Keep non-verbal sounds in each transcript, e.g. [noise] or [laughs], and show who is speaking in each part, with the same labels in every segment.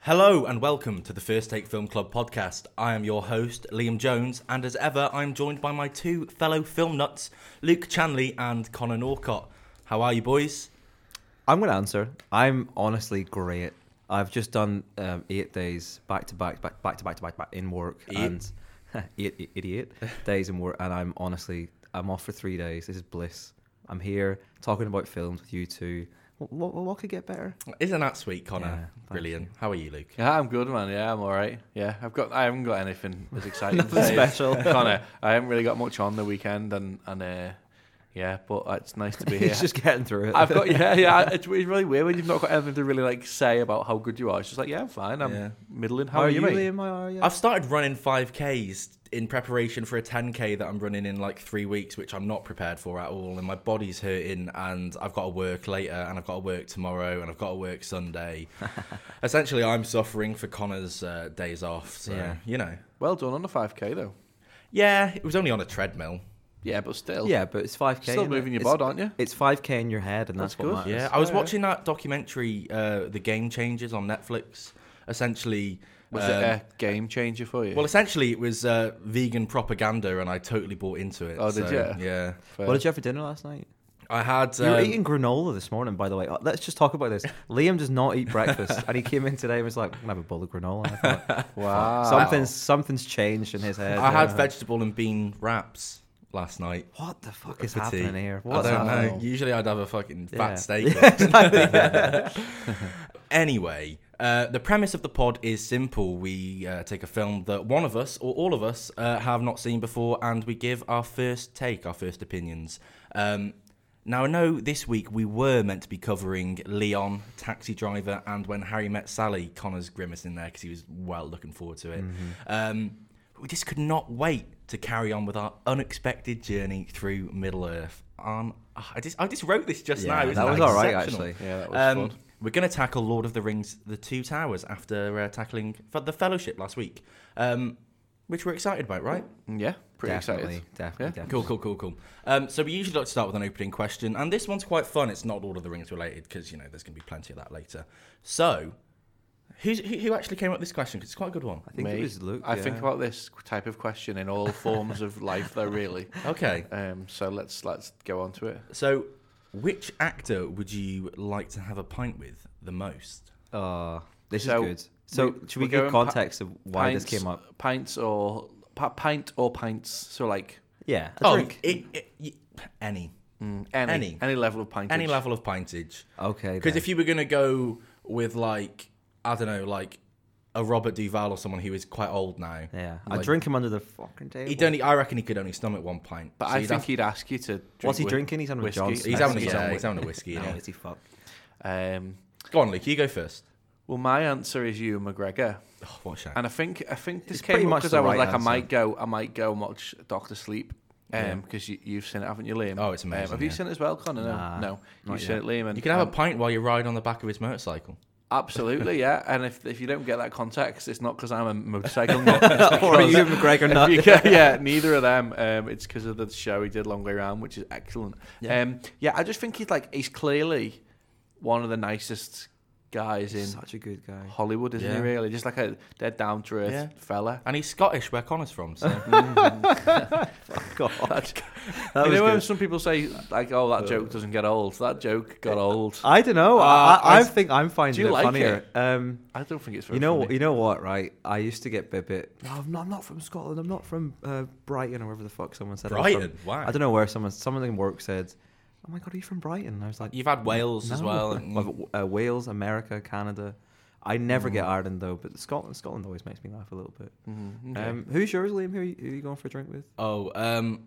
Speaker 1: Hello and welcome to the First Take Film Club podcast. I am your host, Liam Jones, and as ever, I'm joined by my two fellow film nuts, Luke Chanley and Connor Norcott. How are you, boys?
Speaker 2: I'm going to answer. I'm honestly great. I've just done um, eight days back to back, back back to back to back, back in work,
Speaker 1: Eight?
Speaker 2: and [laughs] eight, eight, eight, eight
Speaker 3: [laughs]
Speaker 2: days in work, and I'm honestly I'm off for three days. This is bliss. I'm here talking about films with you two. What, what, what could get better? [laughs]
Speaker 1: Isn't that sweet,
Speaker 2: Yeah,
Speaker 1: Connor?
Speaker 2: thank
Speaker 1: Brilliant. How are you, Luke?
Speaker 3: Yeah, I'm good, man. Yeah, I'm all right. Yeah, I've got. I haven't got anything
Speaker 2: [laughs]
Speaker 3: as exciting.
Speaker 2: Nothing
Speaker 3: today as [laughs]
Speaker 2: special.
Speaker 3: Connor. I haven't really got much on the weekend, and and uh, yeah, but uh, it's
Speaker 2: [laughs]
Speaker 3: nice to be here.
Speaker 2: He's just getting through it.
Speaker 3: [laughs] I've got yeah, yeah. It's re- really weird when you've not got anything to really like say about how good you are. It's just like yeah, I'm fine. I'm
Speaker 1: Yeah.
Speaker 2: [laughs]
Speaker 3: middling.
Speaker 2: How, are you, Liam? How are you?
Speaker 1: I've started running 5Ks in preparation for a 10K that I'm running in like three weeks, which I'm not prepared for at all. And my body's hurting, and I've got to work later, and I've got to work tomorrow, and I've got to work
Speaker 2: [laughs]
Speaker 1: Sunday. Essentially, I'm suffering for Connor's uh, days off. So,
Speaker 2: Yeah.
Speaker 1: you know.
Speaker 3: Well done on the 5k though.
Speaker 1: Yeah, it was only on a treadmill.
Speaker 3: Yeah, but still.
Speaker 2: yeah, but it's five k.
Speaker 3: Still moving your bod, aren't you?
Speaker 2: It's five k in your head, and that's,
Speaker 3: That's
Speaker 2: what
Speaker 3: good.
Speaker 2: matters.
Speaker 1: Yeah, I was
Speaker 3: Oh, yeah.
Speaker 1: watching that documentary, uh, The Game Changers on Netflix. Essentially,
Speaker 3: Was
Speaker 1: um,
Speaker 3: it
Speaker 2: uh,
Speaker 3: a Uh, game changer for you?
Speaker 1: well, essentially, it was uh, vegan propaganda, and I totally bought into it.
Speaker 3: Oh, did
Speaker 1: so,
Speaker 3: ya?
Speaker 1: Yeah,
Speaker 3: Fair.
Speaker 2: What did you have for dinner last night?
Speaker 1: I had.
Speaker 2: you were
Speaker 1: um,
Speaker 2: eating granola this morning, by the way. Uh, Let's just talk
Speaker 1: [laughs]
Speaker 2: about this. Liam does not eat breakfast, and he came in today and was like, "I'm gonna have a bowl of granola." I
Speaker 1: [laughs]
Speaker 2: thought,
Speaker 3: wow.
Speaker 2: something's something's changed in his head.
Speaker 1: I had
Speaker 2: Yeah.
Speaker 1: vegetable and bean wraps last night.
Speaker 2: What the fuck is
Speaker 1: for tea.
Speaker 2: happening here? What's
Speaker 1: I don't
Speaker 2: happening?
Speaker 1: know. Usually, I'd have a fucking
Speaker 2: Yeah.
Speaker 1: fat steak.
Speaker 2: Yeah, exactly.
Speaker 1: [laughs] Anyway, uh, the premise of the pod is simple. We uh, take a film that one of us or all of us uh, have not seen before, and we give our first take, our first opinions. Um, now, I know this week we were meant to be covering Leon, Taxi Driver, and When Harry Met Sally. Connor's grimacing there because he was well looking forward to it.
Speaker 2: Mm-hmm.
Speaker 1: Um, we just could not wait to carry on with our unexpected journey through Middle Earth. Um, I just, I just wrote this just
Speaker 2: Yeah,
Speaker 1: now.
Speaker 2: that
Speaker 1: Isn't
Speaker 2: was all right,
Speaker 1: exceptional?
Speaker 2: actually.
Speaker 3: Yeah, that was
Speaker 1: Um,
Speaker 3: fun.
Speaker 1: we're going to tackle Lord of the Rings: The Two Towers after uh, tackling for the Fellowship last week, um, which we're excited about, right?
Speaker 3: Yeah, pretty
Speaker 2: definitely,
Speaker 3: excited.
Speaker 2: definitely,
Speaker 3: Yeah.
Speaker 2: definitely.
Speaker 1: Cool, cool, cool, cool. Um, so we usually like to start with an opening question, and this one's quite fun. It's not Lord of the Rings related because you know there's going to be plenty of that later. So, who's, who, who actually came up with this question? 'Cause it's quite a good one.
Speaker 2: I think
Speaker 3: Me,
Speaker 2: it was Luke.
Speaker 3: I think
Speaker 2: yeah.
Speaker 3: about this type of question in all forms of life, though. Really.
Speaker 1: Okay,
Speaker 3: Um, so let's let's go on to it.
Speaker 1: so which actor would you like to have a pint with the most?
Speaker 2: Uh, this
Speaker 3: So,
Speaker 2: is good. So
Speaker 3: we-
Speaker 2: should we
Speaker 3: we're
Speaker 2: give
Speaker 3: going pa-
Speaker 2: context of why this
Speaker 3: Pints-
Speaker 2: came up?
Speaker 3: Pints or pa- pint or pints. So like
Speaker 2: Yeah, a
Speaker 1: oh,
Speaker 2: drink.
Speaker 1: It, it, y- any,
Speaker 3: any
Speaker 1: Any.
Speaker 3: any, level of pint.
Speaker 1: any level of pintage.
Speaker 2: Okay,
Speaker 1: Because
Speaker 2: then.
Speaker 1: if you were gonna go with like I don't know, like a Robert Duval or someone who is quite old now,
Speaker 2: yeah, I
Speaker 1: like-
Speaker 2: drink him under the fucking table.
Speaker 1: he'd only I reckon he could only stomach one pint.
Speaker 3: But
Speaker 1: So
Speaker 3: I
Speaker 1: you'd
Speaker 3: think
Speaker 1: have-
Speaker 3: he'd ask you to. Drink
Speaker 2: What's he
Speaker 3: with
Speaker 2: drinking? He's having a
Speaker 3: whiskey.
Speaker 2: John
Speaker 1: he's
Speaker 2: Smith.
Speaker 1: having a,
Speaker 2: He's
Speaker 1: yeah,
Speaker 2: on
Speaker 1: he's having a whiskey.
Speaker 2: No,
Speaker 1: yeah.
Speaker 2: is he fuck?
Speaker 3: Um,
Speaker 1: Go on, Luke. You go first.
Speaker 3: well, my answer is you, McGregor.
Speaker 1: Oh, what a shame.
Speaker 3: And I think I think this
Speaker 2: It's pretty
Speaker 3: came
Speaker 2: much
Speaker 3: because
Speaker 2: the
Speaker 3: I was
Speaker 2: right
Speaker 3: like
Speaker 2: answer.
Speaker 3: I might go I might go and watch Doctor Sleep.
Speaker 1: Yeah.
Speaker 3: Um, because you, you've seen it, haven't you, Liam?
Speaker 1: Oh, it's
Speaker 3: Um,
Speaker 1: amazing,
Speaker 3: have you
Speaker 1: yeah.
Speaker 3: seen it as well, Connor? No,
Speaker 2: Nah,
Speaker 3: no,
Speaker 2: not
Speaker 3: you've seen
Speaker 2: yet.
Speaker 3: it, Liam. And um,
Speaker 1: you can have
Speaker 3: and-
Speaker 1: a pint while you ride on the back of his motorcycle.
Speaker 3: Absolutely, yeah. And if, if you don't get that context, it's not because I'm a motorcycle nut.
Speaker 2: [laughs]
Speaker 3: it's
Speaker 2: Or
Speaker 3: because-
Speaker 2: you McGregor
Speaker 3: if
Speaker 2: nut? [laughs]
Speaker 3: [laughs] you get- yeah, neither of them. Um, it's because of the show he did Long Way Round, which is excellent.
Speaker 1: Yeah.
Speaker 3: Yeah. Um, yeah, I just think he's like he's clearly one of the nicest guys
Speaker 2: He's
Speaker 3: in Oh,
Speaker 2: such a good
Speaker 3: [laughs]
Speaker 2: guy.
Speaker 3: Hollywood, isn't
Speaker 1: Yeah.
Speaker 3: he? Really, just like a dead down to earth
Speaker 1: Yeah.
Speaker 3: fella.
Speaker 1: And he's Scottish, where Connor's from. [laughs] So
Speaker 3: [laughs]
Speaker 2: God,
Speaker 3: That's-
Speaker 2: Mm. that
Speaker 3: you
Speaker 2: was
Speaker 3: know when
Speaker 2: good.
Speaker 3: some people say like, "Oh, that joke doesn't get old." That joke got old.
Speaker 2: I don't know.
Speaker 3: Uh,
Speaker 2: I, I,
Speaker 3: I
Speaker 2: I
Speaker 3: s-
Speaker 2: think I'm
Speaker 3: Do
Speaker 2: finding
Speaker 3: you
Speaker 2: it
Speaker 3: like
Speaker 2: funnier. Um,
Speaker 3: I don't think it's very
Speaker 2: you know,
Speaker 3: funny.
Speaker 2: you know what, right? I used to get bit bit. No, I'm not, I'm not from Scotland. I'm not from uh, Brighton or wherever the fuck someone said. I was from."
Speaker 1: Brighton. Wow.
Speaker 2: I don't know where someone someone in work said. Oh my god, are you from Brighton? And I was like,
Speaker 1: You've had Wales as
Speaker 2: "No." [laughs]
Speaker 1: well. and-
Speaker 2: Well, w- uh, Wales, America, Canada. I never
Speaker 3: Mm.
Speaker 2: get Ireland though, but Scotland, Scotland always makes me laugh a little bit.
Speaker 3: Mhm, okay.
Speaker 2: Um, who's yours, Liam? Who are, you, who are you going for a drink with?
Speaker 1: oh, um,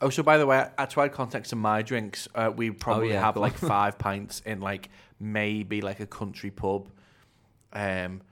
Speaker 3: Oh, so by the way, I, I tried context in my drinks. Uh, we
Speaker 1: Oh,
Speaker 3: probably
Speaker 2: yeah,
Speaker 3: have
Speaker 1: [laughs]
Speaker 2: go
Speaker 3: like five pints in like maybe like a country pub. Um,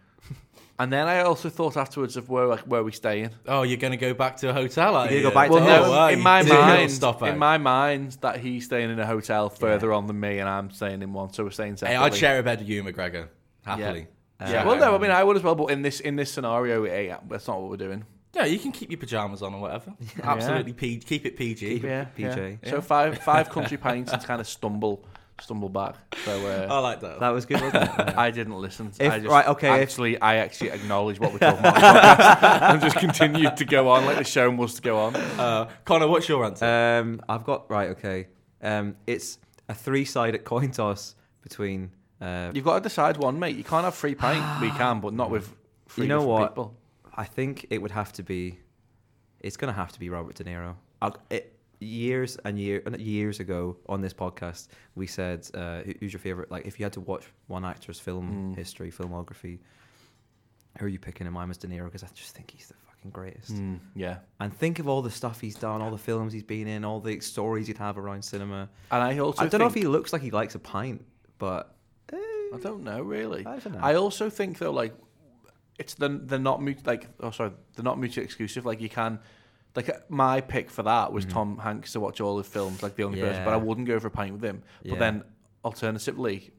Speaker 3: and then I also thought afterwards of where like where we staying.
Speaker 1: oh, you're gonna go back to a hotel. Are
Speaker 2: You're
Speaker 1: you
Speaker 2: gonna go back to
Speaker 3: Well,
Speaker 2: Oh,
Speaker 3: no,
Speaker 1: [laughs]
Speaker 2: wow,
Speaker 3: in my mind,
Speaker 1: stop
Speaker 3: in my mind that he's staying in a hotel further on than me, and I'm staying in one. So we're staying
Speaker 1: hey,
Speaker 3: separately.
Speaker 1: I'd share a bed with you, McGregor, happily.
Speaker 3: Yeah. Well, no, I mean I would as well, but in this in this scenario, eh, that's not what we're doing.
Speaker 1: Yeah, you can keep your pajamas on or whatever. Absolutely, P- keep it PG.
Speaker 2: Keep it
Speaker 3: Yeah,
Speaker 2: PJ.
Speaker 1: [laughs]
Speaker 3: So five five country pints and kind of stumble stumble back. So uh,
Speaker 1: I like that.
Speaker 2: That was good, wasn't it?
Speaker 3: I didn't listen.
Speaker 2: If-
Speaker 3: I just,
Speaker 2: right, okay, if-
Speaker 3: Actually, I actually acknowledge what we're talking about on the podcast and just continued to go on like the show must go on.
Speaker 1: Uh, Connor, what's your answer?
Speaker 2: Um, I've got right. Okay. Um, it's a three-sided [laughs] coin toss between. Uh,
Speaker 3: You've got to decide one, mate. You can't have free pint. we can, but not with free
Speaker 2: You know what?
Speaker 3: people.
Speaker 2: I think it would have to be. It's gonna have to be Robert De Niro. I, it, years and year, not years ago on this podcast, we said, uh, who- "Who's your favorite?" Like, if you had to watch one actor's film
Speaker 3: Mm.
Speaker 2: history, filmography, who are you picking? And mine was De Niro because I just think he's the fucking greatest.
Speaker 3: Mm, yeah.
Speaker 2: And think of all the stuff he's done, all the films he's been in, all the stories he'd have around cinema.
Speaker 3: And I also
Speaker 2: I don't know if
Speaker 3: think-
Speaker 2: he looks like he likes a pint, but eh,
Speaker 3: I don't know really.
Speaker 2: I don't know.
Speaker 3: I also think though, like it's the they're not mut- like oh sorry, they're not mutually exclusive. Like you can, like uh, my pick for that was Tom Hanks to watch all his films, like the only person. But I
Speaker 2: Mm-hmm. Yeah.
Speaker 3: wouldn't go for a pint with him. But
Speaker 2: Yeah.
Speaker 3: then alternatively,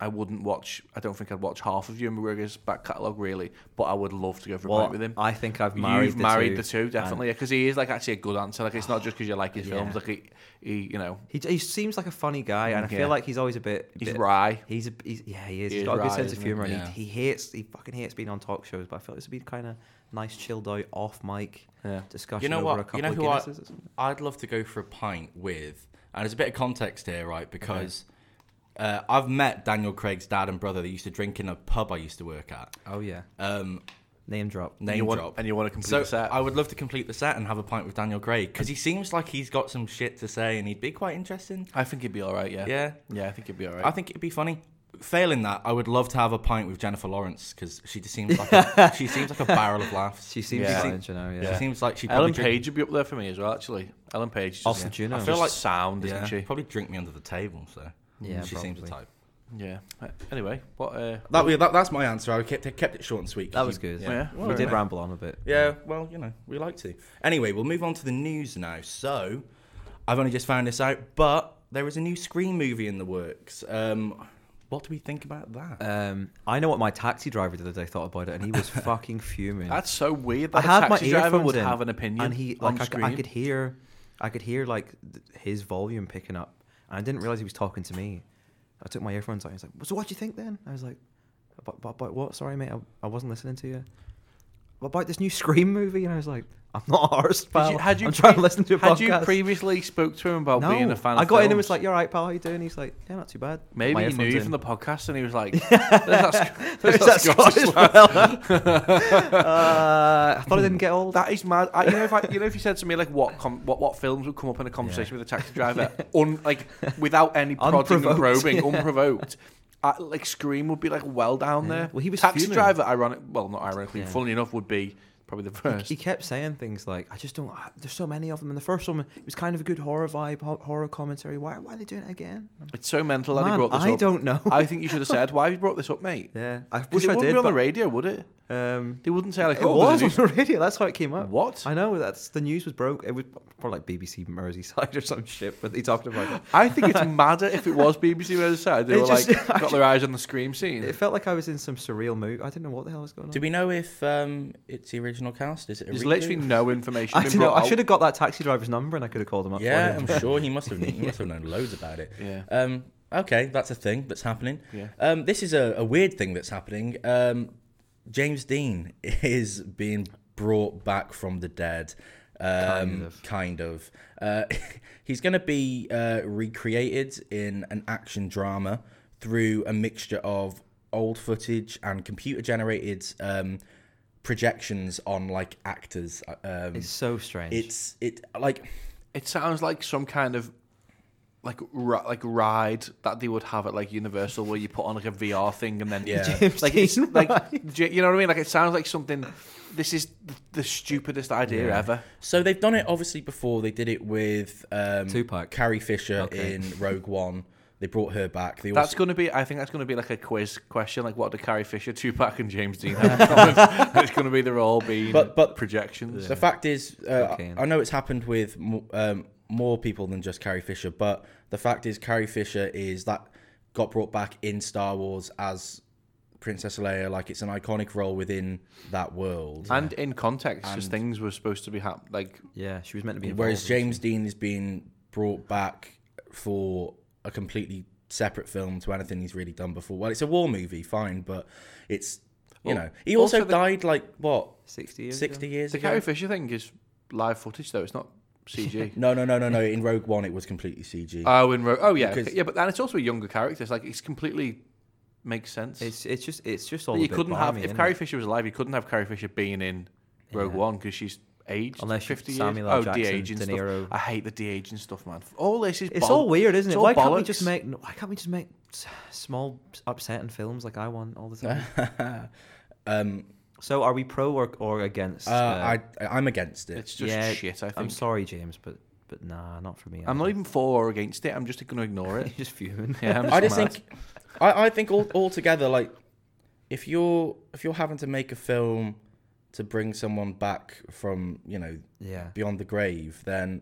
Speaker 3: I wouldn't watch. I don't think I'd watch half of Ewan McGregor's back catalogue really. But I would love to go for a
Speaker 2: well,
Speaker 3: pint with him.
Speaker 2: I think I've married
Speaker 3: You've
Speaker 2: the
Speaker 3: married
Speaker 2: two.
Speaker 3: the two, definitely, because he is like actually a good answer. Like it's not just because you like his
Speaker 2: Yeah.
Speaker 3: films. Like he, he, you know,
Speaker 2: He, he seems like a funny guy, and I
Speaker 3: Yeah.
Speaker 2: feel like he's always a bit.
Speaker 3: he's
Speaker 2: bit-
Speaker 3: wry.
Speaker 2: He's a he's, yeah he is.
Speaker 3: He
Speaker 2: He has
Speaker 3: is
Speaker 2: got a good
Speaker 3: right,
Speaker 2: sense of
Speaker 3: isn't he?
Speaker 2: humor, and
Speaker 1: Yeah.
Speaker 2: he, he hates he fucking hates being on talk shows. But I feel this would be kind of nice, chilled out, off mic
Speaker 3: Yeah.
Speaker 2: discussion
Speaker 1: You know
Speaker 2: over
Speaker 1: what?
Speaker 2: a couple
Speaker 1: You know
Speaker 2: of
Speaker 1: who I-
Speaker 2: Guinnesses or something.
Speaker 1: I'd love to go for a pint with, and there's a bit of context here, right? Because uh, I've met Daniel Craig's dad and brother. They used to drink in a pub I used to work at.
Speaker 2: Oh yeah,
Speaker 1: Um,
Speaker 2: name drop.
Speaker 1: name
Speaker 3: you want,
Speaker 1: drop.
Speaker 3: and you want to complete
Speaker 1: so
Speaker 3: the set.
Speaker 1: I would love to complete the set and have a pint with Daniel Craig because he seems like he's got some shit to say and he'd be quite interesting.
Speaker 3: I think he'd be all right. Yeah.
Speaker 1: Yeah,
Speaker 3: Yeah, I think it'd be all right.
Speaker 1: I think it'd be funny. Failing that, I would love to have a pint with Jennifer Lawrence because she just seems like
Speaker 3: [laughs]
Speaker 1: a, she seems like a barrel of laughs.
Speaker 2: She seems
Speaker 3: Yeah.
Speaker 2: strange, you know. Yeah.
Speaker 1: She seems like she probably
Speaker 3: Ellen
Speaker 1: drink-
Speaker 3: Page would be up there for me as well, actually. Ellen Page. is
Speaker 2: Austin
Speaker 3: just,
Speaker 2: Juno.
Speaker 3: I feel
Speaker 1: Just
Speaker 3: like sound,
Speaker 1: yeah,
Speaker 3: isn't she?
Speaker 1: probably drink me under the table. So
Speaker 2: Yeah,
Speaker 1: she seems the
Speaker 2: probably.
Speaker 1: type.
Speaker 3: Yeah. Uh, Anyway, what? Uh,
Speaker 1: That, yeah, that, that's my answer. I kept it, kept it short and sweet.
Speaker 2: That was good.
Speaker 1: Yeah.
Speaker 3: Yeah.
Speaker 1: Well,
Speaker 2: we did
Speaker 1: yeah.
Speaker 2: ramble on a bit.
Speaker 1: Yeah, well, you know, we like to. Anyway, we'll move on to the news now. So, I've only just found this out, but there is a new Scream movie in the works. Um, what do we think about that?
Speaker 2: Um, I know what my taxi driver the other day thought about it, and he
Speaker 1: [laughs]
Speaker 2: was fucking fuming.
Speaker 3: that's so weird.
Speaker 2: I
Speaker 3: That a
Speaker 2: had my
Speaker 3: taxi driver
Speaker 2: earphones
Speaker 3: would
Speaker 2: in,
Speaker 3: have an opinion
Speaker 2: and he
Speaker 3: on
Speaker 2: like I c-
Speaker 3: screen.
Speaker 2: I, could hear, I could hear like th- his volume picking up, and I didn't realize he was talking to me. I took my earphones out. and He was like, "So what do you think then?" I was like, "About, about, about what? Sorry, mate, I, I wasn't listening to you." "What About this new Scream movie, and I was like, "I'm not arsed,
Speaker 3: Did
Speaker 2: pal.
Speaker 3: you, had you
Speaker 2: I'm trying to
Speaker 3: pre-
Speaker 2: listen to a
Speaker 3: had
Speaker 2: podcast."
Speaker 3: you previously spoke to him about
Speaker 2: no,
Speaker 3: being a fan?
Speaker 2: I
Speaker 3: of
Speaker 2: got in and
Speaker 3: films?
Speaker 2: was like, "You're right, pal. How you doing?" He's like, "Yeah, not too bad." Put my
Speaker 3: maybe he knew
Speaker 2: earphones
Speaker 3: you
Speaker 2: in. [laughs]
Speaker 3: from the podcast, and he was like, "There's that, Sc- there's
Speaker 2: There's
Speaker 3: that
Speaker 2: that
Speaker 3: [laughs] Scottish
Speaker 2: Scottish
Speaker 3: lad."
Speaker 2: well. [laughs] uh, I thought I didn't get old.
Speaker 3: That is mad. I, you know, if I, you know, if you said to me like what com- what what films would come up in a conversation with a taxi
Speaker 2: [laughs]
Speaker 3: driver, un, like without any prodding and
Speaker 2: Unprovoked, [laughs]
Speaker 3: probing,
Speaker 2: yeah.
Speaker 3: unprovoked, I, like Scream would be like well down there.
Speaker 2: Well, he was
Speaker 3: taxi
Speaker 2: fuming.
Speaker 3: driver. Ironic, well, not ironically,
Speaker 2: Yeah.
Speaker 3: funnily enough, would be probably the
Speaker 2: He-
Speaker 3: first.
Speaker 2: He, kept saying things like, "I just don't. I, there's so many of them." And the first one, it was kind of a good horror vibe, ho- horror commentary. Why, why are they doing it again?
Speaker 3: it's so mental that he
Speaker 2: Man,
Speaker 3: brought this
Speaker 2: I
Speaker 3: up.
Speaker 2: don't know.
Speaker 3: I think you should have said why have you brought this up, mate.
Speaker 2: [laughs] yeah, I
Speaker 3: Because
Speaker 2: wish
Speaker 3: it
Speaker 2: I
Speaker 3: wouldn't
Speaker 2: did.
Speaker 3: be on the
Speaker 2: But,
Speaker 3: radio, would it?
Speaker 2: um,
Speaker 3: They wouldn't say like,
Speaker 2: it
Speaker 3: "Oh,
Speaker 2: was
Speaker 3: there's a
Speaker 2: on the radio. That's how it came
Speaker 3: new-"
Speaker 2: up.
Speaker 3: [laughs] what?
Speaker 2: I know that's the news was broke. It was probably like BBC Merseyside [laughs] or some shit. But they talked about it.
Speaker 3: I think it's madder if it was BBC Merseyside. They
Speaker 2: It
Speaker 3: were
Speaker 2: just-
Speaker 3: like
Speaker 2: [laughs]
Speaker 3: got their eyes on the Scream scene.
Speaker 2: It felt like I was in some surreal mood. I didn't know what the hell was going on.
Speaker 1: do we know if um, it's the original cast? Is it? A
Speaker 3: There's
Speaker 1: redo?
Speaker 3: literally no information.
Speaker 2: I
Speaker 3: been
Speaker 2: don't know.
Speaker 3: brought
Speaker 2: I
Speaker 3: out.
Speaker 2: should have got that taxi driver's number and I could have called him up. for
Speaker 1: Yeah,
Speaker 2: him.
Speaker 1: I'm sure he must have. Known, he must have known loads about it.
Speaker 3: Yeah.
Speaker 1: Um, okay, that's a thing that's happening.
Speaker 3: Yeah.
Speaker 1: Um, this is a, a weird thing that's happening. Um, James Dean [laughs] is being brought back from the dead. Um,
Speaker 2: Kind of.
Speaker 1: Kind of. Uh, [laughs] he's going to be uh, recreated in an action drama through a mixture of old footage and computer generated um, projections on like actors. Um,
Speaker 2: [laughs] It's so strange.
Speaker 1: it's it like
Speaker 3: It sounds like some kind of like ri- like ride that they would have at like Universal, where you put on like a VR thing and then [laughs]
Speaker 1: Yeah.
Speaker 3: like it's
Speaker 2: James
Speaker 3: like do you you know what I mean? Like it sounds like something. This is the, the stupidest idea
Speaker 2: Yeah.
Speaker 3: ever.
Speaker 1: So they've done it obviously before. They did it with um,
Speaker 2: Tupac.
Speaker 1: Carrie Fisher
Speaker 2: Okay.
Speaker 1: in Rogue One. They brought her back. They
Speaker 3: That's
Speaker 1: also,
Speaker 3: going to be. I think that's going to be like a quiz question, like what do Carrie Fisher, Tupac, and James Dean have in common? [laughs] it's going to be they're all being
Speaker 1: But- but-
Speaker 3: projections.
Speaker 1: the fact is, uh,
Speaker 2: Cocaine.
Speaker 1: I know it's happened with mo- um, more people than just Carrie Fisher, but the fact is, Carrie Fisher is that got brought back in Star Wars as Princess Leia. Like it's an iconic role within that world.
Speaker 3: And in context, because things were supposed to be hap- like
Speaker 2: yeah, she was meant to be.
Speaker 1: Whereas
Speaker 2: involved in
Speaker 1: James Dean is being brought back for a completely separate film to anything he's really done before. Well, it's a war movie, fine, but it's you
Speaker 3: Well,
Speaker 1: know he also,
Speaker 3: also the-
Speaker 1: died like what
Speaker 2: 60 years
Speaker 1: sixty
Speaker 2: ago?
Speaker 1: years
Speaker 3: The
Speaker 1: ago.
Speaker 3: Carrie Fisher thing is live footage though. It's not CG.
Speaker 1: no, no, no, no, no. In Rogue One, it was completely Uh, CG.
Speaker 3: oh, in Ro- oh yeah,
Speaker 1: Because-
Speaker 3: okay. yeah, but and it's also a younger character. It's like it's completely makes sense.
Speaker 2: It's, it's just it's just all
Speaker 3: But you
Speaker 2: a bit
Speaker 3: couldn't have
Speaker 2: barmy,
Speaker 3: if
Speaker 2: innit?
Speaker 3: Carrie Fisher was alive. You couldn't have Carrie Fisher being in Rogue
Speaker 2: Yeah.
Speaker 3: One because she's aged
Speaker 2: Unless you're
Speaker 3: fifty
Speaker 2: Samuel L.
Speaker 3: years. oh,
Speaker 2: Jackson,
Speaker 3: de-aging
Speaker 2: De
Speaker 3: stuff.
Speaker 2: Niro.
Speaker 3: I hate the de-aging stuff, man. All this is
Speaker 2: It's
Speaker 3: bol-
Speaker 2: all weird, isn't
Speaker 3: it's
Speaker 2: it?
Speaker 3: all
Speaker 2: Why can't we
Speaker 3: bollocks.
Speaker 2: just make no, why can't we just make s- small upsetting films like I want all the time?
Speaker 3: [laughs]
Speaker 1: um,
Speaker 2: so are we pro or, or against?
Speaker 1: uh,
Speaker 2: uh,
Speaker 1: I, I'm against it.
Speaker 3: It's just
Speaker 2: yeah,
Speaker 3: shit. I think.
Speaker 2: I'm
Speaker 3: I'm,
Speaker 2: sorry, James, but but nah, not for me.
Speaker 3: not even for or against it. I'm just going to ignore
Speaker 2: [laughs]
Speaker 3: it. [laughs]
Speaker 2: You're just fuming.
Speaker 3: Yeah, I'm just
Speaker 1: I just
Speaker 3: mad.
Speaker 1: think, I, I think all altogether, like if you're if you're having to make a film to bring someone back from you know
Speaker 2: yeah.
Speaker 1: beyond the grave, then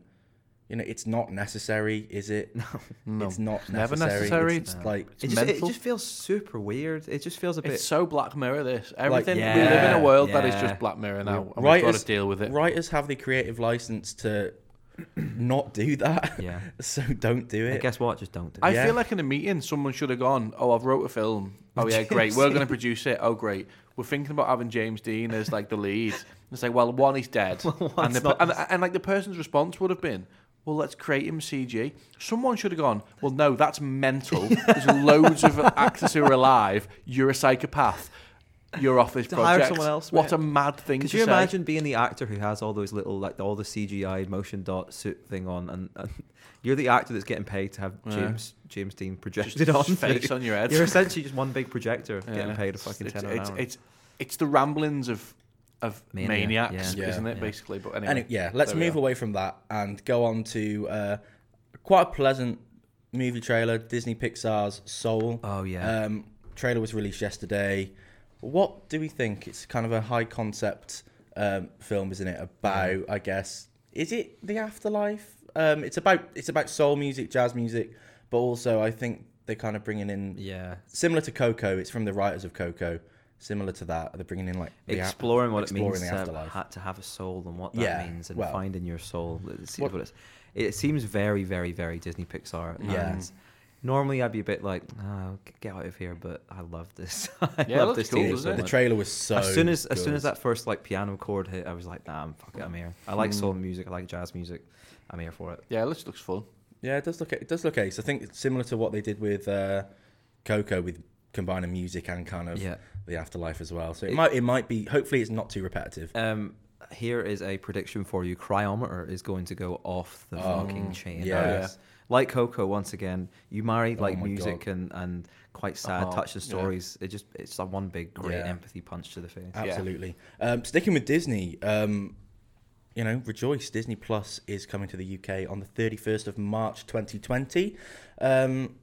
Speaker 1: you know it's not necessary, is it? No,
Speaker 3: No.
Speaker 1: it's not
Speaker 3: never
Speaker 1: necessary.
Speaker 3: necessary.
Speaker 1: It's
Speaker 2: No.
Speaker 1: like
Speaker 2: It just, it
Speaker 3: mental.
Speaker 2: just feels super weird. It just feels a bit.
Speaker 3: It's so [laughs] Black Mirror. This everything we
Speaker 2: yeah,
Speaker 3: live in a world that is
Speaker 2: yeah.
Speaker 3: just Black Mirror now, and we've got
Speaker 1: writers
Speaker 3: to deal with it.
Speaker 1: Writers have the creative license to [clears throat] not do that. [laughs]
Speaker 3: [laughs]
Speaker 2: Yeah.
Speaker 1: so don't do
Speaker 2: And
Speaker 1: it.
Speaker 2: guess what? Just don't do
Speaker 3: I
Speaker 2: it.
Speaker 1: Yeah.
Speaker 3: feel like in a meeting, someone should have gone, "Oh, I've wrote a film.
Speaker 2: [laughs]
Speaker 3: Oh yeah, great. We're going to produce it. Oh great. We're thinking about having James Dean as like the lead." It's like, well, one,
Speaker 2: [laughs]
Speaker 3: he's dead, and, the,
Speaker 2: one's not-
Speaker 3: and, and like the person's response would have been, "Well, let's create him CG." Someone should have gone, "Well, no, that's mental.
Speaker 2: [laughs]
Speaker 3: There's loads of actors who are alive. You're a psychopath. You're off this
Speaker 2: To hire
Speaker 3: project.
Speaker 2: someone else,
Speaker 3: what
Speaker 2: mate.
Speaker 3: a mad thing
Speaker 2: Could
Speaker 3: to
Speaker 2: you
Speaker 3: say."
Speaker 2: imagine being the actor who has all those little, like all the CGI motion dot suit thing on, and, and [laughs] you're the actor that's getting paid to have
Speaker 3: Yeah.
Speaker 2: James James Dean projected [laughs]
Speaker 3: Just
Speaker 2: on
Speaker 3: face
Speaker 2: you.
Speaker 3: on your head. [laughs]
Speaker 2: You're essentially just one big projector
Speaker 3: Yeah.
Speaker 2: getting paid a fucking
Speaker 3: it's,
Speaker 2: ten an
Speaker 3: it's,
Speaker 2: hour.
Speaker 3: it's it's the ramblings of of
Speaker 2: Mania,
Speaker 3: maniacs,
Speaker 1: yeah.
Speaker 3: isn't it?
Speaker 2: Yeah.
Speaker 3: Basically, but anyway,
Speaker 1: Any, yeah, let's
Speaker 3: there we
Speaker 1: move
Speaker 3: are.
Speaker 1: away from that and go on to uh, quite a pleasant movie trailer, Disney Pixar's Soul.
Speaker 2: oh
Speaker 3: uh,
Speaker 2: yeah,
Speaker 1: Um, trailer was released yesterday. What do we think? It's kind of a high concept um, film, isn't it? About,
Speaker 2: Mm.
Speaker 1: I guess, is it the afterlife? Um, it's about it's about soul music, jazz music, but also I think they're kind of bringing in
Speaker 2: yeah.
Speaker 1: similar to Coco. It's from the writers of Coco. Similar to that, they're bringing in like the af-
Speaker 2: exploring what
Speaker 1: exploring
Speaker 2: it means
Speaker 1: the
Speaker 2: to
Speaker 1: afterlife.
Speaker 2: ha- to have a soul and what that
Speaker 1: Yeah,
Speaker 2: means and
Speaker 1: well.
Speaker 2: finding your soul. It seems,
Speaker 1: What-
Speaker 2: what it's, it seems very, very, very Disney Pixar.
Speaker 1: Yeah.
Speaker 2: and Normally, I'd be a bit like, oh, g- get out of here, but I love this. [laughs] I
Speaker 3: Yeah, it
Speaker 2: love
Speaker 3: looks
Speaker 2: this
Speaker 3: cool,
Speaker 2: Disney
Speaker 3: doesn't
Speaker 2: so
Speaker 3: it?
Speaker 1: The
Speaker 2: much.
Speaker 1: trailer was so.
Speaker 2: as soon as as soon as
Speaker 1: good.
Speaker 2: that first like piano chord hit, I was like, nah, I'm- fuck it, I'm here. I
Speaker 3: Mm.
Speaker 2: like soul music. I like jazz music. I'm here for it.
Speaker 3: Yeah, it looks looks fun.
Speaker 1: Yeah, it does look it does look ace. I think it's similar to what they did with uh, Coco with combining music and kind of
Speaker 2: Yeah.
Speaker 1: the afterlife as well. So it,
Speaker 2: It-
Speaker 1: might it might be hopefully it's not too repetitive.
Speaker 2: Um, here is a prediction for you. Cryometer is going to go off the
Speaker 1: Oh,
Speaker 2: fucking chain.
Speaker 1: yeah.
Speaker 2: Yeah. Like Coco, once again, you marry
Speaker 1: Oh
Speaker 2: like
Speaker 1: my
Speaker 2: music
Speaker 1: God.
Speaker 2: and, and quite sad
Speaker 3: Uh-huh,
Speaker 2: touching
Speaker 3: yeah.
Speaker 2: stories. It just it's like one big great
Speaker 1: Yeah. Uh,
Speaker 2: empathy punch to the face.
Speaker 1: Absolutely. Um, sticking with Disney, um, you know, rejoice! Disney Plus is coming to the UK on the thirty first of March, twenty twenty. Um,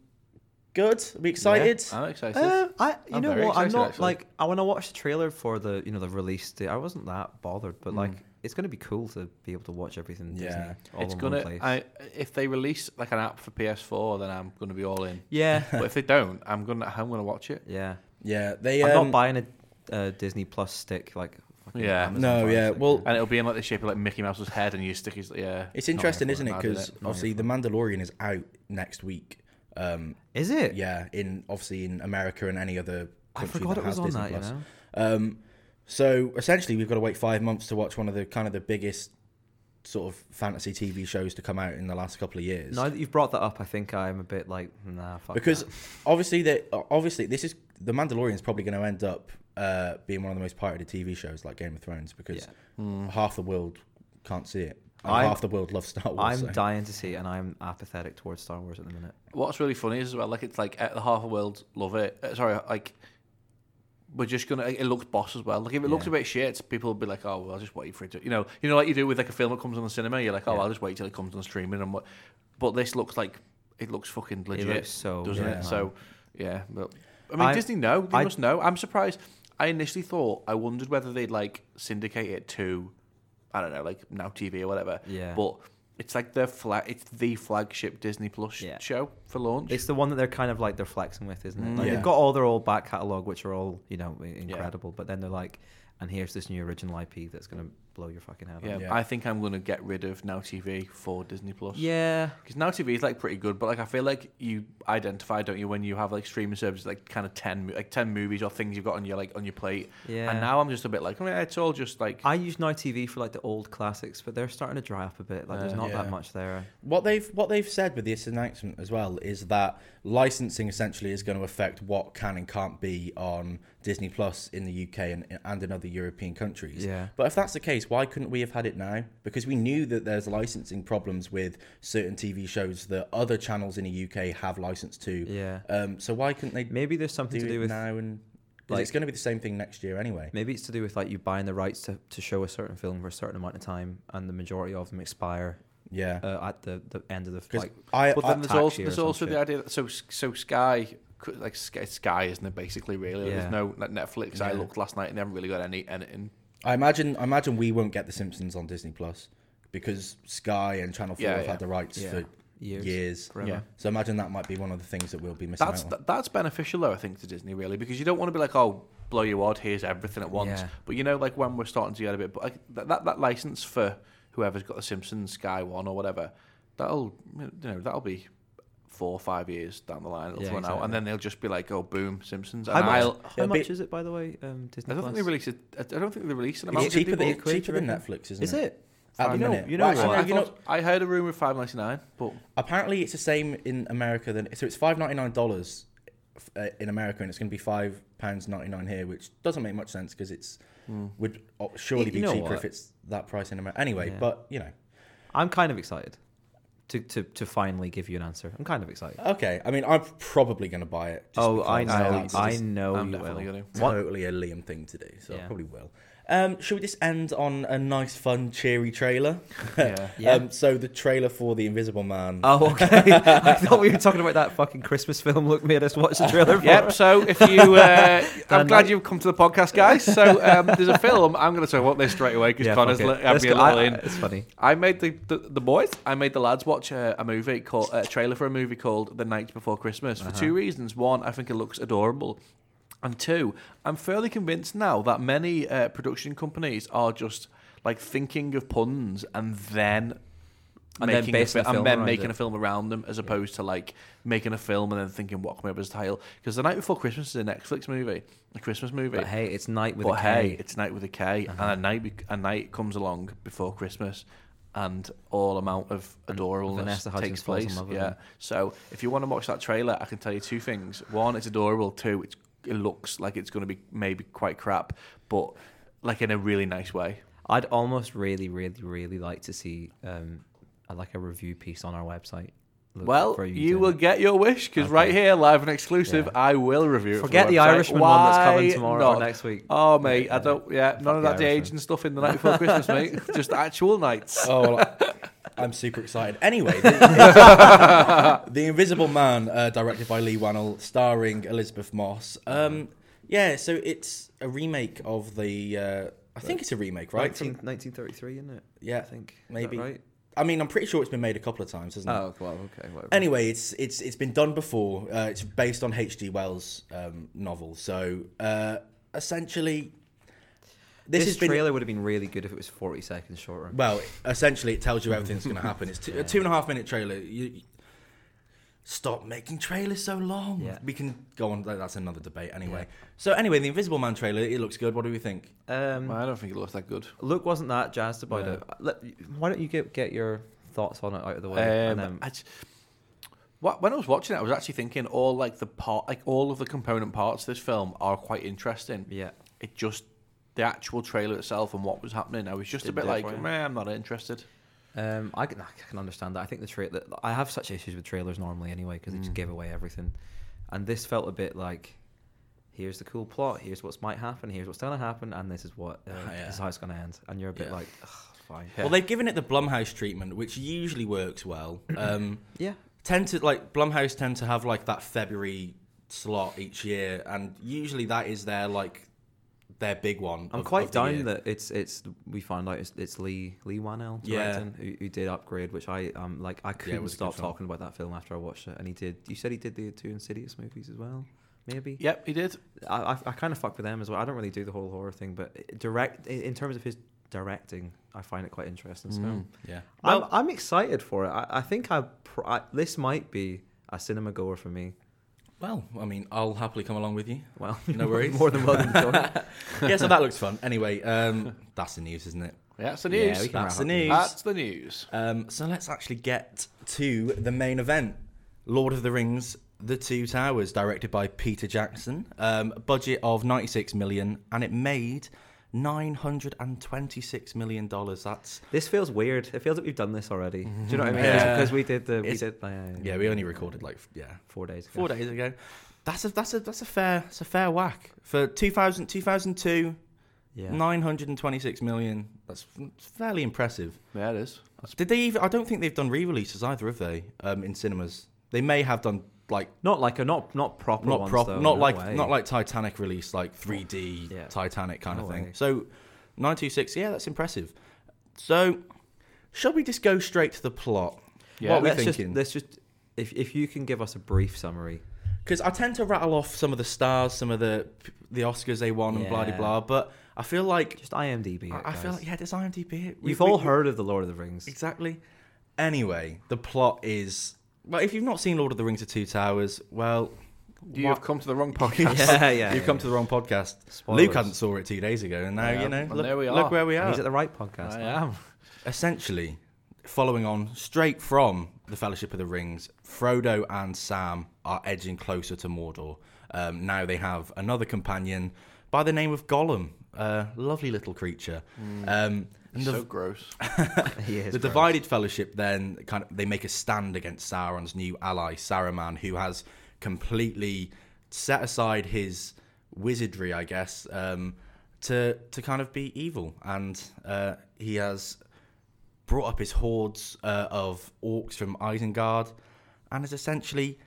Speaker 1: good. Are we excited?
Speaker 3: I'm excited.
Speaker 2: Uh, I you
Speaker 3: I'm
Speaker 2: know
Speaker 3: very
Speaker 2: what I'm
Speaker 3: excited,
Speaker 2: not
Speaker 3: actually.
Speaker 2: like I when I watched the trailer for the you know the release day I wasn't that bothered but like it's gonna be cool to be able to watch everything Disney
Speaker 1: Yeah.
Speaker 2: all
Speaker 3: it's
Speaker 2: in
Speaker 3: gonna.
Speaker 2: one place.
Speaker 3: I, if they release like an app for PS4, then I'm gonna be all in.
Speaker 2: yeah
Speaker 3: but if they don't, I'm gonna I'm gonna watch it.
Speaker 2: yeah
Speaker 1: yeah, they.
Speaker 2: I'm
Speaker 1: Um,
Speaker 2: not buying a uh, Disney Plus stick like fucking
Speaker 3: Yeah.
Speaker 2: Amazon
Speaker 1: No,
Speaker 2: Fire
Speaker 1: yeah,
Speaker 2: Stick.
Speaker 1: well,
Speaker 3: And it'll be in like the shape of like Mickey Mouse's head, and you stick his yeah.
Speaker 1: it's interesting,
Speaker 3: Not
Speaker 1: isn't it?
Speaker 3: mad, is
Speaker 1: Because
Speaker 2: Not
Speaker 1: obviously, The
Speaker 2: your
Speaker 1: Mandalorian is out next week. Um,
Speaker 2: is it?
Speaker 1: yeah, in obviously in America and any other.
Speaker 2: I
Speaker 1: country
Speaker 2: forgot
Speaker 1: that
Speaker 2: it was
Speaker 1: has
Speaker 2: on
Speaker 1: Disney
Speaker 2: that.
Speaker 1: Plus.
Speaker 2: You know,
Speaker 1: Um, so essentially, we've got to wait five months to watch one of the kind of the biggest sort of fantasy TV shows to come out in the last couple of years.
Speaker 2: now that you've brought that up, I think I'm a bit like nah. Fuck
Speaker 1: because
Speaker 2: that.
Speaker 1: obviously, they obviously this is the Mandalorian is probably going to end up uh, being one of the most pirated TV shows like Game of Thrones because
Speaker 2: Yeah. Mm.
Speaker 1: half the world can't see it. And
Speaker 2: I'm-
Speaker 1: half the world loves Star Wars.
Speaker 2: I'm
Speaker 1: so-
Speaker 2: dying to see, it, and I'm apathetic towards Star Wars at the minute.
Speaker 3: What's really funny is as well, like it's like uh, the half the world love it. Uh, sorry, like we're just gonna. It looks boss as well. Like if it looks a
Speaker 2: Yeah.
Speaker 3: bit shit, people will be like, "Oh, well, I'll just wait for it." To, you know, you know, like you do with like a film that comes on the cinema. You're like, "Oh,
Speaker 2: Yeah.
Speaker 3: I'll just wait till it comes on streaming." And what? But this looks like it looks fucking legit,
Speaker 2: looks so
Speaker 3: doesn't
Speaker 1: good,
Speaker 3: it?
Speaker 1: man.
Speaker 3: So yeah, but I mean,
Speaker 2: I-
Speaker 3: Disney know they
Speaker 2: I-
Speaker 3: must know. I'm surprised. I initially thought I wondered whether they'd like syndicate it to, I don't know, like Now TV or whatever.
Speaker 2: Yeah.
Speaker 3: But it's like their flag. It's the flagship Disney Plus
Speaker 2: Yeah.
Speaker 3: show for launch.
Speaker 2: It's the one that they're kind of like they're flexing with, isn't it?
Speaker 3: Mm.
Speaker 2: Like
Speaker 1: Yeah.
Speaker 2: they've got all their old back catalog, which are all you know i- incredible, but then they're like, and here's this new original IP that's going to blow your fucking head
Speaker 3: Yeah,
Speaker 2: off.
Speaker 1: Yeah.
Speaker 3: I think I'm gonna get rid of Now TV for Disney Plus.
Speaker 2: Yeah.
Speaker 3: because Now TV is like pretty good, but like I feel like you identify, don't you, when you have like streaming services like kind of ten mo- like ten movies or things you've got on your like on your plate.
Speaker 2: Yeah.
Speaker 3: And now I'm just a bit like, I mean, it's all just like
Speaker 2: I use Now TV for like the old classics, but they're starting to dry up a bit. Like there's
Speaker 3: Uh,
Speaker 2: not
Speaker 1: yeah.
Speaker 2: that much there.
Speaker 1: What they've what they've said with this announcement as well is that licensing essentially is going to affect what can and can't be on Disney Plus in the UK and, and in other European countries.
Speaker 2: Yeah.
Speaker 1: But if that's the case, why couldn't we have had it now? Because we knew that there's licensing problems with certain TV shows that other channels in the UK have license to.
Speaker 2: Yeah.
Speaker 1: Um, so why couldn't they do,
Speaker 2: Maybe there's something to
Speaker 1: it
Speaker 2: do with
Speaker 1: now? And 'cause
Speaker 2: like-
Speaker 1: it's going to be the same thing next year anyway.
Speaker 2: maybe it's to do with like you buying the rights to, to show a certain film for a certain amount of time, and the majority of them expire
Speaker 1: Yeah.
Speaker 2: uh, at the, the end of the
Speaker 1: 'Cause
Speaker 2: like.
Speaker 1: I,
Speaker 2: but
Speaker 1: I-
Speaker 2: then
Speaker 3: there's
Speaker 2: tax
Speaker 3: also
Speaker 2: year or
Speaker 3: there's
Speaker 2: some
Speaker 3: also the
Speaker 2: shit.
Speaker 3: idea that so so Sky could- like Sky, Sky isn't it basically really
Speaker 2: Yeah.
Speaker 3: there's no like Netflix. I
Speaker 1: Yeah.
Speaker 3: looked last night and they haven't really got any anything.
Speaker 1: I imagine I imagine we won't get The Simpsons on Disney Plus because Sky and Channel Four
Speaker 3: Yeah,
Speaker 1: have
Speaker 3: yeah.
Speaker 1: had the rights
Speaker 2: Yeah.
Speaker 1: for
Speaker 2: Years.
Speaker 1: years.
Speaker 2: Forever.
Speaker 3: Yeah.
Speaker 1: So imagine that might be one of the things that we'll be missing.
Speaker 3: That's
Speaker 1: out on.
Speaker 3: th- that's beneficial though I think to Disney really because you don't want to be like oh blow your wad here's everything at once
Speaker 2: Yeah.
Speaker 3: but you know like when we're starting to get a bit but like that, that that license for whoever's got the Simpsons Sky One or whatever that'll you know that'll be four or five years down the line it'll
Speaker 2: Yeah,
Speaker 3: run out
Speaker 2: exactly.
Speaker 3: and then they'll just be like oh boom Simpsons
Speaker 2: How
Speaker 3: and
Speaker 2: much,
Speaker 3: I'll.
Speaker 2: how
Speaker 1: it'll
Speaker 2: much
Speaker 1: be-
Speaker 2: is it by the way? Um, Disney
Speaker 3: I don't think they
Speaker 2: Plus?
Speaker 3: released it. I don't think they released an
Speaker 1: it's
Speaker 3: amount.
Speaker 2: Is it
Speaker 1: cheaper than,
Speaker 2: people
Speaker 1: it's
Speaker 2: quid,
Speaker 1: cheaper
Speaker 2: do
Speaker 1: than
Speaker 2: you reckon?
Speaker 1: Netflix, isn't
Speaker 2: Is it?
Speaker 1: At the
Speaker 3: You know,
Speaker 1: minute,
Speaker 3: you know,
Speaker 1: Well, actually,
Speaker 3: what?
Speaker 1: no, you know-
Speaker 3: I heard a rumor of five ninety nine, but
Speaker 1: apparently it's the same in America. Than so it's five ninety nine dollars uh, in America, and it's going to be five pounds ninety nine here, which doesn't make much sense because it's
Speaker 3: hmm,
Speaker 1: would uh, surely
Speaker 2: You
Speaker 1: be
Speaker 2: know
Speaker 1: cheaper
Speaker 2: what?
Speaker 1: if it's that price in America. Anyway,
Speaker 2: Yeah.
Speaker 1: but you know,
Speaker 2: I'm kind of excited to, to, to finally give you an answer. I'm kind of excited.
Speaker 1: okay. I mean, I'm probably going to buy it. just
Speaker 2: oh, I know,
Speaker 1: because
Speaker 2: I,
Speaker 1: that's just-
Speaker 2: know
Speaker 3: I'm
Speaker 2: you will.
Speaker 3: definitely
Speaker 1: [laughs]
Speaker 3: going to.
Speaker 1: totally a Liam thing to do, so
Speaker 2: Yeah.
Speaker 1: I probably will. Um, should we just end on a nice, fun, cheery trailer?
Speaker 3: Yeah.
Speaker 2: Yeah.
Speaker 1: Um, so the trailer for The Invisible Man.
Speaker 2: [laughs] Oh, okay. I thought we were talking about that fucking Christmas film. Look, made us watch the [laughs] trailer. for.
Speaker 3: [laughs] Yep. So if you, uh,
Speaker 2: [laughs]
Speaker 3: I'm
Speaker 2: And
Speaker 3: glad
Speaker 2: like-
Speaker 3: you've come to the podcast, guys. So um, there's a film. I'm going to talk about this straight away because
Speaker 2: Yeah,
Speaker 3: Connor's
Speaker 2: fuck it.
Speaker 3: let had
Speaker 2: Let's
Speaker 3: me a
Speaker 2: go- I-
Speaker 3: little in.
Speaker 2: It's funny.
Speaker 3: I made the, the the boys. I made the lads watch a, a movie called a trailer for a movie called The Night Before Christmas for
Speaker 2: Uh-huh.
Speaker 3: two reasons. One, I think it looks adorable, and two, I'm fairly convinced now that many uh, production companies are just like thinking of puns and then.
Speaker 2: And then
Speaker 3: making a
Speaker 2: basing
Speaker 3: fi-
Speaker 2: a film
Speaker 3: and then
Speaker 2: around
Speaker 3: making
Speaker 2: it.
Speaker 3: a film around them as opposed to like making a film and then thinking what can we have as a title because the night before Christmas is a Netflix movie a Christmas movie
Speaker 2: But hey, it's night with
Speaker 3: but
Speaker 2: a K. Uh-huh.
Speaker 3: hey, it's night with a K, and a night be- a night comes along before Christmas, and all amount of adorableness
Speaker 2: Vanessa Hudgens
Speaker 3: takes
Speaker 2: falls in
Speaker 3: place.
Speaker 2: love with
Speaker 3: Yeah.
Speaker 2: him.
Speaker 3: So if you want to watch that trailer, I can tell you two things. One, it's adorable. Two, it's, it looks like it's going to be maybe quite crap, but like in a really nice way.
Speaker 2: I'd almost really, really, really like to see um, a, like a review piece on our website. Look
Speaker 3: well,
Speaker 2: for
Speaker 3: you,
Speaker 2: to-
Speaker 3: will get your wish because
Speaker 2: Okay.
Speaker 3: right here, live and exclusive,
Speaker 2: Yeah.
Speaker 3: I will review it. for
Speaker 2: forget the
Speaker 3: website.
Speaker 2: Irishman one that's coming
Speaker 3: Why
Speaker 2: tomorrow or
Speaker 3: not?
Speaker 2: next week.
Speaker 3: Oh mate, I don't. Yeah,
Speaker 2: Fuck
Speaker 3: none of
Speaker 2: the
Speaker 3: that the
Speaker 2: Irishman.
Speaker 3: age and stuff in the night before
Speaker 2: [laughs]
Speaker 3: Christmas, mate. Just actual nights.
Speaker 1: Oh, well, I'm super excited. Anyway, the,
Speaker 2: [laughs]
Speaker 1: The Invisible Man, uh, directed by Lee Wannell, starring Elizabeth Moss. Um, yeah, so it's a remake of the. Uh, I think it's a remake, right?
Speaker 2: 19, 1933, isn't it?
Speaker 1: Yeah,
Speaker 2: I think Is that
Speaker 1: maybe.
Speaker 2: right.
Speaker 1: I mean, I'm pretty sure it's been made a couple of times, hasn't it?
Speaker 2: Oh well, okay. Whatever.
Speaker 1: Anyway, it's it's it's been done before. Uh, it's based on H.G. Wells' um, novel. So uh, essentially, this,
Speaker 2: this
Speaker 1: has been
Speaker 2: trailer would have been really good if it was 40 seconds shorter.
Speaker 1: well. Essentially, it tells you everything's
Speaker 2: [laughs]
Speaker 1: going to happen. It's two, a two and a half minute trailer. You, you- stop making trailers so long.
Speaker 2: Yeah.
Speaker 1: We can go on. that- That's another debate. Anyway, so anyway, the Invisible Man trailer. It looks good. What do we think?
Speaker 2: Um,
Speaker 3: I don't think it looks that good.
Speaker 2: Luke wasn't that jazzed about
Speaker 3: No.
Speaker 2: it. Let- why don't you get get your thoughts on it out of the way? and
Speaker 3: Um,
Speaker 2: then-
Speaker 3: I j- Wha- when I was watching it, I was actually thinking all like the part, like all of the component parts of this film are quite interesting.
Speaker 2: yeah.
Speaker 3: It just the actual trailer itself and what was happening, I was just a
Speaker 2: Didn't
Speaker 3: bit
Speaker 2: do it
Speaker 3: like,
Speaker 2: for you.
Speaker 3: "Meh, I'm not interested.
Speaker 2: Um, I can I can understand that. I think the trailer. I have such issues with trailers normally anyway because
Speaker 1: Mm.
Speaker 2: they just give away everything, and this felt a bit like, here's the cool plot, here's what's might happen, here's what's gonna happen, and this is what uh,
Speaker 1: Ah, yeah.
Speaker 2: this is how it's gonna end, and you're a bit
Speaker 1: Yeah.
Speaker 2: like, Ugh, fine.
Speaker 1: Well, they've given it the Blumhouse treatment, which usually works
Speaker 2: [coughs]
Speaker 1: well. Um,
Speaker 2: Yeah.
Speaker 1: tend to like Blumhouse tend to have like that February slot each year, and usually that is their like their big one.
Speaker 2: I'm
Speaker 1: of-
Speaker 2: quite
Speaker 1: of the year.
Speaker 2: down that it's it's we found out it's, it's Lee Lee Wanell
Speaker 1: Yeah.
Speaker 2: directing who, who did upgrade, which I um like I couldn't
Speaker 1: was a good
Speaker 2: stop
Speaker 1: film.
Speaker 2: talking about that film after I watched it, and he did. You said he did the two Insidious movies as well, maybe.
Speaker 3: Yep, he did.
Speaker 2: I, I, I kind of fuck with them as well. I don't really do the whole horror thing, but direct in in terms of his directing, I find it quite interesting. So
Speaker 3: Mm.
Speaker 1: Yeah.
Speaker 2: I'm, I'm excited for it. I, I think I, pr- I this might be a cinema goer for me.
Speaker 1: Well, I mean, I'll happily come along with you.
Speaker 2: Well,
Speaker 1: [laughs] No worries.
Speaker 2: [laughs] more than
Speaker 1: [laughs]
Speaker 2: welcome. John.
Speaker 1: yeah, so that looks fun. Anyway, um, that's the news, isn't it?
Speaker 3: That's the
Speaker 2: Yeah,
Speaker 3: news.
Speaker 2: we can
Speaker 1: That's the
Speaker 2: wrap up
Speaker 1: news.
Speaker 3: That's the news.
Speaker 1: Um, so let's actually get to the main event Lord of the Rings The Two Towers, directed by Peter Jackson. Um, a budget of 96 million, and it made. Nine hundred and twenty-six million dollars. That's
Speaker 2: This feels weird. It feels like we've done this already. Do you know what I mean?
Speaker 1: Yeah.
Speaker 2: Because we did the we
Speaker 1: It's-
Speaker 2: did uh,
Speaker 1: yeah. We only recorded like f- yeah,
Speaker 2: four days ago.
Speaker 1: four days ago. That's a that's a that's a fair that's a fair whack for 2000, 2002,
Speaker 2: Yeah.
Speaker 1: 926 million. That's f- fairly impressive.
Speaker 3: There it is. That's
Speaker 1: Did they even? I don't think they've done re-releases either, have they? Um, in cinemas, they may have done like
Speaker 2: Not like a not not proper
Speaker 1: not
Speaker 2: ones,
Speaker 1: prop,
Speaker 2: though,
Speaker 1: not
Speaker 2: no
Speaker 1: like
Speaker 2: way.
Speaker 1: not like Titanic release, like 3D
Speaker 2: Yeah.
Speaker 1: Titanic kind of
Speaker 2: No
Speaker 1: thing.
Speaker 2: way.
Speaker 1: So 926, yeah, that's impressive. So shall we just go straight to the plot?
Speaker 3: Yeah.
Speaker 1: what are we
Speaker 2: let's
Speaker 1: thinking?
Speaker 2: just let's just if if you can give us a brief summary.
Speaker 1: because I tend to rattle off some of the stars, some of the the Oscars they won, and blah de
Speaker 2: Yeah.
Speaker 1: blah. But I feel like
Speaker 2: Just IMDb.
Speaker 1: I,
Speaker 2: it,
Speaker 1: I feel
Speaker 2: guys.
Speaker 1: like yeah, does IMDb it? We-
Speaker 2: You've
Speaker 1: we-
Speaker 2: all
Speaker 1: we-
Speaker 2: heard of the Lord of the Rings.
Speaker 1: exactly. Anyway, the plot is well, if you've not seen Lord of the Rings: The Two Towers, well,
Speaker 3: You have come to the wrong
Speaker 1: [laughs]
Speaker 3: podcast.
Speaker 2: [laughs] yeah, yeah.
Speaker 1: you've come to the wrong podcast.
Speaker 2: Spoilers.
Speaker 1: Luke hadn't saw it two days ago, and now
Speaker 3: Yeah,
Speaker 1: you know.
Speaker 3: and
Speaker 1: Look,
Speaker 3: there we
Speaker 1: look
Speaker 3: are.
Speaker 1: where we
Speaker 2: And
Speaker 1: are.
Speaker 2: he's at the right podcast.
Speaker 1: Oh,
Speaker 3: I
Speaker 2: now.
Speaker 3: am.
Speaker 1: Essentially, following on straight from the Fellowship of the Rings, Frodo and Sam are edging closer to Mordor. Um, now they have another companion by the name of Gollum, a lovely little creature. Um, and the,
Speaker 3: Hmm. so gross.
Speaker 2: [laughs] He is
Speaker 1: the
Speaker 2: gross.
Speaker 1: divided fellowship then kind of they make a stand against Sauron's new ally Saruman, who has completely set aside his wizardry, I guess, um, to to kind of be evil, and uh, he has brought up his hordes uh, of orcs from Isengard, and is essentially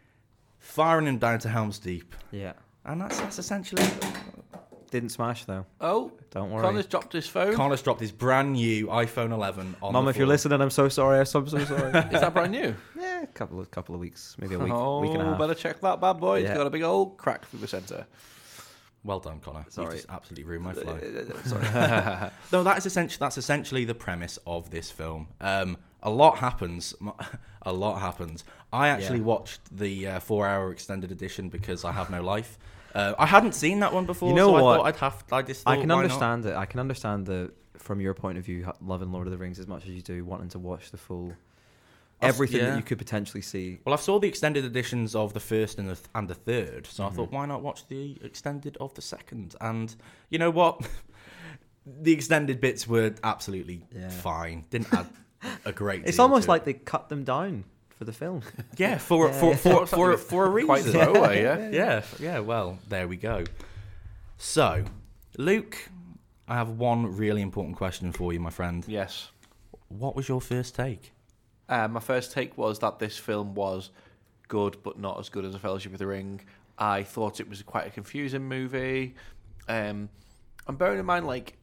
Speaker 1: firing them down to Helm's Deep,
Speaker 2: Yeah.
Speaker 1: and that's that's essentially
Speaker 2: Didn't smash though.
Speaker 3: Oh,
Speaker 2: Don't worry.
Speaker 3: Connor's dropped his phone.
Speaker 1: Connor's dropped his brand new iPhone 11 on.
Speaker 2: Mum,
Speaker 1: the
Speaker 2: if you're
Speaker 1: floor.
Speaker 2: listening, I'm so sorry. I'm so, so sorry.
Speaker 1: [laughs]
Speaker 3: is
Speaker 2: [laughs]
Speaker 3: that brand new?
Speaker 2: yeah, a couple of couple of weeks, maybe a week,
Speaker 3: oh,
Speaker 2: week and a half.
Speaker 3: better check that bad boy. It's
Speaker 2: Yeah.
Speaker 3: got a big old crack through the centre.
Speaker 1: well done, Connor.
Speaker 2: Sorry.
Speaker 1: you just absolutely ruined my flow.
Speaker 2: sorry.
Speaker 1: No, that is essentially that's essentially the premise of this film. Um, a lot happens. [laughs] A lot happens. I actually
Speaker 2: Yeah.
Speaker 1: watched the uh, four-hour extended edition because I have no life. Uh, I hadn't seen that one before,
Speaker 2: You know
Speaker 1: so I
Speaker 2: what?
Speaker 1: thought I'd have. I just.
Speaker 2: I
Speaker 1: thought,
Speaker 2: can
Speaker 1: why not?
Speaker 2: understand it. I can understand the from your point of view, ho- loving Lord of the Rings as much as you do, wanting to watch the full
Speaker 1: I've-
Speaker 2: everything
Speaker 1: yeah.
Speaker 2: that you could potentially see.
Speaker 1: Well, I saw the extended editions of the first and the th- and the third, so
Speaker 2: Mm-hmm.
Speaker 1: I thought, why not watch the extended of the second? And you know what? [laughs] the extended bits were absolutely
Speaker 2: Yeah.
Speaker 1: fine. Didn't
Speaker 2: [laughs]
Speaker 1: add a great.
Speaker 2: It's
Speaker 1: deal
Speaker 2: almost
Speaker 1: to it.
Speaker 2: like they cut them down for the
Speaker 1: [laughs]
Speaker 2: film.
Speaker 1: yeah, for
Speaker 2: Yeah,
Speaker 1: for,
Speaker 2: yeah.
Speaker 1: for for for a
Speaker 2: [laughs]
Speaker 1: reason.
Speaker 3: Quite throwaway, yeah.
Speaker 1: yeah, f- yeah. Well, there we go. So, Luke, I have one really important question for you, my friend.
Speaker 3: Yes.
Speaker 1: What was your first take?
Speaker 3: Uh, my first take was that this film was good, but not as good as A Fellowship of the Ring. I thought it was quite a confusing movie. Um, and bearing in mind, like,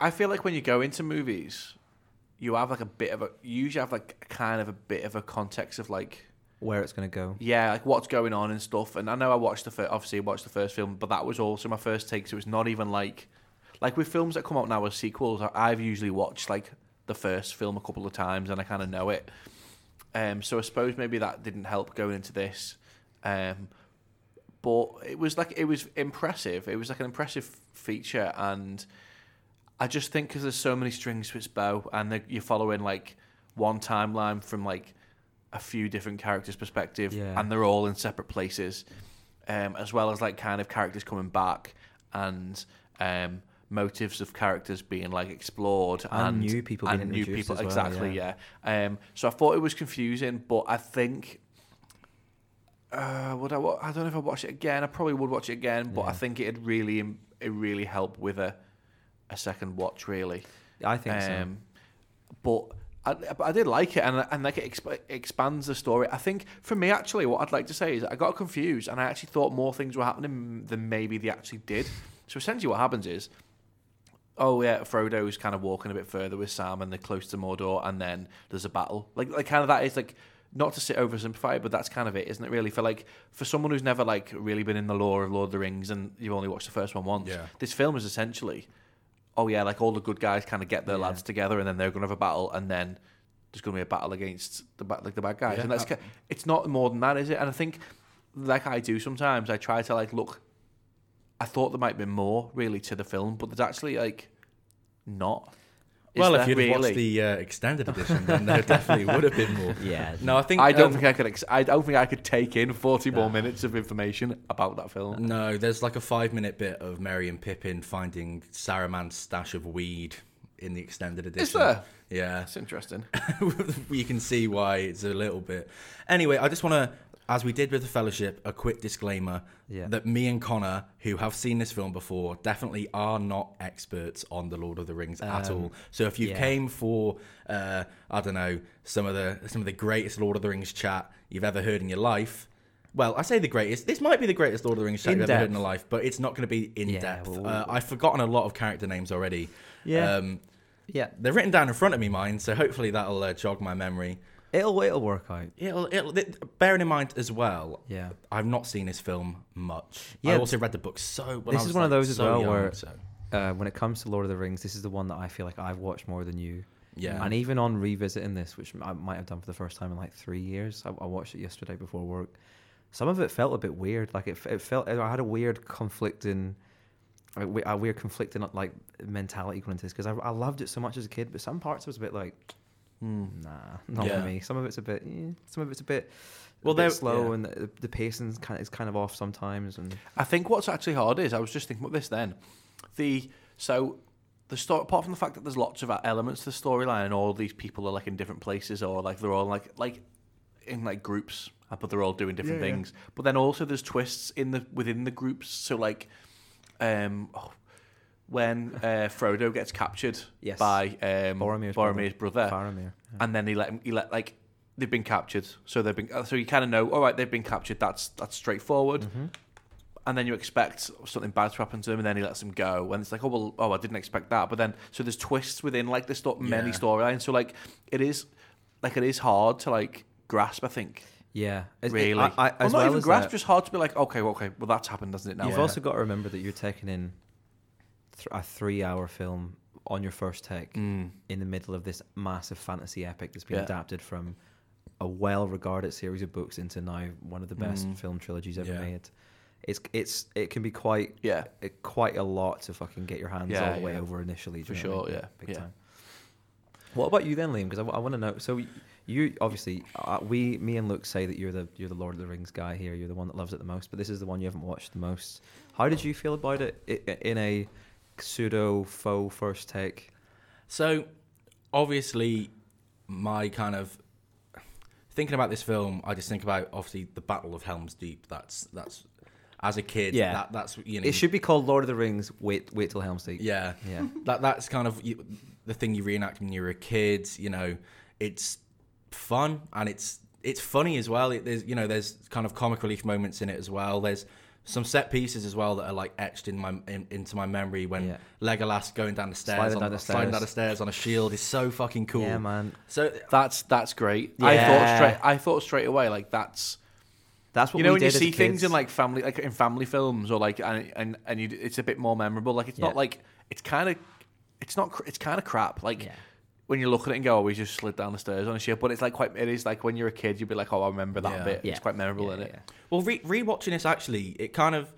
Speaker 3: I feel like when you go into movies, you have like a bit of a, you usually have like kind of a bit of a context of like,
Speaker 2: Where it's gonna go?
Speaker 3: yeah, like what's going on and stuff. And I know I watched the first, obviously I watched the first film, but that was also my first take. So it's not even like, like with films that come out now as sequels, I- I've usually watched like the first film a couple of times and I kind of know it. Um, so I suppose maybe that didn't help going into this. Um, but it was like it was impressive. It was like an impressive feature, and I just think because there's so many strings to its bow, and the, you're following like one timeline from like a few different characters' perspective,
Speaker 2: Yeah.
Speaker 3: and they're all in separate places, um, as well as like kind of characters coming back and um, motives of characters being like explored
Speaker 2: And
Speaker 3: and
Speaker 2: new people being
Speaker 3: and new
Speaker 2: introduced
Speaker 3: people
Speaker 2: as well,
Speaker 3: exactly
Speaker 2: yeah.
Speaker 3: yeah yeah. Um, so I thought it was confusing, but I think. Uh, would I? Wa- I don't know if I watch it again. I probably would watch it again, but I
Speaker 2: Yeah.
Speaker 3: think it'd really, it really help with a, a second watch, really.
Speaker 2: I think
Speaker 1: Um,
Speaker 2: so.
Speaker 3: Um, But I, but I did like it, and and like it exp- expands the story. I think for me, actually, what I'd like to say is I got confused, and I actually thought more things were happening than maybe they actually did. So essentially, what happens is, oh yeah, Frodo's kind of walking a bit further with Sam, and they're close to Mordor, and then there's a battle. Like like kind of that is like. Not to sit oversimplify it, but that's kind of it, isn't it? Really, for like for someone who's never like really been in the lore of Lord of the Rings and you've only watched the first one once,
Speaker 1: Yeah.
Speaker 3: this film is essentially oh yeah, like all the good guys kind of get their
Speaker 2: Yeah.
Speaker 3: lads together, and then they're gonna have a battle, and then there's gonna be a battle against the ba- like the bad guys,
Speaker 1: Yeah, uh,
Speaker 3: and that's
Speaker 1: ab-
Speaker 3: ki- it's not more than that, is it? And I think like I do sometimes, I try to like look. I thought there might be more really to the film, but there's actually like not. Is
Speaker 1: well,
Speaker 3: there
Speaker 1: if you'd
Speaker 3: really?
Speaker 1: watched the uh, extended edition, then there definitely would have been
Speaker 2: [laughs]
Speaker 1: more.
Speaker 2: Yeah.
Speaker 1: [laughs] No, I think
Speaker 3: I don't
Speaker 1: um,
Speaker 3: think I could. Ex- I don't think I could take in forty more minutes of information about that film.
Speaker 1: No, there's like a five minute bit of Merry and Pippin finding Saruman's stash of weed in the extended edition.
Speaker 3: there?
Speaker 1: Yeah. [coughs]
Speaker 3: That's interesting.
Speaker 1: [laughs] you can see why it's a little bit. Anyway, I just want to, as we did with the Fellowship, a quick disclaimer
Speaker 2: Yeah.
Speaker 1: that me and Connor, who have seen this film before, definitely are not experts on the Lord of the Rings at all. So if you
Speaker 2: Um, yeah.
Speaker 1: came for, uh, I don't know, some of the some of the greatest Lord of the Rings chat you've ever heard in your life. Well, I say the greatest. This might be the greatest Lord of the Rings chat
Speaker 2: In
Speaker 1: you've ever heard in
Speaker 2: depth.
Speaker 1: your life, but it's not going to be in
Speaker 2: Yeah,
Speaker 1: depth.
Speaker 2: well-
Speaker 1: uh, I've forgotten a lot of character names already.
Speaker 2: Yeah.
Speaker 1: Um,
Speaker 2: Yeah.
Speaker 1: they're written down in front of me, mine, so hopefully that'll uh, jog my memory.
Speaker 2: It'll it'll work out.
Speaker 1: It'll, it'll, th- bearing in mind as well,
Speaker 2: Yeah.
Speaker 1: I've not seen this film much.
Speaker 2: Yeah,
Speaker 1: I also read the book so. When
Speaker 2: this
Speaker 1: I
Speaker 2: is
Speaker 1: was,
Speaker 2: one of
Speaker 1: like,
Speaker 2: those as
Speaker 1: so
Speaker 2: well
Speaker 1: young,
Speaker 2: where-
Speaker 1: so-
Speaker 2: Uh, when it comes to Lord of the Rings, this is the one that I feel like I've watched more than you.
Speaker 1: Yeah.
Speaker 2: And even on revisiting this, which I might have done for the first time in like three years, I, I watched it yesterday before work. Some of it felt a bit weird. Like it, f- it felt I had a weird conflicting, a we- a weird conflicting like mentality going into this because I, I loved it so much as a kid, but some parts was a bit like,
Speaker 3: Hmm.
Speaker 2: nah, [laughs] not
Speaker 1: Yeah.
Speaker 2: for me. Some of it's a bit, eh, some of it's a bit,
Speaker 1: Well,
Speaker 2: well, they
Speaker 1: there-
Speaker 2: slow
Speaker 1: yeah.
Speaker 2: and the, the pacing's kind of, is kind of off sometimes. And
Speaker 3: I think what's actually hard is I was just thinking about this then. The so the story apart from the fact that there's lots of elements to the storyline and all these people are like in different places or like they're all like like in like groups but they're all doing different
Speaker 2: Yeah, yeah.
Speaker 3: things. But then also there's twists in the within the groups. So like um oh, when uh, Frodo gets captured
Speaker 2: Yes.
Speaker 3: by um,
Speaker 2: Boromir's
Speaker 3: Boromir's,
Speaker 2: brother.
Speaker 3: brother,
Speaker 2: Faramir, yeah.
Speaker 3: and then he let him. He let like they've been captured, so they've been. So you kind of know, all right, they've been captured. That's that's straightforward.
Speaker 2: Mm-hmm.
Speaker 3: And then you expect something bad to happen to them, and then he lets them go. And it's like, oh well, oh I didn't expect that. But then so there's twists within like the sto- many
Speaker 1: Yeah.
Speaker 3: storylines. So like it is, like it is hard to like grasp. I think
Speaker 2: yeah, It's- it-
Speaker 3: really,
Speaker 2: I, I,
Speaker 3: Well,
Speaker 2: as
Speaker 3: not
Speaker 2: well
Speaker 3: even
Speaker 2: as
Speaker 3: grasp,
Speaker 2: that-
Speaker 3: just hard to be like, okay, well, okay, well that's happened, doesn't it? Now
Speaker 2: You've
Speaker 1: Yeah.
Speaker 2: also got to remember that you're taking in th- a three-hour film on your first take
Speaker 3: Mm.
Speaker 2: in the middle of this massive fantasy epic that's been
Speaker 3: Yeah.
Speaker 2: adapted from a well-regarded series of books into now one of the best
Speaker 3: Mm.
Speaker 2: film trilogies ever
Speaker 1: Yeah.
Speaker 2: made. It's it's it can be quite
Speaker 3: Yeah.
Speaker 2: it, quite a lot to fucking get your hands
Speaker 3: Yeah,
Speaker 2: all the way
Speaker 3: yeah.
Speaker 2: over initially. do you
Speaker 3: For
Speaker 2: know what I
Speaker 3: sure,
Speaker 2: mean?
Speaker 3: yeah,
Speaker 2: big
Speaker 3: yeah.
Speaker 2: time. What about you then, Liam? Because I, want to know. So y- you obviously uh, we me and Luke say that you're the you're the Lord of the Rings guy here. You're the one that loves it the most, but this is the one you haven't watched the most. How did you feel about it i- i- in a pseudo faux first take?
Speaker 1: So, obviously, my kind of thinking about this film, I just think about obviously the Battle of Helm's Deep. That's that's as a kid.
Speaker 2: Yeah.
Speaker 1: That, that's you know.
Speaker 3: Mm.
Speaker 2: It should be called Lord of the Rings. Wait, wait till Helm's Deep.
Speaker 1: Yeah.
Speaker 3: [laughs]
Speaker 2: yeah.
Speaker 1: that that's kind of you- the thing you reenact when you're a kid. You know, it's fun and it's it's funny as well. It, there's you know there's kind of comic relief moments in it as well. There's some set pieces as well that are like etched in my in, into my memory when
Speaker 2: Yeah.
Speaker 1: Legolas going down the stairs,
Speaker 2: Sliding
Speaker 1: on,
Speaker 2: down the
Speaker 1: sliding
Speaker 2: stairs.
Speaker 1: down the stairs on a shield is so fucking cool.
Speaker 2: Yeah, man.
Speaker 1: So
Speaker 3: That's that's great. I thought
Speaker 2: Yeah.
Speaker 3: straight. I thought straight away like that's.
Speaker 2: That's what
Speaker 3: you know
Speaker 2: we
Speaker 3: when
Speaker 2: did as
Speaker 3: you see things
Speaker 2: kids.
Speaker 3: in like family like in family films or like and and, and you, it's a bit more memorable like it's
Speaker 2: Yeah.
Speaker 3: not like it's kind of it's not cr- it's kind of crap like
Speaker 2: Yeah.
Speaker 3: when you look at it and go oh we just slid down the stairs on a ship but it's like quite it is like when you're a kid you'd be like oh I remember that
Speaker 1: Yeah.
Speaker 3: bit
Speaker 2: Yeah.
Speaker 3: it's quite memorable
Speaker 2: Yeah,
Speaker 3: in it
Speaker 2: yeah.
Speaker 1: Well, re- rewatching this actually, it kind of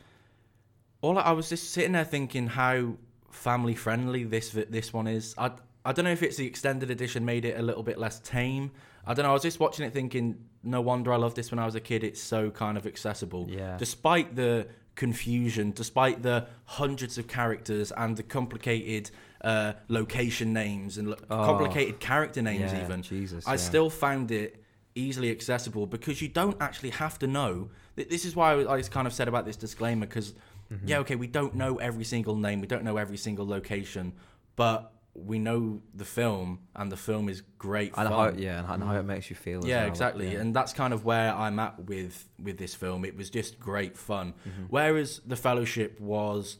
Speaker 1: all I I was just sitting there thinking how family friendly this vi- this one is. I I don't know if it's the extended edition made it a little bit less tame. I don't know. I was just watching it thinking, no wonder I loved this when I was a kid. It's so kind of accessible.
Speaker 2: Yeah.
Speaker 1: Despite the confusion, despite the hundreds of characters and the complicated uh, location names and lo-
Speaker 2: Oh.
Speaker 1: complicated character names,
Speaker 2: Yeah,
Speaker 1: even
Speaker 2: Jesus,
Speaker 1: I
Speaker 2: yeah.
Speaker 1: still still found it easily accessible because you don't actually have to know. Th- This is why I I kind of said about this disclaimer because,
Speaker 2: Mm-hmm.
Speaker 1: yeah, okay, we don't know every single name, we don't know every single location, but we know the film, and the film is great.
Speaker 2: and
Speaker 1: fun.
Speaker 2: how yeah, and how, and how it makes you feel. as
Speaker 1: Yeah,
Speaker 2: well.
Speaker 1: exactly.
Speaker 2: Yeah.
Speaker 1: And that's kind of where I'm at with with this film. It was just great fun.
Speaker 2: Mm-hmm.
Speaker 1: Whereas The Fellowship was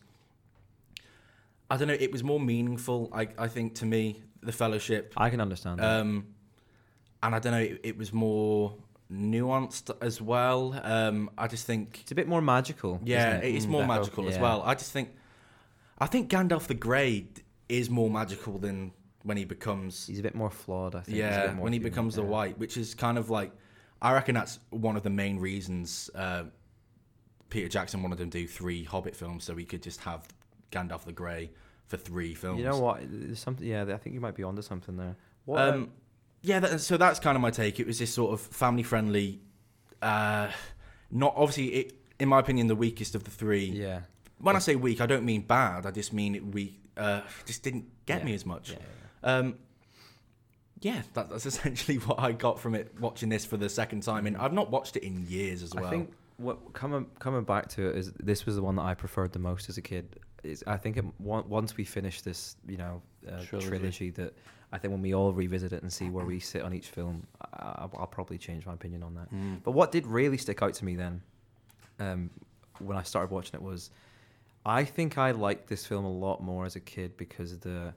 Speaker 1: I don't know, it was more meaningful I I think to me, The Fellowship.
Speaker 2: I can understand. that.
Speaker 1: Um and I don't know, it, it was more nuanced as well. Um I just think
Speaker 2: it's a bit more magical.
Speaker 1: yeah,
Speaker 2: isn't it? Mm,
Speaker 1: it's more
Speaker 2: That-
Speaker 1: magical as
Speaker 2: yeah.
Speaker 1: well. I just think I think Gandalf the Grey d- is more magical than when he becomes
Speaker 2: He's a bit more flawed, I think. He's a
Speaker 1: yeah
Speaker 2: bit more
Speaker 1: when he
Speaker 2: human,
Speaker 1: becomes the
Speaker 2: yeah.
Speaker 1: white which is kind of like i reckon that's one of the main reasons uh, peter jackson wanted him to do three hobbit films so he could just have gandalf the grey for three films
Speaker 2: You know what? There's something. Yeah, I think you might be onto something there. What?
Speaker 1: um, yeah that, so that's kind of my take it was this sort of family friendly uh, not obviously it, in my opinion the weakest of the three
Speaker 2: yeah.
Speaker 1: when i say weak i don't mean bad i just mean it weak uh, just didn't get
Speaker 2: Yeah.
Speaker 1: me as much
Speaker 2: yeah, yeah.
Speaker 1: Um, yeah, that, that's [laughs] essentially what I got from it watching this for the second time, and I've not watched it in years as well.
Speaker 2: Mm. I think what coming coming back to it is this was the one that I preferred the most as a kid. Is I think it, on- once we finish this, you know, uh,
Speaker 3: Trilogy.
Speaker 2: trilogy. that I think when we all revisit it and see where we sit on each film, I, I'll probably change my opinion on that. But what did really stick out to me then, um, when I started watching it was, I think I liked this film a lot more as a kid because the,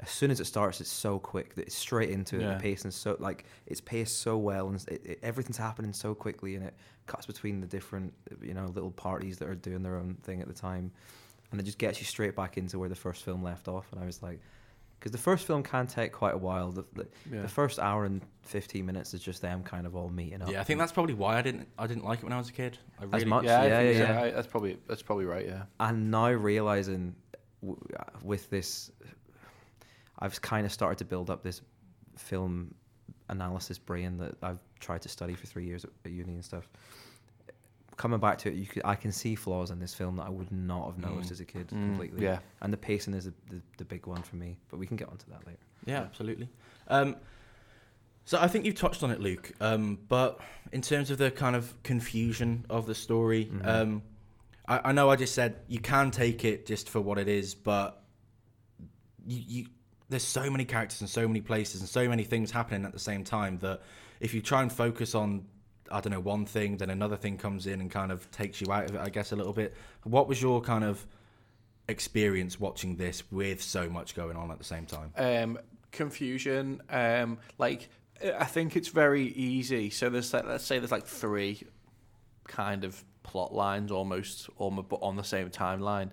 Speaker 2: as soon as it starts, it's so quick that it's straight into it.
Speaker 3: Yeah.
Speaker 2: The pacing is so like it's paced so well and it, it, everything's happening so quickly and it cuts between the different you know little parties that are doing their own thing at the time, and it just gets you straight back into where the first film left off. And I was like, because the first film can take quite a while. The, the,
Speaker 3: Yeah.
Speaker 2: the first hour and fifteen minutes is just them kind of all meeting up.
Speaker 1: yeah, I think that's probably why I didn't I didn't like it when I was a kid. I really,
Speaker 2: much?
Speaker 3: Yeah, I
Speaker 2: Yeah,
Speaker 3: think
Speaker 2: yeah,
Speaker 3: so.
Speaker 2: yeah.
Speaker 3: I- that's probably that's probably right. Yeah.
Speaker 2: and now realizing w- with this i've kind of started to build up this film analysis brain that i've tried to study for three years at- at uni and stuff coming back to it you could, i can see flaws in this film that i would not have noticed
Speaker 1: Mm.
Speaker 2: as a kid
Speaker 3: Mm,
Speaker 2: completely
Speaker 3: yeah.
Speaker 2: and the pacing is the, the, the big one for me but we can get onto that later
Speaker 1: yeah, absolutely. Um, so I think you've touched on it, Luke. Um, but in terms of the kind of confusion of the story,
Speaker 2: Mhm.
Speaker 1: um, I, I know I just said you can take it just for what it is, but you, you there's so many characters and so many places and so many things happening at the same time that if you try and focus on I don't know one thing, then another thing comes in and kind of takes you out of it, I guess, a little bit. What was your kind of experience watching this with so much going on at the same time?
Speaker 3: um, confusion. Um, like I think it's very easy. So there's like, let's say there's like three kind of plot lines almost, almost but on the same timeline.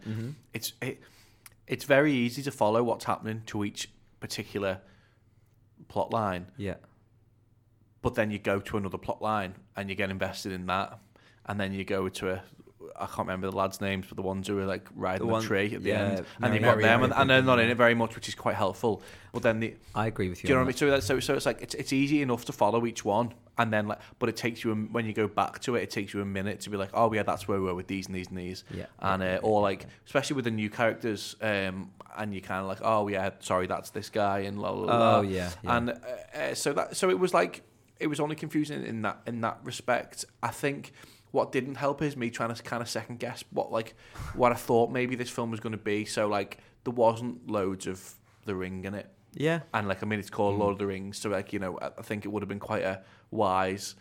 Speaker 3: It's it, it's very easy to follow what's happening to each particular plot line,
Speaker 2: yeah
Speaker 3: but then you go to another plot line and you get invested in that, and then you go to a. I can't remember the lads' names, but the ones who are like riding
Speaker 2: The
Speaker 3: the,
Speaker 2: one-
Speaker 3: tree at the
Speaker 2: yeah,
Speaker 3: end, and
Speaker 2: Mary-
Speaker 3: you've got
Speaker 1: Mary,
Speaker 3: them,
Speaker 1: I
Speaker 3: and,
Speaker 1: think.
Speaker 3: and they're not in it very much, which is quite helpful. But then the
Speaker 2: i agree with you,
Speaker 3: do you know
Speaker 2: on
Speaker 3: what I mean? So that so so it's like it's, it's easy enough to follow each one, and then like, but it takes you a, when you go back to it, it takes you a minute to be like, oh yeah, that's where we were with these and these and these,
Speaker 2: Yeah.
Speaker 3: and uh, or like especially with the new characters, um, and you kind of like, oh yeah, sorry, that's this guy, and la la
Speaker 2: that.
Speaker 3: la,
Speaker 2: oh yeah, yeah.
Speaker 3: and uh, uh, so that so it was like it was only confusing in that in that respect. I think what didn't help is me trying to kind of second guess what like what I thought maybe this film was going to be. So like there wasn't loads of the ring in it
Speaker 2: yeah
Speaker 3: and like I mean, it's
Speaker 2: Mm.
Speaker 3: called Lord of the Rings, so like you know, I I think it would have been quite a wise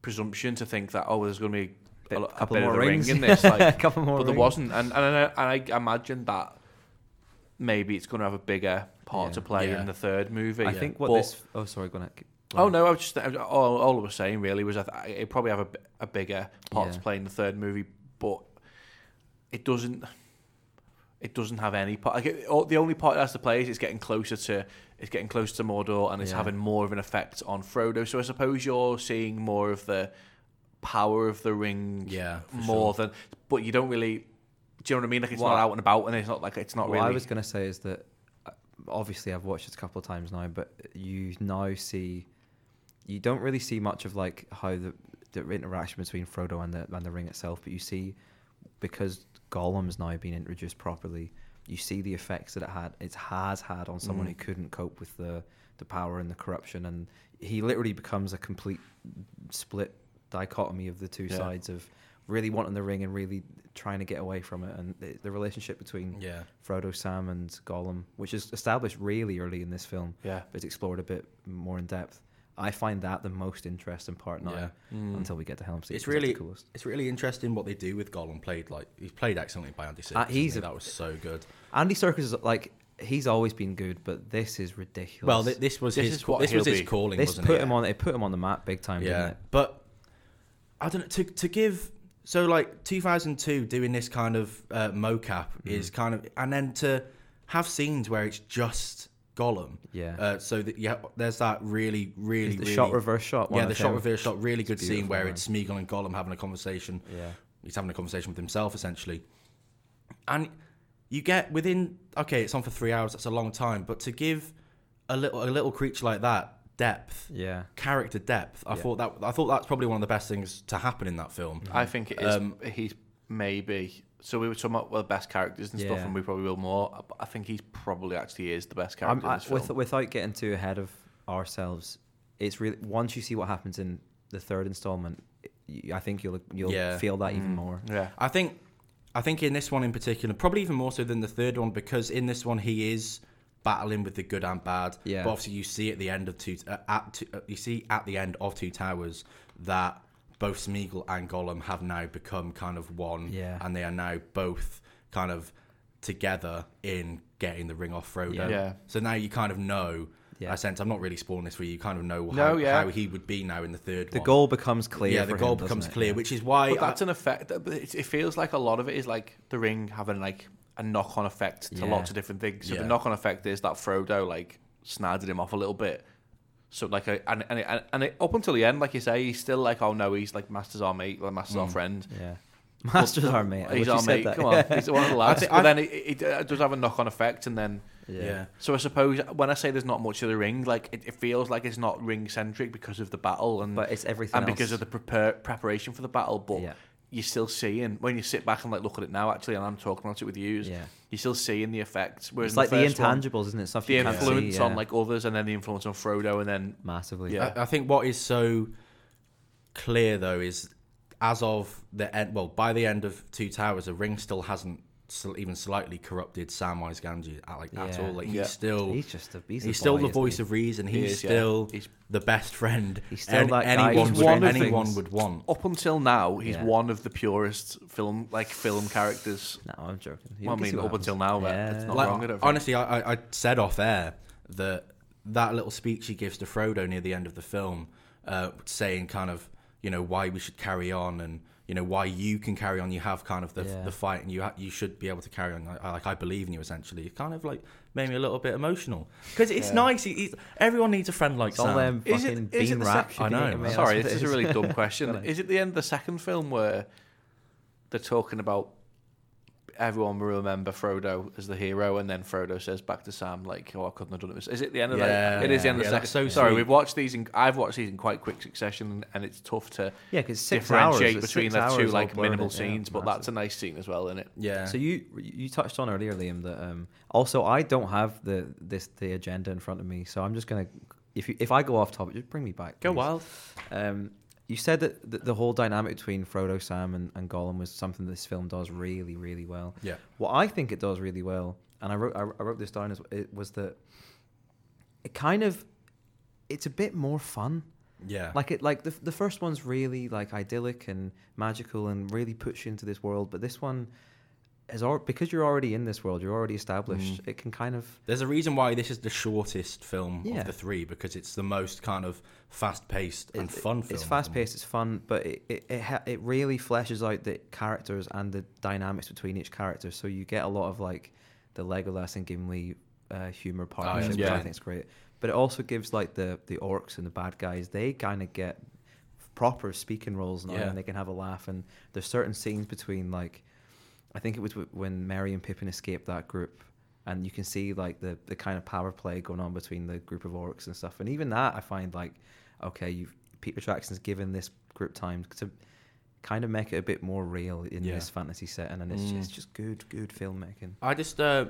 Speaker 3: presumption to think that oh, there's going to be a,
Speaker 2: Bit-
Speaker 3: lo- a
Speaker 2: couple
Speaker 3: bit of
Speaker 2: more
Speaker 3: the
Speaker 2: rings.
Speaker 3: ring in this, like,
Speaker 2: [laughs] a couple more
Speaker 3: but there
Speaker 2: rings.
Speaker 3: wasn't, and and I, and I imagine that maybe it's going to have a bigger part
Speaker 2: Yeah.
Speaker 3: to play
Speaker 1: Yeah.
Speaker 3: in the third movie.
Speaker 2: i think what
Speaker 3: But-
Speaker 2: this oh sorry gonna
Speaker 3: Oh no! I was just I was- all, all I was saying really was I th- it probably have a, bi- a bigger part to
Speaker 2: Yeah.
Speaker 3: play in the third movie, but it doesn't. It doesn't have any part. Like it, all, the only part it has to play is it's getting closer to it's getting closer to Mordor and it's
Speaker 2: Yeah.
Speaker 3: having more of an effect on Frodo. So I suppose you're seeing more of the power of the ring,
Speaker 1: Yeah, for
Speaker 3: more than. But you don't really. Do you know what I mean? Like it's
Speaker 2: Well,
Speaker 3: not out and about, and it's not like it's not
Speaker 2: what
Speaker 3: really.
Speaker 2: I was going to say is that uh, obviously I've watched it a couple of times now, but you now see you don't really see much of like how the the interaction between Frodo and the and the ring itself, but you see because Gollum's now been introduced properly, you see the effects that it had it has had on
Speaker 3: Mm.
Speaker 2: someone who couldn't cope with the the power and the corruption and he literally becomes a complete split dichotomy of the two
Speaker 3: Yeah.
Speaker 2: sides of really wanting the ring and really trying to get away from it and the, the relationship between
Speaker 1: Yeah.
Speaker 2: Frodo, Sam, and Gollum, which is established really early in this film,
Speaker 3: yeah.
Speaker 2: but it's explored a bit more in depth. I find that the most interesting part now,
Speaker 1: Yeah.
Speaker 2: until we get to Helm's Deep.
Speaker 1: It's
Speaker 2: 'cause that's
Speaker 1: really-
Speaker 2: the coolest.
Speaker 1: It's really interesting what they do with Gollum. Played like he's played excellently by Andy Serkis.
Speaker 2: Uh, he's
Speaker 1: isn't he?
Speaker 2: a-
Speaker 1: that was so good.
Speaker 2: Andy Serkis is like he's always been good, but this is ridiculous.
Speaker 1: Well, thi- this was
Speaker 3: This
Speaker 1: his.
Speaker 3: is what
Speaker 1: this was
Speaker 3: he'll
Speaker 1: his
Speaker 3: be.
Speaker 1: calling,
Speaker 2: this
Speaker 1: wasn't
Speaker 2: put
Speaker 1: it?
Speaker 2: him on it put him on the map big time,
Speaker 1: yeah,
Speaker 2: didn't
Speaker 1: but I don't know to to give.
Speaker 2: Mm-hmm.
Speaker 1: So like 2002, doing this kind of uh, mocap is kind of, and then to have scenes where it's just Gollum.
Speaker 2: Yeah.
Speaker 1: Uh, so that yeah, there's that really, really,
Speaker 2: the
Speaker 1: really
Speaker 2: shot reverse shot. one
Speaker 1: Yeah,
Speaker 2: of
Speaker 1: the shot
Speaker 2: them.
Speaker 1: reverse shot. Really good scene
Speaker 2: beautiful,
Speaker 1: where
Speaker 2: man.
Speaker 1: it's Smeagol and Gollum having a conversation.
Speaker 2: Yeah.
Speaker 1: He's having a conversation with himself essentially, and you get within okay, it's on for three hours. That's a long time, but to give a little a little creature like that depth,
Speaker 2: Yeah.
Speaker 1: character depth, I
Speaker 2: Yeah.
Speaker 1: thought that I thought that's probably one of the best things to happen in that film.
Speaker 2: Mm-hmm.
Speaker 3: I think it is.
Speaker 1: Um,
Speaker 3: he's maybe. So we were talking about well, the best characters and stuff,
Speaker 2: Yeah.
Speaker 3: and we probably will more. but I think he's probably actually is the best
Speaker 2: I'm,
Speaker 3: character in
Speaker 2: I,
Speaker 3: this film.
Speaker 2: with, without getting too ahead of ourselves, it's really once you see what happens in the third installment, y- I think you'll you'll
Speaker 1: Yeah. Mm.
Speaker 2: feel that even more.
Speaker 3: yeah,
Speaker 1: I think I think in this one in particular, probably even more so than the third one, because in this one he is battling with the good and bad.
Speaker 2: Yeah.
Speaker 1: But obviously, you see at the end of two uh, at two, uh, you see at the end of Two Towers that both Smeagol and Gollum have now become kind of one.
Speaker 2: Yeah.
Speaker 1: And they are now both kind of together in getting the ring off Frodo.
Speaker 2: Yeah.
Speaker 3: Yeah.
Speaker 1: So now you kind of know.
Speaker 2: Yeah.
Speaker 1: I sense I'm not really spoiling this for you. You kind of know how,
Speaker 3: No, yeah.
Speaker 1: how he would be now in the third
Speaker 2: The
Speaker 1: one.
Speaker 2: goal becomes clear.
Speaker 1: yeah, the
Speaker 2: for
Speaker 1: goal
Speaker 2: him, doesn't
Speaker 1: becomes
Speaker 2: it?
Speaker 1: clear,
Speaker 2: Yeah.
Speaker 1: which is why
Speaker 3: but that's an effect. but It, it feels like a lot of it is like the ring having like a knock-on effect to
Speaker 2: Yeah.
Speaker 3: lots of different things. So
Speaker 1: Yeah.
Speaker 3: the knock-on effect is that Frodo like snadded him off a little bit. So like I, and and and, and it, up until the end, like you say, he's still like, oh no, he's like master's our mate, like master's our friend. [laughs]
Speaker 2: yeah. Masters are mate. Mm. I wish
Speaker 3: He's
Speaker 2: you
Speaker 3: our
Speaker 2: said
Speaker 3: mate.
Speaker 2: that. [laughs]
Speaker 3: Come on, he's one of the lads.
Speaker 1: think-
Speaker 3: but
Speaker 1: I-
Speaker 3: then it, it, it does have a knock-on effect, and then
Speaker 1: yeah.
Speaker 2: yeah.
Speaker 3: So I suppose when I say there's not much of the ring, like it, it feels like it's not ring centric because of the battle and
Speaker 2: But it's everything
Speaker 3: and because
Speaker 2: else.
Speaker 3: of the prepar- preparation for the battle. But
Speaker 2: Yeah.
Speaker 3: you're still seeing when you sit back and like look at it now, actually, and I'm talking about it with you, is
Speaker 2: Yeah.
Speaker 3: you're still seeing the effects. Whereas
Speaker 2: It's
Speaker 3: in
Speaker 2: like the,
Speaker 3: first one,
Speaker 2: intangibles, isn't it? Stuff
Speaker 3: the
Speaker 2: you can't
Speaker 3: influence
Speaker 2: see, yeah.
Speaker 3: on like others, and then the influence on Frodo, and then
Speaker 2: massively.
Speaker 3: Yeah.
Speaker 1: I, I think what is so clear though is as of the end well by the end of two towers the ring still hasn't sl- even slightly corrupted samwise gamgee at, like at
Speaker 2: Yeah.
Speaker 1: all like he's
Speaker 3: Yeah.
Speaker 1: still
Speaker 2: He's
Speaker 1: he's,
Speaker 2: just a he's,
Speaker 1: still the voice of reason
Speaker 3: He
Speaker 1: he's
Speaker 3: is, yeah.
Speaker 1: still
Speaker 3: He's-
Speaker 1: the best friend
Speaker 2: He's still
Speaker 1: an-
Speaker 2: that guy
Speaker 1: anyone,
Speaker 3: who's
Speaker 1: would,
Speaker 3: one of
Speaker 1: anyone
Speaker 2: things.
Speaker 1: would want
Speaker 3: up until now, he's
Speaker 2: Yeah.
Speaker 3: one of the purest film like film characters.
Speaker 2: No, I'm joking.
Speaker 3: Well, I
Speaker 2: can see
Speaker 3: mean,
Speaker 2: what
Speaker 3: up
Speaker 2: happens.
Speaker 3: until now, but
Speaker 2: yeah.
Speaker 3: it's not
Speaker 1: like
Speaker 3: wrong, I don't think.
Speaker 1: honestly I, I, I said off air that that little speech he gives to frodo near the end of the film uh, saying kind of you know why we should carry on and you know why you can carry on you have kind of the,
Speaker 2: Yeah.
Speaker 1: the fight and you ha- you should be able to carry on I- I, like i believe in you essentially it kind of like made me a little bit emotional because it's nice he, he's- everyone needs a friend like
Speaker 2: It's all
Speaker 1: Sam.
Speaker 2: them
Speaker 3: Is it-
Speaker 2: fucking
Speaker 3: is it
Speaker 2: bean
Speaker 3: the
Speaker 2: wraps
Speaker 3: sec-
Speaker 2: you
Speaker 1: I
Speaker 2: can
Speaker 1: know.
Speaker 2: eat, mate. That's
Speaker 3: Sorry,
Speaker 2: what
Speaker 3: this
Speaker 2: it
Speaker 3: is a really dumb question.
Speaker 2: Go on.
Speaker 3: Is it the end of the second film where they're talking about everyone will remember Frodo as the hero, and then Frodo says back to Sam like, "Oh, I couldn't have done it." myself." Is it the end of
Speaker 1: Yeah,
Speaker 3: that? It is the end of
Speaker 1: yeah,
Speaker 3: the
Speaker 1: that's
Speaker 3: second.
Speaker 1: so
Speaker 3: Sorry,
Speaker 1: sweet.
Speaker 3: we've watched these. In, I've watched these in quite quick succession, and it's tough to
Speaker 2: [laughs] Yeah, 'cause six
Speaker 3: differentiate
Speaker 2: hours- six
Speaker 3: between the two
Speaker 2: hours all
Speaker 3: like
Speaker 2: blurred
Speaker 3: minimal
Speaker 2: in, yeah,
Speaker 3: scenes. but
Speaker 2: massive.
Speaker 3: that's a nice scene as well, isn't it?
Speaker 1: yeah
Speaker 2: So you you touched on earlier, Liam, that um, also I don't have the this the agenda in front of me, so I'm just gonna if you, if I go off topic, just bring me back.
Speaker 3: Go
Speaker 2: please.
Speaker 3: wild.
Speaker 2: Um, you said that the, the whole dynamic between Frodo, Sam, and, and Gollum was something this film does really, really well.
Speaker 1: Yeah.
Speaker 2: What I think it does really well, and I wrote I, I wrote this down as it was that it kind of it's a bit more fun.
Speaker 1: yeah
Speaker 2: Like it, like the the first one's really like idyllic and magical and really puts you into this world, but this one is al- because you're already in this world, you're already established. It can kind of
Speaker 1: There's a reason why this is the shortest film
Speaker 2: Yeah.
Speaker 1: of the three because it's the most kind of fast-paced and
Speaker 2: it-
Speaker 1: fun.
Speaker 2: it-
Speaker 1: film
Speaker 2: It's fast paced, it's fun, but it it it, ha- it really fleshes out the characters and the dynamics between each character. So you get a lot of like the Legolas and Gimli uh, humor partnership, which
Speaker 1: Oh, yeah.
Speaker 2: I think is great. But it also gives like the the orcs and the bad guys. They kind of get proper speaking roles now,
Speaker 1: Yeah.
Speaker 2: and they can have a laugh. And there's certain scenes between like I think it was wh- when Mary and Pippin escaped that group, and you can see like the the kind of power play going on between the group of orcs and stuff. And even that, I find like, okay, you Peter Jackson's given this group time to kind of make it a bit more real in
Speaker 1: Yeah.
Speaker 2: this fantasy setting, and it's
Speaker 1: Mm.
Speaker 2: just, just good, good filmmaking.
Speaker 1: I just, uh,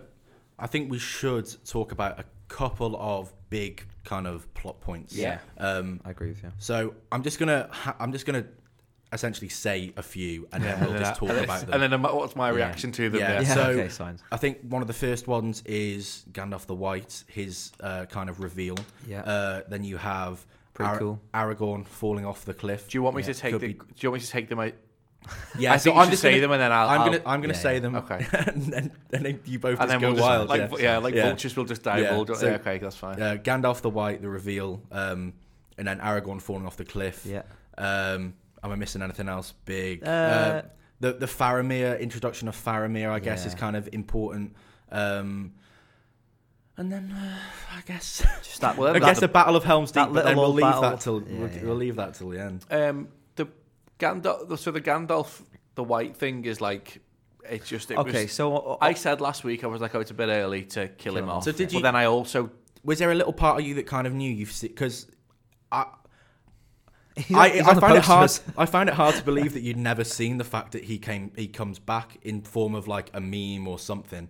Speaker 1: I think we should talk about a couple of big kind of plot points.
Speaker 2: Yeah.
Speaker 1: Um,
Speaker 2: I agree with you.
Speaker 1: so I'm just gonna, ha- I'm just gonna, essentially say a few, and then we'll just
Speaker 3: [laughs]
Speaker 1: talk
Speaker 3: and
Speaker 1: about
Speaker 3: then,
Speaker 1: them.
Speaker 3: and then what's my
Speaker 2: Yeah.
Speaker 3: reaction to them?
Speaker 1: Yeah.
Speaker 3: Yeah.
Speaker 2: Yeah,
Speaker 1: so-
Speaker 2: okay, signs.
Speaker 1: I think one of the first ones is Gandalf the White, his uh, kind of reveal.
Speaker 2: Yeah.
Speaker 1: Uh, then you have
Speaker 2: Pretty cool.
Speaker 1: Aragorn falling off the cliff.
Speaker 3: Do you want me
Speaker 2: Yeah,
Speaker 3: to take
Speaker 1: could
Speaker 3: the?
Speaker 1: be-
Speaker 3: [laughs] Do you want me to take them? out?
Speaker 1: yeah,
Speaker 3: I
Speaker 1: so
Speaker 3: think you
Speaker 1: I'm
Speaker 3: should
Speaker 1: just
Speaker 3: say
Speaker 1: gonna-
Speaker 3: them, and then I'll.
Speaker 1: I'm
Speaker 3: I'll-
Speaker 1: gonna I'm gonna
Speaker 2: yeah,
Speaker 1: say
Speaker 2: yeah.
Speaker 1: them.
Speaker 3: Okay.
Speaker 1: [laughs] and, then, and then you both just
Speaker 3: and then
Speaker 1: go
Speaker 3: we'll
Speaker 1: wild.
Speaker 3: Just,
Speaker 1: yeah.
Speaker 3: like, yeah, like
Speaker 1: Yeah.
Speaker 3: vultures, we'll just dive.
Speaker 1: Yeah.
Speaker 3: We'll do-
Speaker 1: So-
Speaker 3: okay, that's fine.
Speaker 1: Uh, Gandalf the White, the reveal, um, and then Aragorn falling off the cliff.
Speaker 2: Yeah,
Speaker 1: Um, am I missing anything else big?
Speaker 2: Uh,
Speaker 1: the the Faramir introduction of Faramir, I guess,
Speaker 2: Yeah.
Speaker 1: is kind of important. Um, And then uh, I guess [laughs]
Speaker 2: Just
Speaker 3: That- well,
Speaker 1: I
Speaker 3: that's
Speaker 1: guess
Speaker 2: a-
Speaker 1: a battle of Helm's
Speaker 2: that
Speaker 1: Deep. But then
Speaker 2: little
Speaker 1: we'll
Speaker 2: old
Speaker 1: leave
Speaker 2: battle.
Speaker 1: that till
Speaker 2: Yeah,
Speaker 1: we'll,
Speaker 2: yeah.
Speaker 1: we'll leave that till the end.
Speaker 3: Um, the Gandalf. So the Gandalf, the white thing is like, it's just. It
Speaker 2: okay,
Speaker 3: Was,
Speaker 2: so uh,
Speaker 3: I said last week I was like, oh, it's a bit early to kill him off.
Speaker 1: So did you-
Speaker 3: But then I also
Speaker 1: Was there a little part of you that kind of knew you've seen? Because I,
Speaker 2: [laughs] he's on-
Speaker 1: I,
Speaker 2: he's
Speaker 1: I
Speaker 2: on the
Speaker 1: find it hard.
Speaker 2: posters.
Speaker 1: I find it hard to believe that you'd never seen the fact that he came. He comes back in form of like a meme or something.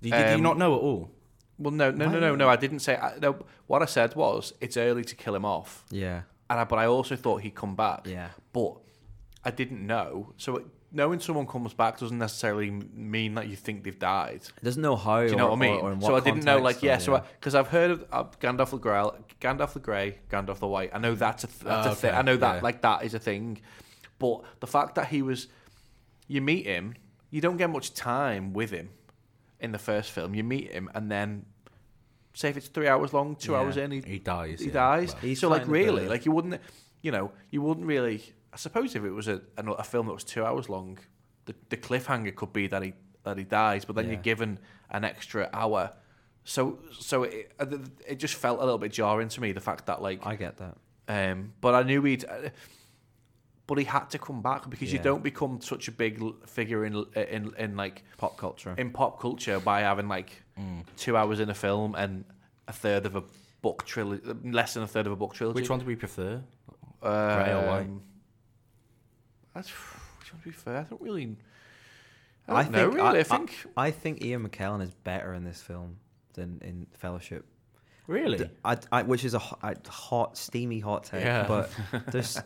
Speaker 1: Did, did you
Speaker 3: Um,
Speaker 1: not know at all?
Speaker 3: well, no, no, no, no, no. I didn't say. I, no, what I said was it's early to kill him off,
Speaker 2: Yeah,
Speaker 3: and I, but I also thought he'd come back.
Speaker 2: yeah.
Speaker 3: But I didn't know. So it, knowing someone comes back doesn't necessarily m- mean that you think they've died.
Speaker 2: It doesn't know how.
Speaker 3: Do you know
Speaker 2: or,
Speaker 3: what I mean?
Speaker 2: Or, or in
Speaker 3: so I
Speaker 2: what
Speaker 3: didn't know, like,
Speaker 2: context,
Speaker 3: yeah.
Speaker 2: or-
Speaker 3: So because I've heard of uh, Gandalf the Grey, Gandalf the Grey, Gandalf the White. I know that's a th- that's
Speaker 1: Oh,
Speaker 3: a thing.
Speaker 1: okay,
Speaker 3: I know that
Speaker 1: yeah.
Speaker 3: like that is a thing, but the fact that he was, you meet him, you don't get much time with him in the first film. You meet him, and then say if it's three hours long, two
Speaker 2: Yeah.
Speaker 3: hours in, he,
Speaker 1: He dies.
Speaker 3: he
Speaker 1: yeah.
Speaker 3: dies.
Speaker 2: He's
Speaker 3: so like
Speaker 2: trying to
Speaker 3: really,
Speaker 2: build-
Speaker 3: like you wouldn't, you know, you wouldn't really. I suppose if it was a an- a film that was two hours long, the, the cliffhanger could be that he that he dies, but then
Speaker 2: Yeah.
Speaker 3: you're given an extra hour. So so it uh, it just felt a little bit jarring to me the fact that like
Speaker 2: I get that.
Speaker 3: um, but I knew he'd. Uh, but he had to come back because you
Speaker 2: Yeah.
Speaker 3: don't become such a big l- figure in in in like
Speaker 2: Pop culture.
Speaker 3: in pop culture by having like
Speaker 1: mm.
Speaker 3: two hours in a film and a third of a book trilogy, less than a third of a book trilogy.
Speaker 1: Which one do we prefer?
Speaker 3: Uh,
Speaker 1: Grey or white?
Speaker 3: That's, [sighs] which one to be fair? I don't really.
Speaker 2: I
Speaker 3: I don't know,
Speaker 2: think-
Speaker 3: really.
Speaker 2: I-
Speaker 3: I, think.
Speaker 2: I think Ian McKellen is better in this film than in Fellowship.
Speaker 1: Really?
Speaker 2: D- I, I- which is a, ho- a hot, steamy hot take.
Speaker 3: Yeah.
Speaker 2: But
Speaker 1: [laughs]
Speaker 2: there's,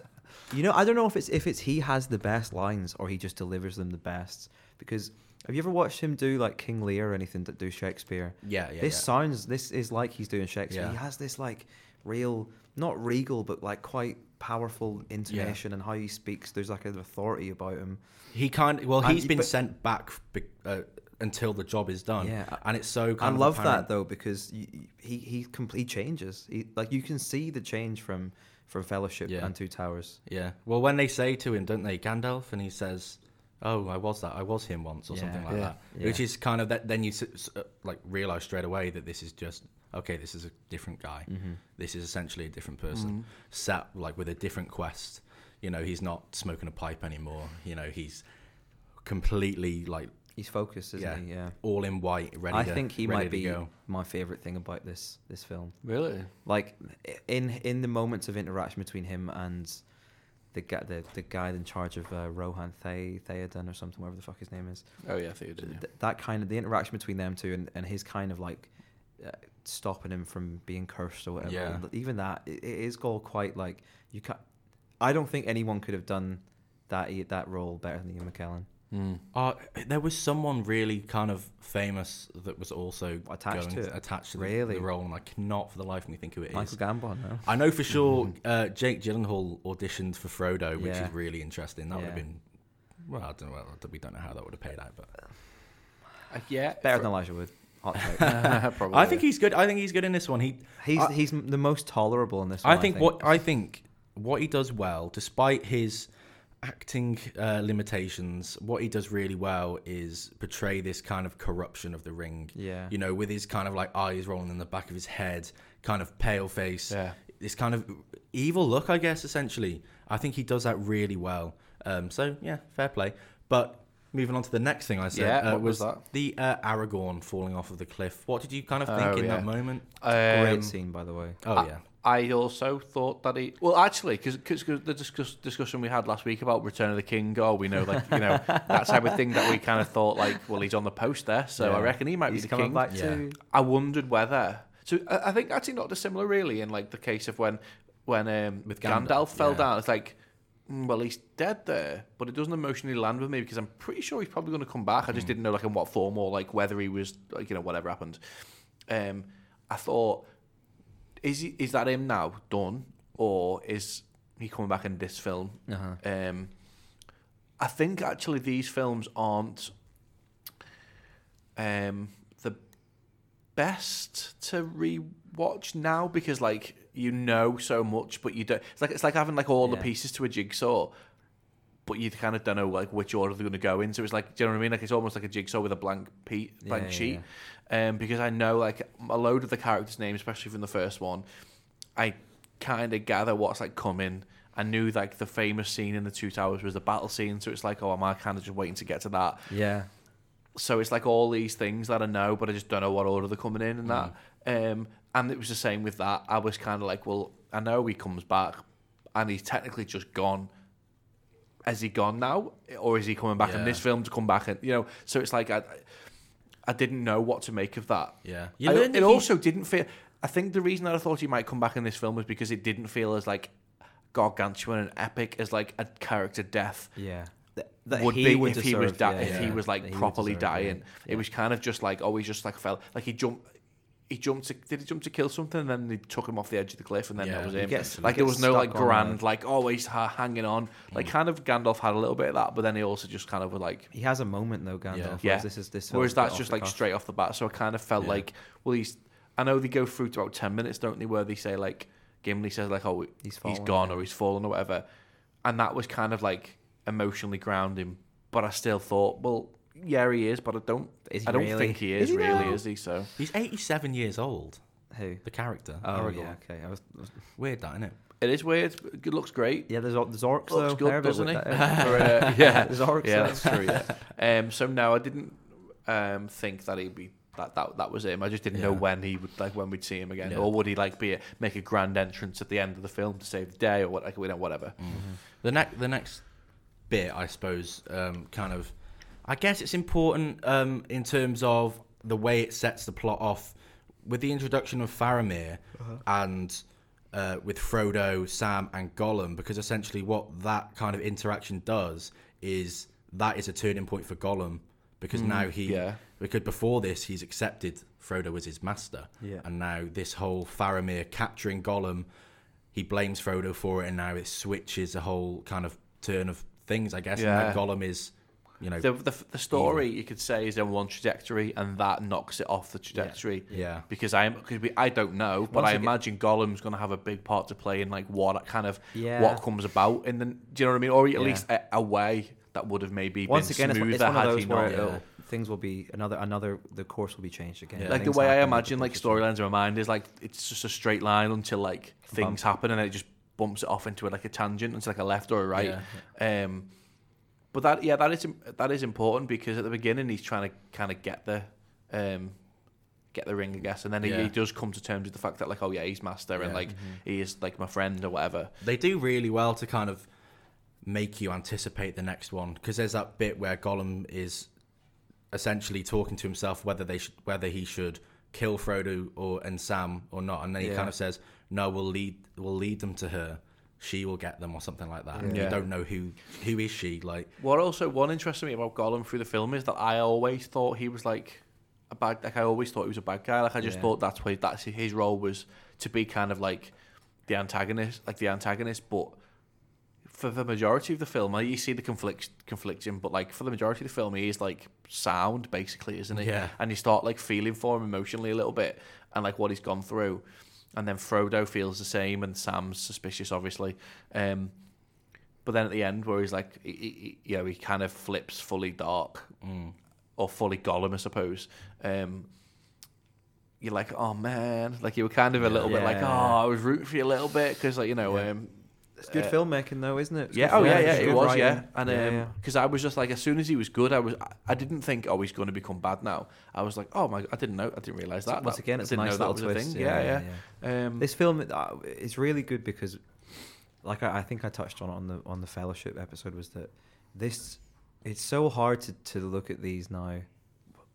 Speaker 2: you know, I don't know if it's if it's he has the best lines or he just delivers them the best. Because have you ever watched him do like King Lear or anything that do Shakespeare?
Speaker 1: yeah, yeah.
Speaker 2: this
Speaker 1: yeah.
Speaker 2: sounds this is like he's doing Shakespeare.
Speaker 1: Yeah.
Speaker 2: He has this like real, not regal, but like quite powerful intonation and how he speaks. There's like an authority about him.
Speaker 1: He can't. Well,
Speaker 2: And-
Speaker 1: he's been
Speaker 2: but-
Speaker 1: sent back be, uh, until the job is done.
Speaker 2: Yeah.
Speaker 1: and it's so.
Speaker 2: I
Speaker 1: Kind of
Speaker 2: love that
Speaker 1: apparent.
Speaker 2: though because y y- he he complete changes. He, like you can see the change from from Fellowship
Speaker 1: Yeah.
Speaker 2: and Two Towers.
Speaker 1: Yeah. Well, when they say to him, don't they, Gandalf, and he says, "Oh, I was that. I was him once," or
Speaker 2: Yeah.
Speaker 1: something like
Speaker 2: Yeah.
Speaker 1: that,
Speaker 2: Yeah.
Speaker 1: which is kind of that. Then you s- s- uh, like realize straight away that this is just okay. This is a different guy.
Speaker 2: Mm.
Speaker 1: This is essentially a different person, sat like with a different quest. You know, he's not smoking a pipe anymore. You know, he's completely like
Speaker 2: He's focused, isn't
Speaker 1: Yeah.
Speaker 2: he? Yeah.
Speaker 1: all in white, ready.
Speaker 2: I
Speaker 1: to-
Speaker 2: think he
Speaker 1: ready
Speaker 2: might
Speaker 1: to
Speaker 2: be
Speaker 1: go.
Speaker 2: my favorite thing about this this film.
Speaker 3: Really?
Speaker 2: Like i- in in the moments of interaction between him and the guy the, the guy in charge of uh, Rohan Thay Theoden or something, whatever the fuck his name is.
Speaker 3: Oh, yeah, I think you did.
Speaker 2: Th- that kind of the interaction between them two and, and his kind of like uh, stopping him from being cursed or whatever
Speaker 1: Yeah.
Speaker 2: and even that it, it is all quite like you can i don't think anyone could have done that e, that role better than ian mckellen
Speaker 3: Yeah. Mm.
Speaker 1: Uh, there was someone really kind of famous that was also
Speaker 2: Attached
Speaker 1: going
Speaker 2: to it?
Speaker 1: attached to the,
Speaker 2: Really?
Speaker 1: the role, and I cannot for the life of me think who it is.
Speaker 2: michael gambon no?
Speaker 1: I know for sure uh, Jake Gyllenhaal auditioned for Frodo, which
Speaker 2: Yeah.
Speaker 1: is really interesting. That would have
Speaker 2: Yeah.
Speaker 1: been well, I don't know. well, We don't know how that would have paid out, but
Speaker 3: Uh, yeah.
Speaker 2: better
Speaker 3: for-
Speaker 2: than elijah wood
Speaker 1: [laughs]
Speaker 2: Hot take.
Speaker 3: [laughs]
Speaker 2: [laughs]
Speaker 3: probably.
Speaker 1: I think he's good. I think he's good in this one. He,
Speaker 2: he's
Speaker 1: I-
Speaker 2: he's m- the most tolerable in this
Speaker 1: I
Speaker 2: one,
Speaker 1: think what I think what he does well, despite his acting uh, limitations, what he does really well is portray this kind of corruption of the ring.
Speaker 2: yeah
Speaker 1: You know, with his kind of like eyes rolling in the back of his head, kind of pale face,
Speaker 3: Yeah.
Speaker 1: this kind of evil look, I guess, essentially. I think he does that really well. Um, so, yeah, fair play. But moving on to the next thing I said
Speaker 3: Yeah,
Speaker 1: uh,
Speaker 3: what was that?
Speaker 1: the uh, Aragorn falling off of the cliff. What did you kind of
Speaker 3: Oh,
Speaker 1: think in
Speaker 3: yeah.
Speaker 1: that moment?
Speaker 2: great
Speaker 3: Um,
Speaker 2: scene by the way
Speaker 1: Oh,
Speaker 3: I-
Speaker 1: yeah.
Speaker 3: I also thought that he. Well, actually, because the discuss, discussion we had last week about Return of the King, oh, we know, like, you know, that type of thing that we kind of thought, like, well, he's on the post there, so I
Speaker 2: Yeah.
Speaker 3: reckon he might
Speaker 2: he's
Speaker 3: be the
Speaker 2: coming
Speaker 3: king.
Speaker 2: back
Speaker 1: Yeah.
Speaker 2: to
Speaker 3: I wondered whether. So I, I think actually not dissimilar, really, in like the case of when when um,
Speaker 1: With
Speaker 3: Gandalf,
Speaker 1: Gandalf,
Speaker 3: fell
Speaker 1: yeah.
Speaker 3: down. It's like, mm, well, he's dead there, but it doesn't emotionally land with me because I'm pretty sure he's probably going to come back. I
Speaker 1: Mm.
Speaker 3: just didn't know like in what form or like whether he was like you know whatever happened. Um, I thought, is he, is that him now done or is he coming back in this film?
Speaker 2: uh-huh.
Speaker 3: Um, I think actually these films aren't um, the best to rewatch now because like you know so much, but you don't. It's like it's like having like all
Speaker 2: Yeah.
Speaker 3: the pieces to a jigsaw, but you kind of don't know like which order they're going to go in. So it's like, do you know what I mean? Like it's almost like a jigsaw with a blank pe- blank
Speaker 2: yeah,
Speaker 3: sheet. Um, because I know like a load of the characters' names, especially from the first one, I kind of gather what's like coming. I knew like the famous scene in the Two Towers was the battle scene, so it's like, oh, am I kind of just waiting to get to that?
Speaker 2: Yeah.
Speaker 3: So it's like all these things that I know, but I just don't know what order they're coming in and that. Um, and it was the same with that. I was kind of like, well, I know he comes back, and he's technically just gone. Has he gone now, or is he coming back in
Speaker 1: Yeah.
Speaker 3: this film to come back? And you know, so it's like I, I didn't know what to make of that.
Speaker 1: Yeah.
Speaker 3: I-
Speaker 1: learn that
Speaker 3: it
Speaker 1: he-
Speaker 3: also didn't feel. I think the reason that I thought he might come back in this film was because it didn't feel as like gargantuan and epic as like a character death
Speaker 2: Yeah. That,
Speaker 3: would be if he was
Speaker 2: deserve,
Speaker 3: di-
Speaker 2: yeah,
Speaker 3: if he
Speaker 2: yeah.
Speaker 3: was
Speaker 2: That
Speaker 3: like
Speaker 2: he would
Speaker 3: properly
Speaker 2: deserve, yeah.
Speaker 3: dying. It was kind of just like always just like fell like he jumped. He jumped. To, did he jump to kill something? And then they took him off the edge of the cliff, and then
Speaker 1: Yeah,
Speaker 3: that was
Speaker 1: he
Speaker 3: him.
Speaker 2: gets-
Speaker 3: like
Speaker 2: he
Speaker 3: there
Speaker 2: gets
Speaker 3: was no like
Speaker 2: stuck on Mm.
Speaker 3: grand, like always ha- hanging on. Like kind of Gandalf had a little bit of that, but then he also just kind of was like,
Speaker 2: He has a moment though, Gandalf.
Speaker 1: Yeah.
Speaker 2: whereas
Speaker 3: yeah.
Speaker 2: This is this. film's
Speaker 3: Whereas
Speaker 2: a bit
Speaker 3: that's
Speaker 2: off
Speaker 3: just
Speaker 2: the
Speaker 3: like
Speaker 2: cuff.
Speaker 3: straight off the bat. So I kind of felt
Speaker 1: Yeah.
Speaker 3: like, well, he's. I know they go through to about ten minutes, don't they? Where they say like Gimli says like, oh,
Speaker 2: He's
Speaker 3: he's, he's
Speaker 2: fallen,
Speaker 3: gone or he's fallen or whatever, and that was kind of like emotionally grounding. But I still thought, well, yeah, he is, but I don't.
Speaker 2: Is he
Speaker 3: I don't
Speaker 2: really?
Speaker 3: think he is,
Speaker 2: Is he
Speaker 3: really,
Speaker 2: now?
Speaker 3: is he? So
Speaker 1: He's 87 years old,
Speaker 2: Who?
Speaker 1: the character.
Speaker 2: Oh
Speaker 1: Aragorn.
Speaker 2: yeah. Okay. I was.
Speaker 1: Weird that, isn't it?
Speaker 3: it is weird. It looks great.
Speaker 2: Yeah. There's or- there's orcs
Speaker 3: Looks
Speaker 2: though.
Speaker 3: good,
Speaker 2: They're a bit
Speaker 3: doesn't
Speaker 2: weird,
Speaker 3: he?
Speaker 2: that- [laughs]
Speaker 1: [laughs]
Speaker 3: For, uh, [laughs] yeah,
Speaker 2: There's orcs.
Speaker 3: yeah,
Speaker 2: though.
Speaker 3: that's true. Yeah. Um, so no, I didn't um, think that he'd be that, that that was him. I just didn't know
Speaker 1: Yeah.
Speaker 3: when he would like when we'd see him again,
Speaker 1: Yeah.
Speaker 3: or would he like be a, make a grand entrance at the end of the film to save the day, or what? Like we know whatever.
Speaker 1: The next, the next bit, I suppose, um, kind of, I guess it's important um, in terms of the way it sets the plot off with the introduction of Faramir
Speaker 2: Uh-huh.
Speaker 1: and uh, with Frodo, Sam, and Gollum, because essentially what that kind of interaction does is that is a turning point for Gollum because
Speaker 2: Hmm,
Speaker 1: now he,
Speaker 3: yeah.
Speaker 1: because before this he's accepted Frodo as his master,
Speaker 2: [laughs] Yeah.
Speaker 1: and now this whole Faramir capturing Gollum he blames Frodo for it, and now it switches a whole kind of turn of things, I guess.
Speaker 3: Yeah.
Speaker 1: And now Gollum is, you know,
Speaker 3: The, the the story you could say is on one trajectory, and that knocks it off the trajectory.
Speaker 1: yeah,
Speaker 3: Because I because we I don't know, but
Speaker 2: Once
Speaker 3: I
Speaker 2: again-
Speaker 3: imagine Gollum's going to have a big part to play in like what kind of
Speaker 2: Yeah.
Speaker 3: what comes about, and then do you know what I mean, or at
Speaker 2: Yeah.
Speaker 3: least a, a way that would have maybe
Speaker 2: Once
Speaker 3: been
Speaker 2: again, it's,
Speaker 3: smoother
Speaker 2: it's one of
Speaker 3: had
Speaker 2: those
Speaker 3: he
Speaker 2: where
Speaker 3: not.
Speaker 1: Yeah.
Speaker 2: it'll- things will be another another. The course will be changed again.
Speaker 1: Yeah.
Speaker 3: like the
Speaker 2: Things
Speaker 3: way I
Speaker 2: happen with
Speaker 3: imagine
Speaker 2: the
Speaker 3: like
Speaker 2: course.
Speaker 3: storylines in my mind is like it's just a straight line until like things happen and then it just bumps it off into like a tangent into like a left or a right. Um, but that yeah that is im- that is important because at the beginning he's trying to kind of get the um, get the ring I guess and then he,
Speaker 1: Yeah.
Speaker 3: he does come to terms with the fact that like oh yeah he's master
Speaker 1: Yeah.
Speaker 3: and like
Speaker 2: Mm-hmm.
Speaker 3: he is like my friend or whatever.
Speaker 1: they do really well to kind of make you anticipate the next one because there's that bit where Gollum is essentially talking to himself whether they should, whether he should kill Frodo or and Sam or not, and then he
Speaker 2: Yeah.
Speaker 1: kind of says, "No, we'll lead, we'll lead them to her." She will get them, or something like that. And
Speaker 3: Yeah.
Speaker 1: You don't know who who is she. Like,
Speaker 3: What also one interested me about Gollum through the film is that I always thought he was like a bad like I always thought he was a bad guy. Like I just
Speaker 2: Yeah.
Speaker 3: thought that's why that's his role was to be kind of like the antagonist, like the antagonist, but for the majority of the film, like, you see the conflict conflicting, but like for the majority of the film, he is like sound basically, isn't he?
Speaker 1: Yeah.
Speaker 3: And you start like feeling for him emotionally a little bit, and like what he's gone through, and then Frodo feels the same, and Sam's suspicious, obviously. Um, but then at the end, where he's like, he, he, he- you know, he kind of flips fully dark
Speaker 1: Mm.
Speaker 3: or fully Gollum, I suppose. Um, you're like, oh man, like you were kind of a little bit like, oh,
Speaker 2: Yeah.
Speaker 3: I was rooting for you a little bit because, like, you know,
Speaker 2: Yeah.
Speaker 3: um,
Speaker 2: It's good
Speaker 3: uh,
Speaker 2: filmmaking though, isn't it? It's
Speaker 3: yeah,
Speaker 2: good
Speaker 3: oh yeah,
Speaker 2: filmmaking,
Speaker 3: yeah,
Speaker 2: it's
Speaker 3: it
Speaker 2: good
Speaker 3: was,
Speaker 2: writing.
Speaker 3: yeah, and
Speaker 2: Yeah, yeah.
Speaker 3: because I was just like, as soon as he was good, I was, I, I didn't think, oh, he's going to become bad now. I was like, oh my, I didn't know, I didn't realize that.
Speaker 2: once
Speaker 3: That-
Speaker 2: again, it's a
Speaker 3: didn't
Speaker 2: nice
Speaker 3: know
Speaker 2: little
Speaker 3: that was
Speaker 2: twist.
Speaker 3: a thing. Yeah, yeah. Um,
Speaker 2: This film uh, is really good because, like I, I think I touched on it on the on the fellowship episode, was that this it's so hard to, to look at these now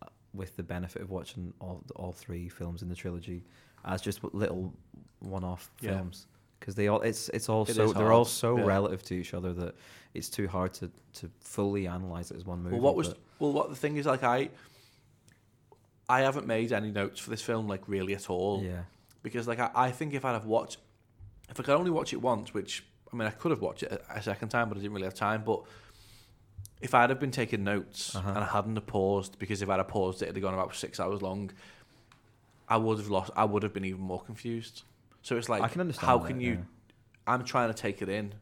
Speaker 2: uh, with the benefit of watching all all three films in the trilogy as just little one off
Speaker 3: Yeah.
Speaker 2: films because they all it's it's all
Speaker 3: It
Speaker 2: so
Speaker 3: is
Speaker 2: they're all
Speaker 3: hard,
Speaker 2: so
Speaker 3: yeah.
Speaker 2: relative to each other that it's too hard to to fully analyze it as one movie.
Speaker 3: Well, what was
Speaker 2: but-
Speaker 3: well, what the thing is, like I, I haven't made any notes for this film, like really at all,
Speaker 2: yeah
Speaker 3: because like I, I think if I'd have watched, if I could only watch it once, which I mean I could have watched it a, a second time, but I didn't really have time. But if I'd have been taking notes
Speaker 2: Uh-huh.
Speaker 3: and I hadn't have paused, because if I'd have paused it, it'd have gone about six hours long. I would have lost. I would have been even more confused. So it's like,
Speaker 2: I can understand
Speaker 3: how
Speaker 2: that,
Speaker 3: can you?
Speaker 2: yeah.
Speaker 3: I'm trying to take it in,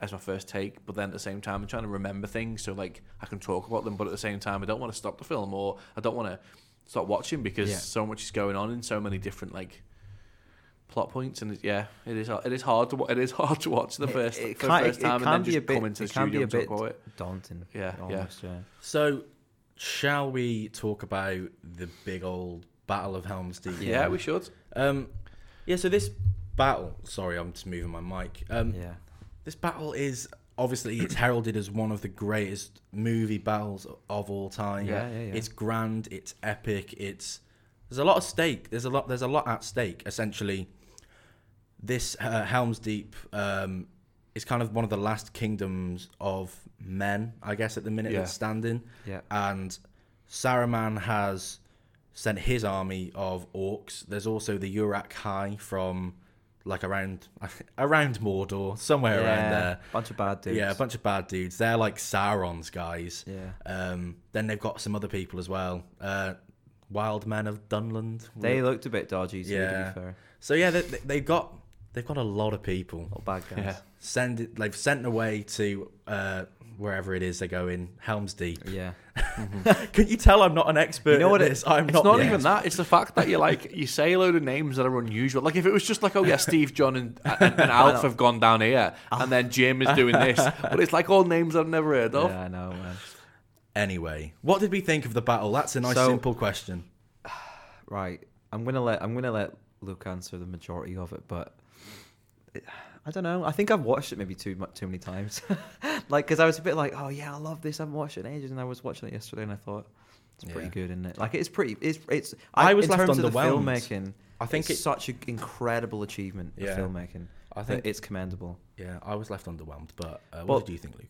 Speaker 3: as my first take, but then at the same time, I'm trying to remember things so like I can talk about them, but at the same time, I don't want to stop the film or I don't want to stop watching because
Speaker 2: Yeah.
Speaker 3: so much is going on in so many different like plot points, and it, yeah, it is it is hard to wa- it is [laughs] hard to watch the
Speaker 2: It-
Speaker 3: first
Speaker 2: it
Speaker 3: for the
Speaker 2: can't-
Speaker 3: first
Speaker 2: it- it
Speaker 3: time and
Speaker 2: can
Speaker 3: then
Speaker 2: be
Speaker 3: just
Speaker 2: a bit-
Speaker 3: come into the
Speaker 2: it can be
Speaker 3: studio
Speaker 2: a
Speaker 3: and talk
Speaker 2: bit-
Speaker 3: about it.
Speaker 2: daunting.
Speaker 3: Yeah, yeah.
Speaker 2: almost, yeah.
Speaker 1: So, shall we talk about the big old Battle of Helm's Deep?
Speaker 3: Yeah, we should.
Speaker 1: Um, yeah. So this battle. Sorry, I'm just moving my mic. Um,
Speaker 2: Yeah.
Speaker 1: This battle is
Speaker 2: [coughs]
Speaker 1: obviously it's heralded as one of the greatest movie battles of all time.
Speaker 2: Yeah, yeah, yeah.
Speaker 1: It's grand. It's epic. It's there's a lot of stake. There's a lot. There's a lot at stake. Essentially, this uh, Helm's Deep um, is kind of one of the last kingdoms of men, I guess, at the minute
Speaker 3: Yeah.
Speaker 1: that's standing.
Speaker 2: Yeah.
Speaker 1: And Saruman has sent his army of orcs. There's also the Urak High from like around [laughs] around Mordor, somewhere around
Speaker 2: Yeah,
Speaker 1: there.
Speaker 2: Bunch of bad dudes.
Speaker 1: Yeah, a bunch of bad dudes. They're like Sauron's guys.
Speaker 2: Yeah.
Speaker 1: Um, then they've got some other people as well. Uh, Wild Men of Dunland.
Speaker 2: They looked a bit dodgy, too,
Speaker 1: Yeah.
Speaker 2: to be fair.
Speaker 1: so yeah, they, they- they've got they've got a lot of people.
Speaker 2: Little bad guys.
Speaker 3: Yeah.
Speaker 1: Send it, they've sent away to uh, wherever it is they go in Helm's Deep.
Speaker 2: Yeah.
Speaker 1: Can you tell I'm not an expert?
Speaker 2: You know
Speaker 1: at
Speaker 2: what it-
Speaker 1: this? I'm
Speaker 3: It's
Speaker 1: not.
Speaker 3: not,
Speaker 1: the
Speaker 3: even that. It's the fact that you like you say a load of names that are unusual. Like if it was just like, oh
Speaker 1: [laughs]
Speaker 3: yeah, Steve, John, and, and, and Alf have gone down here, and then Jim is doing
Speaker 1: [laughs]
Speaker 3: this, but it's like all names I've never heard of.
Speaker 2: Yeah, I know, man.
Speaker 1: Anyway, what did we think of the battle? That's a nice
Speaker 2: So-
Speaker 1: simple question.
Speaker 2: Right. I'm gonna let I'm gonna let Luke answer the majority of it, but it- I don't know. I think I've watched it maybe too much, too many times. [laughs] like, because I was a bit like, oh yeah, I love this. I've watched it in ages, and I was watching it yesterday, and I thought it's pretty
Speaker 1: Yeah.
Speaker 2: good, isn't it? Like, it's pretty. It's it's.
Speaker 1: I was
Speaker 2: in
Speaker 1: left
Speaker 2: terms of the
Speaker 1: underwhelmed.
Speaker 2: filmmaking.
Speaker 1: I think
Speaker 2: it's
Speaker 1: it-
Speaker 2: such an incredible achievement
Speaker 1: Yeah.
Speaker 2: of filmmaking.
Speaker 1: I
Speaker 2: I
Speaker 1: think-
Speaker 2: think it's commendable.
Speaker 1: Yeah, I was left underwhelmed. But uh, what
Speaker 2: Well-
Speaker 1: did you think, Luke?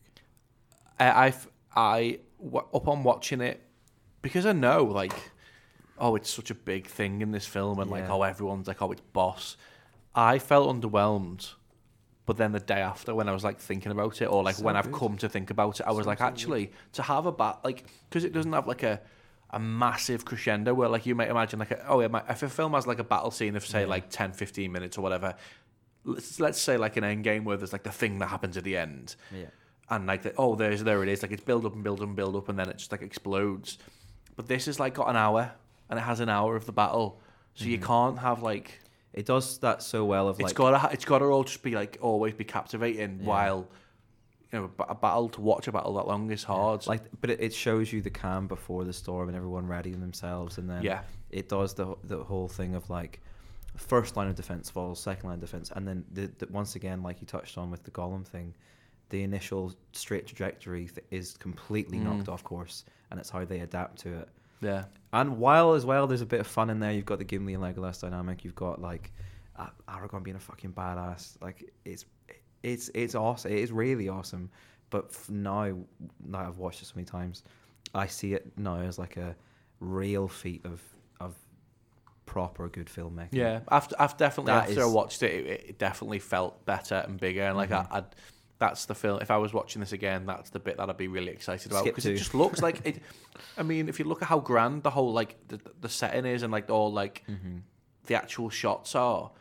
Speaker 3: I, I've, I w- upon watching it because I know like, oh, it's such a big thing in this film, and like,
Speaker 2: Yeah.
Speaker 3: oh, everyone's like, oh, it's boss. I felt underwhelmed, but then the day after, when I was like thinking about it, or like
Speaker 2: So
Speaker 3: when I've
Speaker 2: good.
Speaker 3: come to think about it, I was like, actually, to have a bat like because it doesn't have like a a massive crescendo where like you might imagine like a, oh yeah, my, if a film has like a battle scene of say like 10, 15 minutes or whatever. Let's, let's say like an end game where there's like the thing that happens at the end
Speaker 2: Yeah.
Speaker 3: and like the, oh there's there it is like it's build up and build up and build up and then it just like explodes but this has like got an hour and it has an hour of the battle so you can't have like
Speaker 2: It does that so well. Mm-hmm. Of
Speaker 3: it's
Speaker 2: like,
Speaker 3: got to it's got to all just be like always be captivating
Speaker 2: Yeah.
Speaker 3: while you know a ba- a battle to watch a battle that long is hard
Speaker 2: like, but it, it shows you the calm before the storm and everyone readying themselves, and then
Speaker 3: Yeah.
Speaker 2: it does the the whole thing of like first line of defense falls, second line of defense, and then the, the, once again, like you touched on with the golem thing, the initial straight trajectory th- is completely
Speaker 3: Mm.
Speaker 2: knocked off course, and it's how they adapt to it.
Speaker 3: yeah
Speaker 2: And while as well, there's a bit of fun in there. You've got the Gimli and Legolas dynamic. You've got like uh, Aragorn being a fucking badass. Like it's it's it's awesome. It is really awesome. But f- now, now I've watched it so many times, I see it now as like a real feat of of proper good filmmaking.
Speaker 3: yeah after I've definitely
Speaker 2: That
Speaker 3: after I
Speaker 2: is-
Speaker 3: watched it, it it definitely felt better and bigger and like
Speaker 2: Mm-hmm.
Speaker 3: I, I'd that's the film. If I was watching this again, that's the bit that I'd be really excited about
Speaker 2: Skip
Speaker 3: because it
Speaker 2: two.
Speaker 3: just looks like it. I mean, if you look at how grand the whole like the, the setting is and like all like
Speaker 2: Mm-hmm.
Speaker 3: the actual shots are.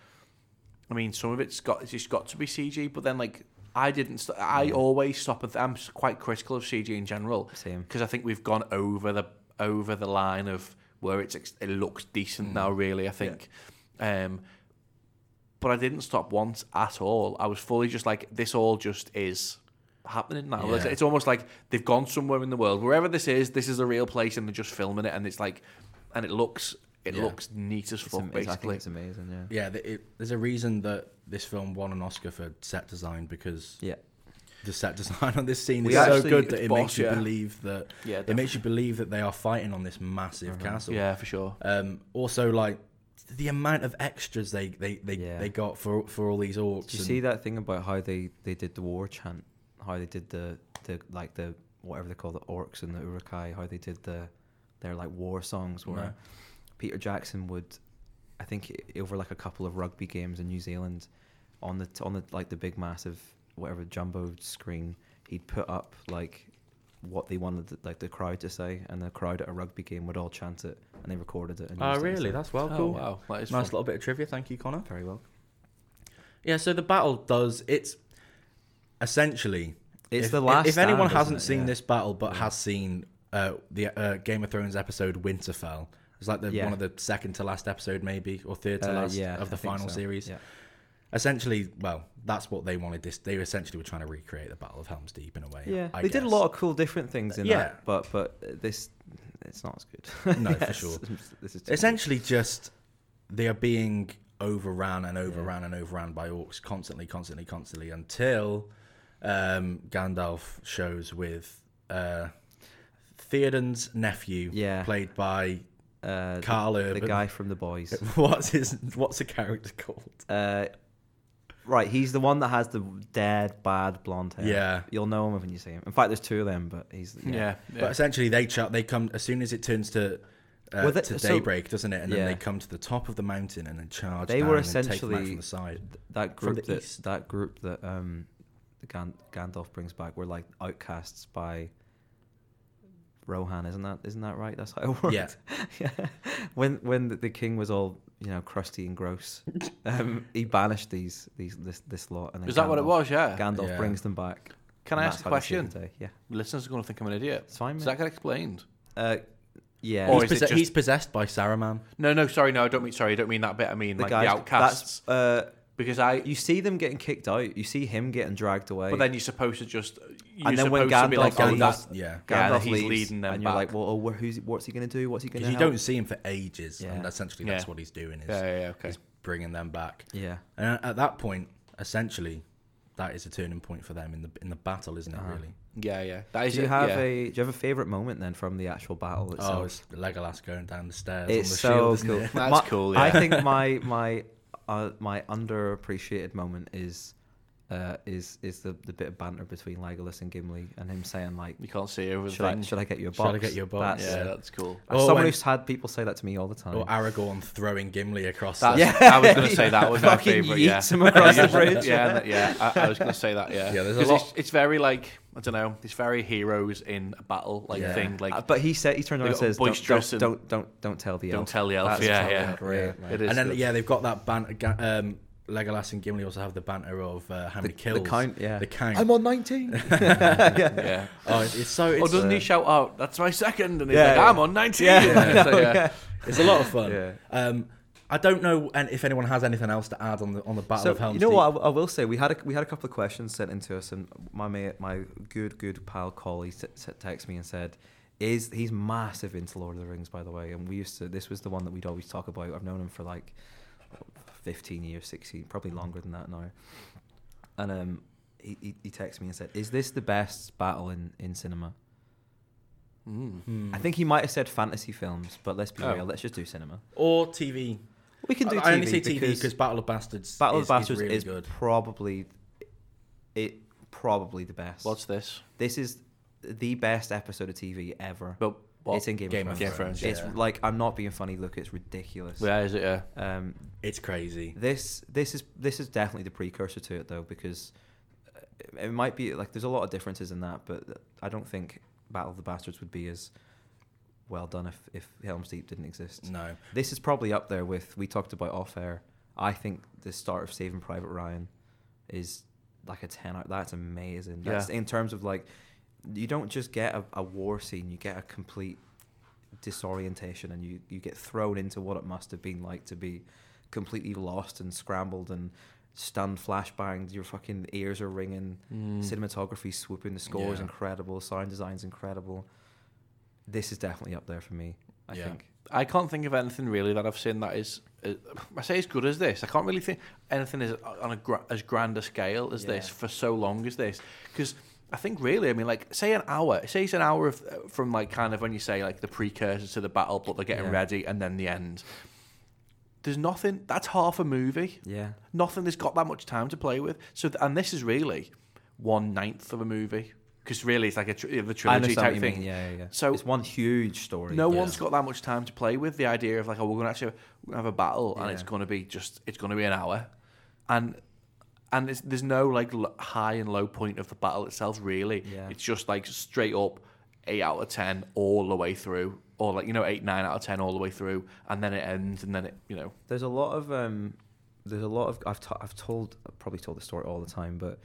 Speaker 3: I mean, some of it's got it's just got to be CG, but then like I didn't. St- I
Speaker 2: Mm.
Speaker 3: always stop at. I'm s- quite critical of CG in general
Speaker 2: Same.
Speaker 3: because I think we've gone over the over the line of where it's ex- it looks
Speaker 1: Mm.
Speaker 3: decent now. Really, I think. Um, but I didn't stop once at all. I was fully just like, this all just is happening now. It's,
Speaker 1: Yeah.
Speaker 3: it's almost like they've gone somewhere in the world, wherever this is. This is a real place, and they're just filming it, and it's like, and it looks it
Speaker 1: Yeah.
Speaker 3: looks neat as
Speaker 2: It's
Speaker 3: fuck,
Speaker 2: am- it's- I think
Speaker 3: basically.
Speaker 2: it's amazing. Yeah,
Speaker 1: Yeah, th it, there's a reason that this film won an Oscar for set design because
Speaker 2: yeah.
Speaker 1: the set design on this scene
Speaker 3: We
Speaker 1: is so
Speaker 3: actually-
Speaker 1: good that
Speaker 3: it's
Speaker 1: it
Speaker 3: boss,
Speaker 1: makes you
Speaker 3: yeah.
Speaker 1: believe that
Speaker 3: Yeah,
Speaker 1: it makes you believe that they are fighting on this massive castle.
Speaker 3: yeah, for sure.
Speaker 1: Um, also, like the amount of extras they they they,
Speaker 2: Yeah.
Speaker 1: they got for for all these orcs.
Speaker 2: Did you
Speaker 1: and-
Speaker 2: see that thing about how they they did the war chant? How they did the the like the whatever they call the orcs and the urukai? How they did the their like war songs? Where
Speaker 1: No.
Speaker 2: Peter Jackson would, I think i- over like a couple of rugby games in New Zealand, on the t- on the like the big massive whatever jumbo screen, he'd put up like what they wanted the, like the crowd to say, and the crowd at a rugby game would all chant it, and they recorded it. And
Speaker 1: Oh,
Speaker 2: used it as
Speaker 1: really?
Speaker 2: a-
Speaker 1: That's well
Speaker 3: oh
Speaker 1: cool.
Speaker 3: wow, that is
Speaker 1: Nice
Speaker 3: fun.
Speaker 1: little bit of trivia. Thank you, Connor.
Speaker 2: very well.
Speaker 1: Yeah, so the battle does it's essentially,
Speaker 2: It's
Speaker 1: if,
Speaker 2: the last
Speaker 1: If anyone
Speaker 2: stand,
Speaker 1: hasn't
Speaker 2: isn't it?
Speaker 1: seen
Speaker 2: Yeah.
Speaker 1: this battle, but has seen uh, the uh, Game of Thrones episode Winterfell, it's like the
Speaker 2: Yeah.
Speaker 1: one of the second to last episode, maybe or third to
Speaker 2: Uh,
Speaker 1: last
Speaker 2: yeah,
Speaker 1: of
Speaker 2: I
Speaker 1: the
Speaker 2: think
Speaker 1: final
Speaker 2: so.
Speaker 1: series.
Speaker 2: Yeah.
Speaker 1: Essentially, well, that's what they wanted. This they essentially were trying to recreate the Battle of Helm's Deep in a way.
Speaker 2: Yeah,
Speaker 1: I
Speaker 2: they did a
Speaker 1: guess.
Speaker 2: lot of cool different things in
Speaker 1: Yeah.
Speaker 2: that, but but uh, this it's not as good.
Speaker 1: No, for
Speaker 2: [laughs] Yes,
Speaker 1: sure.
Speaker 2: This is too
Speaker 1: essentially just they are being overran and overran and overran by orcs constantly, constantly, constantly until um, Gandalf shows with uh, Theoden's nephew,
Speaker 2: Yeah.
Speaker 1: played by
Speaker 2: good. uh,
Speaker 1: Carl
Speaker 2: the,
Speaker 1: Urban.
Speaker 2: the guy from the boys.
Speaker 1: [laughs] What's his? What's the character called?
Speaker 2: Uh, right, he's the one that has the dead bad blonde hair.
Speaker 1: Yeah.
Speaker 2: you'll know him when you see him. In fact, there's two of them, but he's
Speaker 3: Yeah. yeah.
Speaker 1: But essentially, they ch- they come as soon as it turns to. Uh,
Speaker 2: Well, that-
Speaker 1: to
Speaker 2: so-
Speaker 1: daybreak, doesn't it? And then
Speaker 2: yeah.
Speaker 1: they come to the top of the mountain and then charge.
Speaker 2: They were
Speaker 1: down and take them out
Speaker 2: essentially-
Speaker 1: from the side.
Speaker 2: [laughs] that
Speaker 1: From
Speaker 2: group
Speaker 1: the
Speaker 2: that
Speaker 1: east.
Speaker 2: that group that um the Gan- Gandalf brings back were like outcasts by Rohan, isn't that isn't that right? That's how it [laughs] worked.
Speaker 1: Yeah.
Speaker 2: Yeah. When when the, the king was all you know crusty and
Speaker 1: [laughs]
Speaker 2: gross, um, he banished these these this this lot. And then
Speaker 3: Is that what it
Speaker 2: Gandalf-
Speaker 3: was? Yeah.
Speaker 2: Gandalf
Speaker 1: Yeah.
Speaker 2: brings them back.
Speaker 3: Can I
Speaker 2: and
Speaker 3: ask
Speaker 2: that's
Speaker 3: a
Speaker 2: how they save
Speaker 3: question?
Speaker 2: the day. Yeah.
Speaker 3: Listeners are going to think I'm an idiot.
Speaker 2: It's fine,
Speaker 3: Does
Speaker 2: mate.
Speaker 3: that get explained?
Speaker 2: Uh, yeah.
Speaker 1: he's,
Speaker 3: Or is it
Speaker 1: possessed-
Speaker 3: just-
Speaker 1: he's possessed by Saruman.
Speaker 3: No, no, sorry, no, I don't mean sorry, I don't mean that bit. I mean like the outcasts.
Speaker 2: That's, uh,
Speaker 3: Because I,
Speaker 2: you see them getting kicked out. You see him getting dragged away.
Speaker 3: but then you're supposed to just. You're
Speaker 2: And then when
Speaker 3: supposed to be
Speaker 2: Gandalf
Speaker 3: like, oh,
Speaker 2: leaves-
Speaker 3: that-
Speaker 1: Yeah.
Speaker 3: Yeah,
Speaker 2: Gandalf
Speaker 3: he's
Speaker 2: leaves,
Speaker 3: leading them
Speaker 2: and you're
Speaker 3: back.
Speaker 2: like, well, oh, wh- who's, what's he going to do? What's he going
Speaker 1: Because
Speaker 2: to
Speaker 1: you don't see him for ages, and
Speaker 2: Yeah.
Speaker 1: essentially
Speaker 3: Yeah.
Speaker 1: that's what he's doing is
Speaker 3: Yeah, yeah, yeah, okay.
Speaker 1: is bringing them back.
Speaker 2: Yeah,
Speaker 1: And at that point, essentially, that is a turning point for them in the in the battle, isn't it? Really?
Speaker 3: Yeah, yeah. That is
Speaker 2: do you
Speaker 3: it,
Speaker 2: have
Speaker 3: yeah.
Speaker 2: a do you have a favorite moment then from the actual battle
Speaker 1: oh,
Speaker 2: itself?
Speaker 1: it's Legolas going down the stairs
Speaker 2: it's
Speaker 1: on the
Speaker 2: so
Speaker 1: shield. isn't
Speaker 2: cool.
Speaker 1: it? [laughs]
Speaker 3: That's
Speaker 2: My-
Speaker 3: cool,
Speaker 2: I
Speaker 3: yeah.
Speaker 2: think my my uh, my underappreciated moment is uh, is is the, the bit of banter between Legolas and Gimli and him saying like,
Speaker 3: You can't see over the
Speaker 2: should I,
Speaker 3: thing.
Speaker 2: should I get you a box?
Speaker 1: Should I get you a box?
Speaker 2: That's,
Speaker 3: yeah,
Speaker 1: Yeah.
Speaker 3: that's cool.
Speaker 2: as
Speaker 1: Or
Speaker 2: someone
Speaker 1: when-
Speaker 2: who's had people say that to me all the time.
Speaker 1: Or Aragorn throwing Gimli across.
Speaker 3: That's,
Speaker 1: the,
Speaker 2: Yeah.
Speaker 3: I was going to
Speaker 2: [laughs]
Speaker 3: say that was my
Speaker 2: Fucking
Speaker 3: favorite. Yeah,
Speaker 2: yeets him across
Speaker 3: [laughs] Yeah,
Speaker 2: the bridge.
Speaker 3: Yeah, that- yeah. I, I was going to say
Speaker 2: [laughs]
Speaker 3: that. Yeah,
Speaker 1: Yeah, there's a
Speaker 3: 'Cause
Speaker 1: lot-
Speaker 3: It's, it's very like I don't know. It's very heroes in a battle like
Speaker 1: Yeah.
Speaker 3: thing. Like
Speaker 2: Uh, but he said he turned around and
Speaker 3: little
Speaker 2: says, don't,
Speaker 3: boisterous
Speaker 2: don't,
Speaker 3: and-
Speaker 2: don't don't don't tell the
Speaker 3: Don't
Speaker 2: elf.
Speaker 3: tell the elf,
Speaker 2: That's
Speaker 3: yeah,
Speaker 2: fucking
Speaker 3: yeah.
Speaker 2: great.
Speaker 1: Yeah.
Speaker 3: it
Speaker 1: [laughs]
Speaker 3: is
Speaker 1: and then
Speaker 3: good.
Speaker 1: yeah, they've got that banter. ga- Um, Legolas and Gimli also have the banter of uh, how many kills.
Speaker 2: The count, yeah.
Speaker 1: The count. [laughs]
Speaker 2: I'm on [laughs] 19.
Speaker 3: [laughs] yeah.
Speaker 1: oh, it's, it's so. It's,
Speaker 3: Or doesn't he
Speaker 1: uh,
Speaker 3: shout out? That's my second, and he's
Speaker 2: Yeah,
Speaker 3: like,
Speaker 2: yeah.
Speaker 3: "I'm on
Speaker 2: [laughs]
Speaker 3: 19.
Speaker 2: Yeah.
Speaker 3: [laughs] So, yeah.
Speaker 1: It's a lot of fun.
Speaker 2: Yeah.
Speaker 1: Um, I don't know an- if anyone has anything else to add on the on the Battle
Speaker 2: So,
Speaker 1: of Helm's
Speaker 2: you know
Speaker 1: Deep.
Speaker 2: what? I, w- I will say we had a, we had a couple of questions sent into us, and my mate, my good good pal Collie s- s- texted me and said, "Is he's massive into Lord of the Rings, by the way?" And we used to this was the one that we'd always talk about. I've known him for like fifteen years, sixteen, probably longer than that now. And um, he he, he texted me and said, "Is this the best battle in in cinema?"
Speaker 3: Mm.
Speaker 1: Hmm.
Speaker 2: I think he might have said fantasy films, but let's be
Speaker 3: Oh.
Speaker 2: real. Let's just do cinema.
Speaker 1: Or TV.
Speaker 2: We can do.
Speaker 1: I,
Speaker 2: TV
Speaker 1: I only say TV
Speaker 2: because
Speaker 1: because Battle of Bastards.
Speaker 2: Battle
Speaker 1: is,
Speaker 2: of the Bastards
Speaker 1: is,
Speaker 2: is,
Speaker 1: really good.
Speaker 2: probably it probably the best.
Speaker 3: What's this?
Speaker 2: this is the best episode of TV ever.
Speaker 3: But what?
Speaker 2: It's in Game,
Speaker 1: Game
Speaker 2: of
Speaker 1: of
Speaker 2: Thrones.
Speaker 1: Thrones,
Speaker 2: It's
Speaker 1: yeah.
Speaker 2: like I'm not being funny. Look, it's ridiculous.
Speaker 3: Where is it? Yeah.
Speaker 2: Um,
Speaker 1: It's crazy.
Speaker 2: this this is this is definitely the precursor to it though because uh, it might be like there's a lot of differences in that, but I don't think Battle of the Bastards would be as well done if if Helm's Deep didn't exist.
Speaker 1: No,
Speaker 2: This is probably up there with we talked about off air. I think the start of Saving Private Ryan is like a ten out. That's amazing. That's
Speaker 3: Yeah.
Speaker 2: in terms of like you don't just get a, a war scene. You get a complete disorientation, and you you get thrown into what it must have been like to be completely lost and scrambled and stunned flashbangs. Your fucking ears are ringing. Cinematography swooping. The score
Speaker 1: Mm.
Speaker 2: is
Speaker 1: Yeah.
Speaker 2: incredible. Sound design's incredible. This is definitely up there for me. I
Speaker 1: Yeah.
Speaker 2: think.
Speaker 3: I can't think of anything really that I've seen that is. Uh, I say as good as this. I can't really think anything is on a gra- as grand a scale as this
Speaker 2: Yeah.
Speaker 3: for so long as this. Because I think really, I mean, like say an hour. Say it's an hour of, uh, from like kind of when you say like the precursor to the battle, but they're getting
Speaker 2: Yeah.
Speaker 3: ready, and then the end. There's nothing. That's half a movie.
Speaker 2: Yeah.
Speaker 3: Nothing that's got that much time to play with. So, th- and this is really one ninth of a movie. Because really, it's like a tr- the trilogy
Speaker 2: understand what
Speaker 3: type
Speaker 2: you
Speaker 3: thing.
Speaker 2: mean, Yeah, yeah, yeah.
Speaker 3: So-
Speaker 2: it's one huge story.
Speaker 3: No
Speaker 2: Yeah.
Speaker 3: one's got that much time to play with the idea of like, oh, we're going to actually we're gonna have a battle, and it's
Speaker 2: Yeah.
Speaker 3: going to be just it's going to be an hour, and and it's, there's no like l- high and low point of the battle itself really.
Speaker 2: Yeah.
Speaker 3: It's just like straight up eight out of ten all the way through, or like you know eight nine out of ten all the way through, and then it ends, and then it you know
Speaker 2: There's a lot of um, there's a lot of I've t- I've told I've probably told the story all the time, but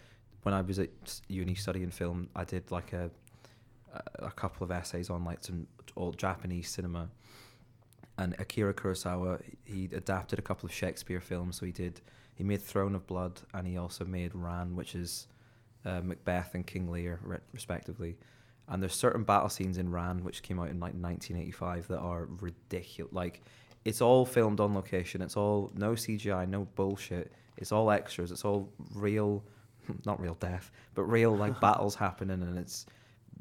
Speaker 2: when I was at s- uni studying film, I did like a a- a couple of essays on like some old Japanese cinema. And Akira Kurosawa, he adapted a couple of Shakespeare films. So he did, he made Throne of Blood, and he also made Ran, which is uh, Macbeth and King Lear, re- respectively. And there's certain battle scenes in Ran, which came out in like 1985, that are ridiculous. Like, it's all filmed on location. It's all no CGI, no bullshit. It's all extras. It's all real, [laughs] not real death, but real like battles happening, and it's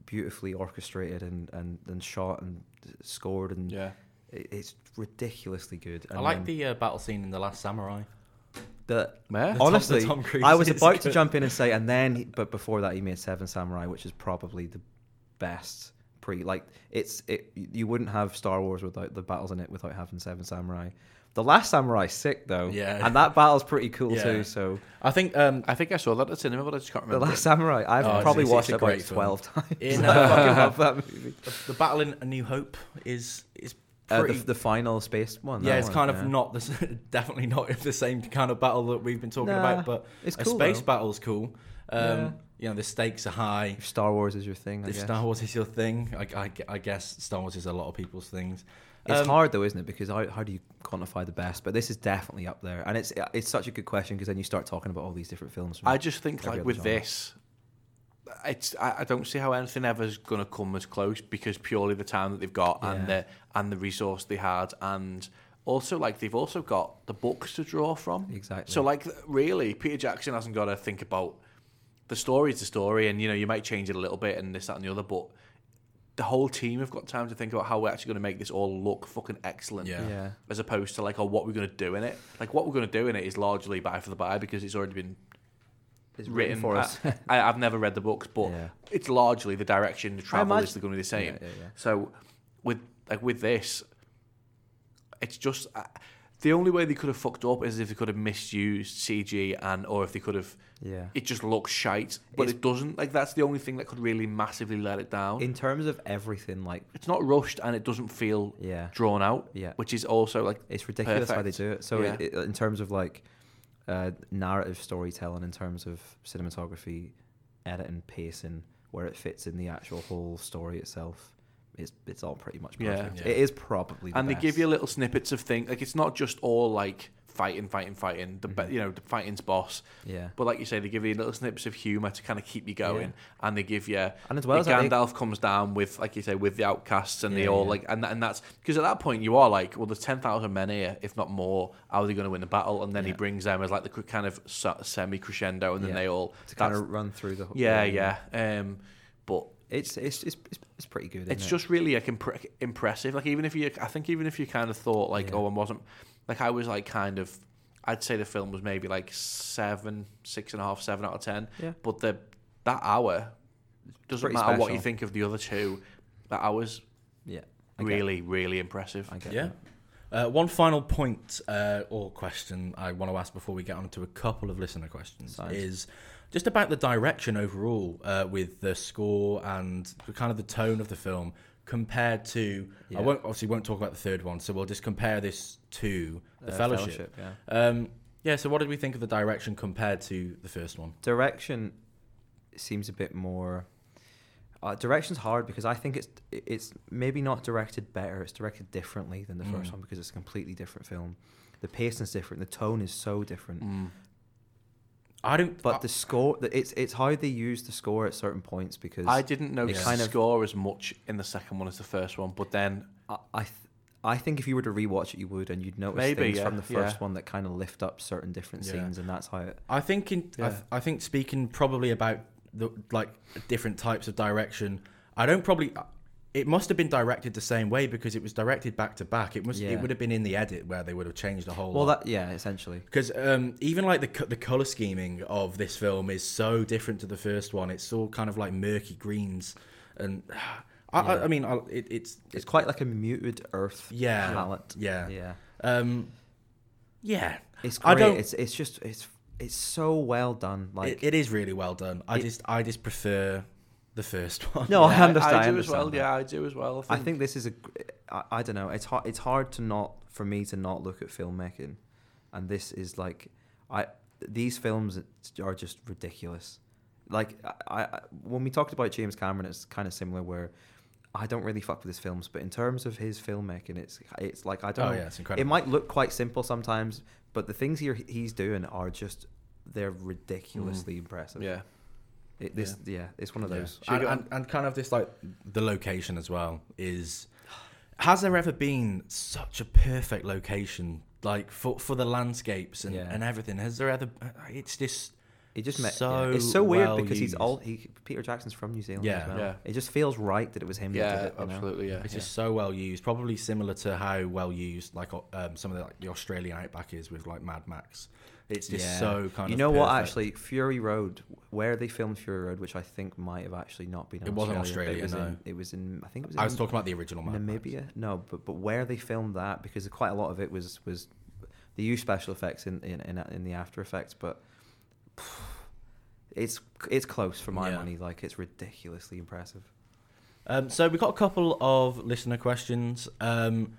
Speaker 2: beautifully orchestrated and and, and shot and uh, scored, and
Speaker 3: Yeah.
Speaker 2: it- it's ridiculously good.
Speaker 1: I
Speaker 2: And
Speaker 1: like
Speaker 2: then
Speaker 1: the uh, battle scene in The Last Samurai.
Speaker 2: the
Speaker 3: Yeah.
Speaker 1: Tom-
Speaker 2: honestly,
Speaker 1: the Tom Cruise
Speaker 2: I was
Speaker 1: is
Speaker 2: about to
Speaker 1: good.
Speaker 2: jump in and say, and then,
Speaker 1: [laughs]
Speaker 2: he- but before that, he made Seven Samurai, which is probably the best pre. Like, it's it. You wouldn't have Star Wars without the battles in it, without having Seven Samurai. The Last Samurai, is sick though.
Speaker 1: Yeah.
Speaker 2: and that battle's pretty cool
Speaker 1: Yeah.
Speaker 2: too. So,
Speaker 1: I think um,
Speaker 3: I think I saw that at cinema, but I just can't
Speaker 2: The
Speaker 3: remember.
Speaker 2: Last Samurai, I've
Speaker 1: Oh, it's-
Speaker 2: probably
Speaker 1: it's-
Speaker 2: watched
Speaker 1: it's a
Speaker 2: it about
Speaker 1: great film.
Speaker 2: twelve [laughs] times.
Speaker 1: In,
Speaker 2: I
Speaker 1: uh,
Speaker 2: fucking love that movie.
Speaker 1: the, the battle in A New Hope is is
Speaker 2: Uh,
Speaker 1: pretty.
Speaker 2: the, the final space one.
Speaker 1: yeah,
Speaker 2: that
Speaker 1: it's
Speaker 2: one,
Speaker 1: kind of
Speaker 2: yeah.
Speaker 1: not the s- [laughs] definitely not the same kind of battle that we've been talking
Speaker 2: Nah,
Speaker 1: about, but
Speaker 2: it's
Speaker 1: a
Speaker 2: cool,
Speaker 1: space
Speaker 2: though.
Speaker 1: battle's cool. Um,
Speaker 2: Yeah.
Speaker 1: You know, the stakes are high.
Speaker 2: If Star Wars is your thing, I
Speaker 1: If
Speaker 2: guess.
Speaker 1: Star Wars is your thing, I, I, I guess Star Wars is a lot of people's things.
Speaker 2: It's
Speaker 1: Um,
Speaker 2: hard though, isn't it? Because how, how do you quantify the best? But this is definitely up there, and it's it's such a good question because then you start talking about all these different films. From
Speaker 3: I just think
Speaker 2: Every
Speaker 3: like
Speaker 2: other
Speaker 3: with
Speaker 2: genre.
Speaker 3: this, it's I, I don't see how anything ever's gonna come as close because purely the time that they've got
Speaker 2: Yeah.
Speaker 3: and the and the resource they had and also like they've also got the books to draw from.
Speaker 2: Exactly.
Speaker 3: So like really, Peter Jackson hasn't got to think about the story's the story, and you know you might change it a little bit and this that and the other, but the whole team have got time to think about how we're actually going to make this all look fucking excellent
Speaker 1: Yeah.
Speaker 2: yeah.
Speaker 3: as opposed to like oh what we're going to do in it like what we're going to do in it is largely by for the by because it's already been
Speaker 2: it's
Speaker 3: written for us.
Speaker 2: [laughs]
Speaker 3: I, I've never read the books, but
Speaker 2: Yeah.
Speaker 3: it's largely the direction the travel is
Speaker 2: imagine-
Speaker 3: going to be the same.
Speaker 2: Yeah, yeah, yeah.
Speaker 3: So with like with this, it's just uh, the only way they could have fucked up is if they could have misused CG and or if they could have
Speaker 2: yeah.
Speaker 3: it just looks shite, but
Speaker 2: It's-
Speaker 3: it doesn't. Like that's the only thing that could really massively let it down.
Speaker 2: In terms of everything, like
Speaker 3: it's not rushed and it doesn't feel
Speaker 2: yeah,
Speaker 3: drawn out,
Speaker 2: Yeah.
Speaker 3: which is also like
Speaker 2: it's ridiculous how they
Speaker 3: Perfect.
Speaker 2: do it. So
Speaker 3: Yeah.
Speaker 2: it, it- in terms of like uh, narrative storytelling, in terms of cinematography, editing, pacing, where it fits in the actual whole story itself, it's it's all pretty much
Speaker 3: Yeah.
Speaker 2: perfect.
Speaker 1: Yeah.
Speaker 2: It is probably the
Speaker 3: and they give
Speaker 2: best.
Speaker 3: you little snippets of things. Like it's not just all like fighting, fighting, fighting. The be-
Speaker 2: Mhm.
Speaker 3: you know the fighting's boss,
Speaker 2: yeah.
Speaker 3: But like you say, they give you little snips of humour to kind of keep you going, and they give you.
Speaker 2: And as well as
Speaker 3: like,
Speaker 2: that, they-
Speaker 3: Gandalf comes down with, like you say, with the outcasts, and they
Speaker 2: Yeah,
Speaker 3: all
Speaker 2: yeah.
Speaker 3: like, and and that's because at that point you are like, well, there's ten thousand men here, if not more. How are they going to win the battle? And then he
Speaker 2: Yeah.
Speaker 3: brings them as like the cr- kind of semi crescendo, and then
Speaker 2: Yeah.
Speaker 3: they all.
Speaker 2: to kind
Speaker 3: that's-
Speaker 2: of run through the whole
Speaker 3: yeah, yeah. Um, but
Speaker 2: It's it's it's it's, it's pretty good.
Speaker 3: it's
Speaker 2: isn't it?
Speaker 3: just really like impre- impressive. Like even if you, I think even if you kind of thought like,
Speaker 2: Yeah.
Speaker 3: oh, I wasn't, like I was like kind of, I'd say the film was maybe like seven, six and a half, seven out of ten.
Speaker 2: Yeah.
Speaker 3: But the that hour doesn't
Speaker 2: pretty
Speaker 3: matter what you
Speaker 2: special.
Speaker 3: think of the other two. That hour's
Speaker 2: yeah. I get-
Speaker 3: really, really impressive.
Speaker 2: I get
Speaker 1: Yeah.
Speaker 2: that.
Speaker 1: Uh, one final point uh, or question I want to ask before we get on to a couple of listener questions
Speaker 2: Sounds.
Speaker 1: is just about the direction overall uh, with the score and the kind of the tone of the film compared to.
Speaker 2: Yeah.
Speaker 1: I won't obviously won't talk about the third one, so we'll just compare this to the
Speaker 2: Uh,
Speaker 1: Fellowship.
Speaker 2: yeah.
Speaker 1: Um, yeah. So what did we think of the direction compared to the first one?
Speaker 2: Direction seems a bit more. Uh, direction's hard because I think it's it's maybe not directed better. It's directed differently than the
Speaker 1: Mm.
Speaker 2: first one because it's a completely different film. The pacing's different. The tone is so different.
Speaker 3: Mm. Uh,
Speaker 1: I don't.
Speaker 2: But
Speaker 1: I-
Speaker 2: the score, the- it's it's how they use the score at certain points because
Speaker 3: I didn't notice
Speaker 1: kind
Speaker 3: the
Speaker 2: of-
Speaker 3: score as much in the second one as the first one, but then
Speaker 2: I I, th- I think if you were to rewatch it, you would, and you'd notice
Speaker 3: Maybe,
Speaker 2: things
Speaker 3: yeah,
Speaker 2: from the first
Speaker 3: yeah.
Speaker 2: one that kind of lift up certain different
Speaker 1: Yeah.
Speaker 2: scenes, and that's how it.
Speaker 1: I think in I,
Speaker 3: Yeah.
Speaker 1: th- I think speaking probably about the like different types of direction. I don't probably. uh, It must have been directed the same way because it was directed back to back. It must.
Speaker 2: Yeah.
Speaker 1: It would have been in the edit where they would have changed the whole.
Speaker 2: Well, that yeah, essentially.
Speaker 1: because um, even like the co- the color scheming of this film is so different to the first one. It's all kind of like murky greens, and [sighs] I, I, I mean, I, it, it's
Speaker 2: It's quite like a muted earth
Speaker 1: yeah,
Speaker 2: palette.
Speaker 1: yeah,
Speaker 2: Yeah.
Speaker 1: um, yeah.
Speaker 2: It's
Speaker 1: I
Speaker 2: great.
Speaker 1: don't-
Speaker 2: It's it's just it's it's so well done. Like
Speaker 1: it, it is really well done. I
Speaker 2: It-
Speaker 1: just I just prefer the first [laughs] one.
Speaker 2: No, I
Speaker 3: Yeah,
Speaker 2: understand,
Speaker 3: I do
Speaker 2: I
Speaker 3: as well.
Speaker 2: understand that.
Speaker 3: Yeah, I do as well.
Speaker 2: I think this is a gr- I, I don't know. It's hard it's hard to not for me to not look at filmmaking, and this is like I these films are just ridiculous. like I, I when we talked about James Cameron, it's kind of similar where. I don't really fuck with his films, but in terms of his filmmaking, it's it's like I don't.
Speaker 1: Oh,
Speaker 2: know.
Speaker 1: yeah, it's incredible.
Speaker 2: It might look quite simple sometimes, but the things he, he's doing are just they're ridiculously impressive.
Speaker 3: Yeah.
Speaker 2: It, this yeah. it's one of
Speaker 1: Yeah.
Speaker 2: those.
Speaker 3: Should we
Speaker 1: And,
Speaker 3: go on?
Speaker 1: and, and kind of this like the location as well
Speaker 2: [sighs]
Speaker 1: is has there ever been such a perfect location like for for the landscapes and,
Speaker 2: Yeah.
Speaker 1: and everything has there ever it's just
Speaker 2: It just met,
Speaker 1: So
Speaker 2: yeah. it's so weird
Speaker 1: well
Speaker 2: because he's
Speaker 1: used.
Speaker 2: all he Peter Jackson's from New Zealand
Speaker 1: Yeah.
Speaker 2: as well.
Speaker 3: Yeah.
Speaker 2: It just feels right that it was him. that did
Speaker 3: Yeah,
Speaker 2: it, you know?
Speaker 3: absolutely. Yeah.
Speaker 1: it's
Speaker 3: yeah.
Speaker 1: just so well used probably similar to how well used like o- um, some of the, like, the Australian outback is with like Mad Max it's just
Speaker 2: Yeah.
Speaker 1: so kind of
Speaker 2: You know what?
Speaker 1: perfect.
Speaker 2: Actually, Fury Road, where they filmed Fury Road, which I think might have actually not been. in
Speaker 1: It wasn't Australia,
Speaker 2: It was,
Speaker 1: no.
Speaker 2: in, it was in. I think it was. In
Speaker 1: I was talking about the original Mad Max.
Speaker 2: um, Namibia. No, but but where they filmed that because quite a lot of it was was they used special effects in in in, in the After Effects, but it's it's close for my
Speaker 1: Yeah.
Speaker 2: money. Like it's ridiculously impressive.
Speaker 1: Um, so we got a couple of listener questions. Um,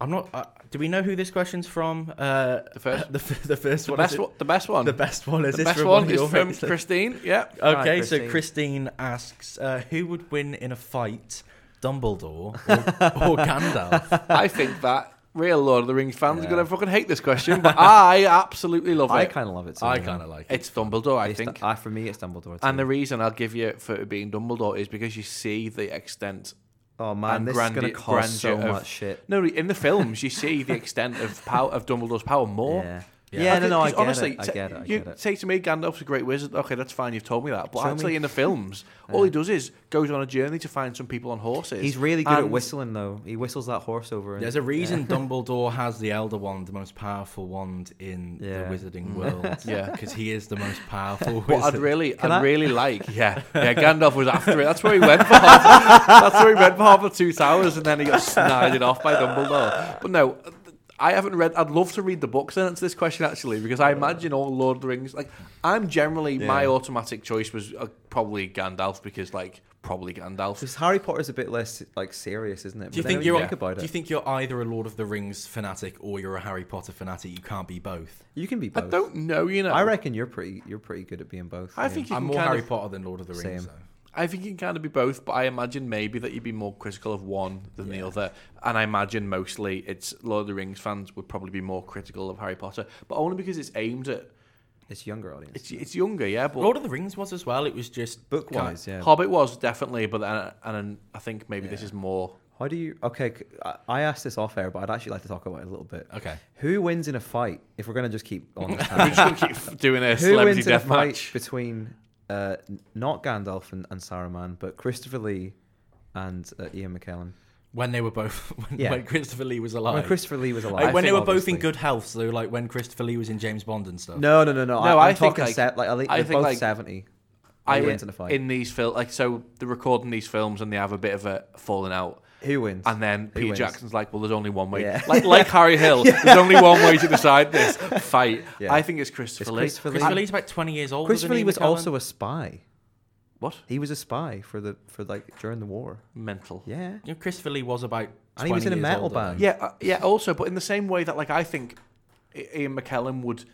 Speaker 1: I'm not. Uh, do we know who this question's from? Uh,
Speaker 3: The
Speaker 1: [laughs]
Speaker 3: first-
Speaker 1: the, f- the first
Speaker 3: the
Speaker 1: one. is
Speaker 3: best
Speaker 1: it-
Speaker 3: one. The best one.
Speaker 1: The best one is
Speaker 3: The
Speaker 1: this
Speaker 3: best
Speaker 1: from
Speaker 3: one
Speaker 1: of
Speaker 3: is
Speaker 1: your
Speaker 3: from
Speaker 1: mates?
Speaker 3: christine yeah
Speaker 1: Okay,
Speaker 2: All right,
Speaker 1: so
Speaker 2: Christine.
Speaker 1: Christine asks, uh, who would win in a fight, Dumbledore or,
Speaker 3: [laughs]
Speaker 1: or Gandalf?
Speaker 2: [laughs]
Speaker 3: i think that real lord of the rings fans
Speaker 2: Yeah.
Speaker 3: are gonna fucking hate this question but i absolutely love
Speaker 2: I
Speaker 3: it
Speaker 2: kind of love it. Too,
Speaker 1: I
Speaker 2: yeah.
Speaker 1: kind of like it.
Speaker 3: it's dumbledore i
Speaker 2: It's-
Speaker 3: think
Speaker 2: I, for me, it's Dumbledore. Too.
Speaker 3: and the reason i'll give you for it being dumbledore is because you see the extent
Speaker 2: oh man,
Speaker 3: and
Speaker 2: this is gonna
Speaker 3: grandi-
Speaker 2: cause so
Speaker 3: grandeur of-
Speaker 2: much shit.
Speaker 3: no in the films you see the extent of power of dumbledore's power more
Speaker 2: Yeah,
Speaker 1: Yeah.
Speaker 2: yeah,
Speaker 1: I
Speaker 2: no,
Speaker 3: think-
Speaker 2: no, I
Speaker 3: 'cause
Speaker 2: get
Speaker 3: honestly,
Speaker 2: it. I
Speaker 3: t-
Speaker 2: get it. I
Speaker 3: you
Speaker 2: get it.
Speaker 3: say to me, Gandalf's a great wizard. Okay, that's fine. You've told me that, but
Speaker 2: Show me.
Speaker 3: actually,
Speaker 2: [laughs]
Speaker 3: in the films, all he does is goes on a journey to find some people on horses.
Speaker 2: He's really good at
Speaker 3: And-
Speaker 2: whistling though. He whistles that horse over. and-
Speaker 1: There's a reason
Speaker 2: [laughs]
Speaker 1: Dumbledore has the Elder Wand, the most powerful wand in
Speaker 2: Yeah.
Speaker 1: the wizarding world.
Speaker 3: [laughs] Yeah.
Speaker 1: [laughs] because he is the most powerful wizard.
Speaker 3: What I'd really, I'd
Speaker 2: I-
Speaker 3: really like,
Speaker 2: [laughs]
Speaker 3: yeah, yeah. Gandalf was after it. That's where he went for. Half, that's where he went for half of two towers, and then he got snided off by Dumbledore. But no, I haven't read. I'd love to read the books and answer this question actually, because I imagine all Lord of the Rings. Like, I'm generally my
Speaker 2: Yeah.
Speaker 3: automatic choice was uh, probably Gandalf because, like, probably Gandalf.
Speaker 2: Because Harry Potter's a bit less like serious, isn't it?
Speaker 1: Do you
Speaker 2: But then
Speaker 1: think
Speaker 2: when
Speaker 1: you're?
Speaker 2: think about
Speaker 1: do you
Speaker 2: it?
Speaker 1: think you're either a Lord of the Rings fanatic or you're a Harry Potter fanatic? You can't be both.
Speaker 2: You can be
Speaker 3: I
Speaker 2: both.
Speaker 3: don't know, you know.
Speaker 2: I reckon you're pretty you're pretty good at being both.
Speaker 3: I think you
Speaker 1: I'm
Speaker 3: can
Speaker 1: more
Speaker 3: kind
Speaker 1: Harry
Speaker 3: of,
Speaker 1: Potter than Lord of the Rings.
Speaker 2: Same.
Speaker 1: Though.
Speaker 3: I think you can kind of be both, but I imagine maybe that you'd be more critical of one than the other. And I imagine mostly it's Lord of the Rings fans would probably be more critical of Harry Potter, but only because it's aimed at
Speaker 2: it's younger audience.
Speaker 3: it's it's younger, yeah. But
Speaker 1: Lord of the Rings was as well. It was just
Speaker 2: book
Speaker 1: kind
Speaker 2: wise, yeah.
Speaker 3: Hobbit was definitely, but then, and then I think maybe this
Speaker 2: Yeah. [laughs]
Speaker 3: is more.
Speaker 2: How do you? Okay, c- I- I asked this off air, but I'd actually like to talk about it a little bit.
Speaker 1: of- Okay.
Speaker 2: Who wins in a fight? If we're gonna just keep on,
Speaker 3: [laughs]
Speaker 2: this
Speaker 3: We're
Speaker 2: tangent.
Speaker 3: just gonna keep doing a
Speaker 2: who
Speaker 3: celebrity
Speaker 2: wins in a
Speaker 3: death
Speaker 2: fight
Speaker 3: match.
Speaker 2: between uh, n- not Gandalf and, and Saruman, but Christopher Lee and uh, Ian McKellen?
Speaker 1: When they were both, [laughs] when,
Speaker 2: Yeah.
Speaker 1: when Christopher Lee was alive.
Speaker 2: When Christopher Lee was
Speaker 1: Like,
Speaker 2: alive,
Speaker 3: I
Speaker 1: when they were
Speaker 3: think
Speaker 1: both in
Speaker 2: obviously.
Speaker 1: good health, so like when Christopher Lee was in James Bond and stuff.
Speaker 2: No, no, no, no.
Speaker 3: No,
Speaker 2: I,
Speaker 3: I
Speaker 2: am
Speaker 3: think,
Speaker 2: talking
Speaker 3: like-
Speaker 2: set, like, I think
Speaker 3: I
Speaker 2: they're
Speaker 3: think,
Speaker 2: both
Speaker 3: like-
Speaker 2: seventy.
Speaker 3: I
Speaker 2: Who wins in a fight?
Speaker 3: in these films, like so, they're recording these films and they have a bit of a falling out.
Speaker 2: Who wins?
Speaker 3: And then
Speaker 2: Who
Speaker 3: Peter
Speaker 2: wins?
Speaker 3: Jackson's like, well, there's only one way.
Speaker 2: Yeah.
Speaker 3: Like, like
Speaker 2: [laughs]
Speaker 3: Harry Hill, there's only one way to decide this fight.
Speaker 2: Yeah.
Speaker 3: I think it's Christopher
Speaker 2: It's
Speaker 3: Lee.
Speaker 2: Christopher Lee.
Speaker 1: Christopher Lee's about 20 years old.
Speaker 2: Christopher Lee was also a spy.
Speaker 3: What?
Speaker 2: He was a spy for the for like during the war.
Speaker 3: Mental. Yeah.
Speaker 2: Yeah.
Speaker 1: Christopher Lee was about.
Speaker 2: And he was
Speaker 1: 20
Speaker 2: in a
Speaker 1: years
Speaker 2: metal
Speaker 1: older.
Speaker 2: band.
Speaker 3: Yeah, uh, yeah, also, but in the same way that, like, I think I- Ian McKellen would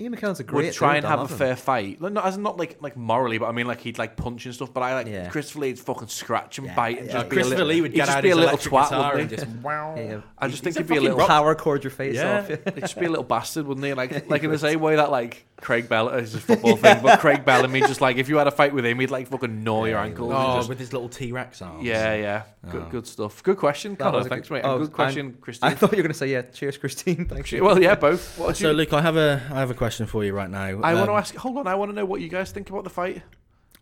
Speaker 2: Ian McKellen's a great.
Speaker 3: would try
Speaker 2: dude,
Speaker 3: and
Speaker 2: I
Speaker 3: have a
Speaker 2: love him.
Speaker 3: fair fight. Like, not, as in not like like morally, but I mean like he'd like punch and stuff. But I like
Speaker 2: Yeah.
Speaker 3: Christopher Lee'd fucking scratch and bite and
Speaker 2: yeah,
Speaker 3: just
Speaker 1: Like,
Speaker 3: be a
Speaker 1: Uh, Christopher
Speaker 3: little,
Speaker 1: Lee would
Speaker 3: he'd
Speaker 1: get
Speaker 3: just
Speaker 1: out
Speaker 3: be
Speaker 1: his
Speaker 3: a little
Speaker 1: electric
Speaker 3: twat,
Speaker 1: guitar
Speaker 3: wouldn't
Speaker 1: and
Speaker 3: he?
Speaker 1: just wow.
Speaker 2: Yeah, yeah.
Speaker 3: I just
Speaker 1: He's- he's
Speaker 3: think he'd be a
Speaker 1: fucking
Speaker 3: little
Speaker 1: rock-
Speaker 2: power cord your face
Speaker 1: Yeah.
Speaker 3: [laughs]
Speaker 2: off.
Speaker 3: It'd just be a little bastard, wouldn't he?
Speaker 2: [laughs]
Speaker 3: Like, like in the same way that like Craig Bell is a football thing, but Craig Bellamy just like if you had a fight with him, he'd like fucking gnaw your ankles. and
Speaker 1: Oh,
Speaker 3: just-
Speaker 1: with his little T Rex arms.
Speaker 3: yeah, yeah, good,
Speaker 1: Oh.
Speaker 3: good stuff. Good question, Connor.
Speaker 2: was a
Speaker 3: Thanks,
Speaker 2: good-
Speaker 3: mate.
Speaker 2: oh,
Speaker 3: and good
Speaker 2: and-
Speaker 3: question, Christine.
Speaker 2: [laughs] I thought you were gonna say yeah. Cheers, Christine. Thanks.
Speaker 3: She- [laughs] well,
Speaker 2: [laughs]
Speaker 3: yeah, both. What do
Speaker 1: So,
Speaker 3: you,
Speaker 1: Luke, I have a I have a question for you right now.
Speaker 3: I
Speaker 1: Um,
Speaker 3: want to ask. Hold on, I want to know what you guys think about the fight.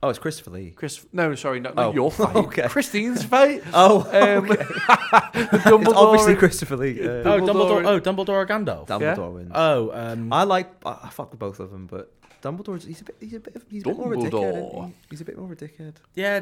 Speaker 2: Oh, it's Christopher Lee.
Speaker 3: Chris, no, sorry, not, not
Speaker 2: Oh, [laughs]
Speaker 3: your fight.
Speaker 2: okay.
Speaker 3: Christine's
Speaker 2: [laughs]
Speaker 3: fight.
Speaker 2: Oh,
Speaker 3: Um, [laughs] the
Speaker 2: it's
Speaker 3: Dumbledore
Speaker 2: obviously
Speaker 3: and-
Speaker 2: Christopher
Speaker 3: [laughs]
Speaker 2: Lee. Uh,
Speaker 1: Oh,
Speaker 3: Dumbledore-
Speaker 1: Dumbledore. Oh, Dumbledore or Gandalf.
Speaker 2: Dumbledore
Speaker 3: yeah.
Speaker 2: wins.
Speaker 1: oh, um,
Speaker 2: I like. I, I fuck with both of them, but Dumbledore's he's a bit. He's a bit. He's a bit more of a dickhead. isn't
Speaker 3: Dumbledore.
Speaker 2: he? He's a bit more of a dickhead.
Speaker 1: yeah,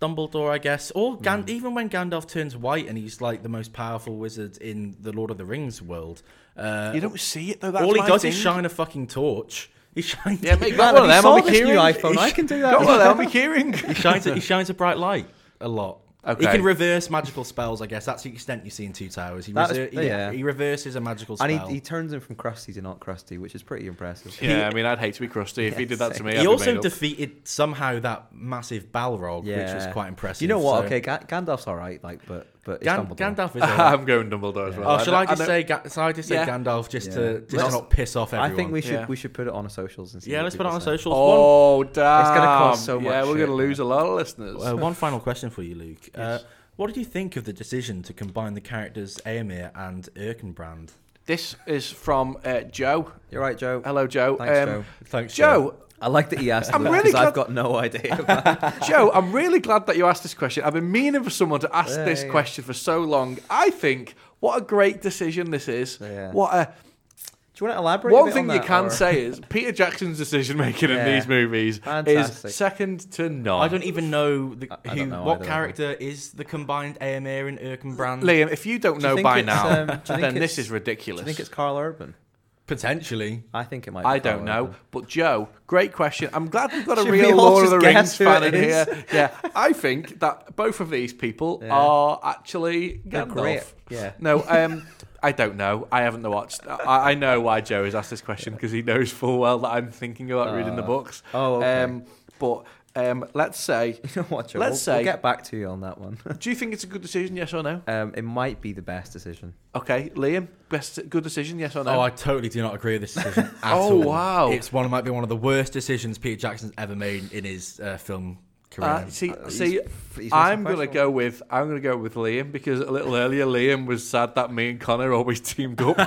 Speaker 1: Dumbledore, I guess. Or Gan-
Speaker 3: Hmm.
Speaker 1: even when Gandalf turns white and he's like the most powerful wizard in the Lord of the Rings world. Uh,
Speaker 3: You don't see it though. That's
Speaker 1: all he
Speaker 3: my
Speaker 1: does
Speaker 3: thing.
Speaker 1: is shine a fucking torch. He shines.
Speaker 3: Yeah, mate,
Speaker 2: Man,
Speaker 3: got one of
Speaker 2: if you
Speaker 3: them. I'll
Speaker 2: saw
Speaker 3: be
Speaker 2: this new
Speaker 3: Kieran. [laughs]
Speaker 2: iPhone, I can do that. [laughs]
Speaker 3: Got one of them. I'll be Kieran.
Speaker 1: he shines. a- he shines a bright light a lot. He
Speaker 3: Okay.
Speaker 1: can reverse magical spells, I guess. That's the extent you see in Two Towers. He,
Speaker 2: That's-
Speaker 1: reser- he-
Speaker 2: yeah.
Speaker 1: he reverses a magical spell.
Speaker 2: And he, he turns him from crusty to not crusty, which is pretty impressive.
Speaker 3: Yeah, I mean, I'd hate to be crusty if he
Speaker 2: Yeah,
Speaker 3: did that to me.
Speaker 2: same.
Speaker 3: I'd
Speaker 1: He
Speaker 3: be made
Speaker 1: also
Speaker 3: up.
Speaker 1: defeated somehow that massive Balrog, which was quite impressive.
Speaker 2: You know what?
Speaker 1: so-
Speaker 2: Okay, Ga- Gandalf's all right, like, but but it's
Speaker 1: Gan-
Speaker 2: Dumbledore.
Speaker 1: Gandalf
Speaker 3: [laughs]
Speaker 1: is. alright.
Speaker 3: I'm going Dumbledore as
Speaker 2: Yeah.
Speaker 3: well.
Speaker 1: oh, shall I,
Speaker 3: know-
Speaker 1: just
Speaker 3: know-
Speaker 1: say? Ga- shall I just say
Speaker 3: Yeah.
Speaker 1: Gandalf just
Speaker 2: Yeah.
Speaker 1: to just
Speaker 2: Let's-
Speaker 1: to not piss off everyone?
Speaker 2: I think we should
Speaker 3: Yeah.
Speaker 2: we should put it on our socials and see.
Speaker 1: yeah,
Speaker 2: what
Speaker 1: let's put it
Speaker 2: people
Speaker 1: on our
Speaker 2: say.
Speaker 1: socials. One-
Speaker 3: Oh, damn.
Speaker 2: It's gonna cost so
Speaker 3: Yeah,
Speaker 2: much
Speaker 3: we're
Speaker 2: shit,
Speaker 3: going to lose a lot of listeners.
Speaker 1: Uh, one final question for you, Luke. Uh,
Speaker 2: Yes.
Speaker 1: what did you think of the decision to combine the characters Aemir and Erkenbrand?
Speaker 3: this is from uh, Joe.
Speaker 2: You're right, Joe.
Speaker 3: Hello, Joe.
Speaker 2: Thanks,
Speaker 3: Um,
Speaker 2: Joe.
Speaker 1: Thanks,
Speaker 3: Joe,
Speaker 2: I like that he asked
Speaker 3: I'm
Speaker 2: because
Speaker 3: really glad-
Speaker 2: I've got no
Speaker 3: [laughs]
Speaker 2: idea. [laughs]
Speaker 3: Joe, I'm really glad that you asked this question. I've been meaning for someone to ask
Speaker 2: Yeah,
Speaker 3: this
Speaker 2: yeah.
Speaker 3: question for so long. I think what a great decision this is.
Speaker 2: Yeah.
Speaker 3: What a
Speaker 2: Do you want to elaborate? a
Speaker 3: one
Speaker 2: bit
Speaker 3: thing
Speaker 2: on
Speaker 3: you
Speaker 2: that,
Speaker 3: can
Speaker 2: or-
Speaker 3: say is Peter Jackson's decision
Speaker 2: [laughs]
Speaker 3: making
Speaker 2: Yeah.
Speaker 3: in these movies
Speaker 2: Fantastic.
Speaker 3: is second to none.
Speaker 1: I don't even know the,
Speaker 2: I- I
Speaker 1: who.
Speaker 2: don't know
Speaker 1: what
Speaker 2: either,
Speaker 1: character is the combined Aemir and Erkenbrand?
Speaker 3: Liam, if you don't
Speaker 2: Do you
Speaker 3: know
Speaker 2: think
Speaker 3: by
Speaker 2: it's,
Speaker 3: now,
Speaker 2: um, do you think
Speaker 3: [laughs] then this
Speaker 2: it's-
Speaker 3: is
Speaker 2: Do
Speaker 3: ridiculous.
Speaker 2: you think it's Carl Urban?
Speaker 1: Potentially.
Speaker 2: I think it might. Be
Speaker 3: I
Speaker 2: Karl
Speaker 3: don't know,
Speaker 2: Urban.
Speaker 3: but Joe, great question. I'm glad we've got a
Speaker 2: Should we
Speaker 3: real
Speaker 2: all
Speaker 3: Lord
Speaker 2: just
Speaker 3: of the Rings
Speaker 2: guess who
Speaker 3: fan
Speaker 2: it
Speaker 3: in
Speaker 2: is?
Speaker 3: here. [laughs] Yeah, I think that both of these people
Speaker 2: Yeah.
Speaker 3: are actually
Speaker 2: They're
Speaker 3: Gandalf.
Speaker 2: great. Yeah.
Speaker 3: No, um, I don't know. I haven't watched. I, I know why Joe has asked this question because he knows full well that I'm thinking about reading the
Speaker 2: Uh,
Speaker 3: books.
Speaker 2: oh, okay.
Speaker 3: Um, but um, let's say,
Speaker 2: [laughs]
Speaker 3: [laughs]
Speaker 2: You know what, Joe?
Speaker 3: Let's
Speaker 2: we'll,
Speaker 3: say-
Speaker 2: we'll get back to you on that one. [laughs]
Speaker 3: do you think it's a good decision? Yes or no?
Speaker 2: um, it might be the best decision.
Speaker 3: Okay, Liam, best good decision? Yes or no?
Speaker 1: Oh, I totally do not agree with this decision at
Speaker 3: Oh,
Speaker 1: all.
Speaker 3: wow.
Speaker 1: It's one might be one of the worst decisions Peter Jackson's ever made in his uh, film career.
Speaker 3: Uh, see,
Speaker 2: Uh, he's-
Speaker 3: see,
Speaker 2: he's made some
Speaker 3: I'm gonna
Speaker 2: questionable-
Speaker 3: go with I'm gonna go with Liam because a little earlier Liam was sad that me and Connor always
Speaker 2: [laughs]
Speaker 3: teamed up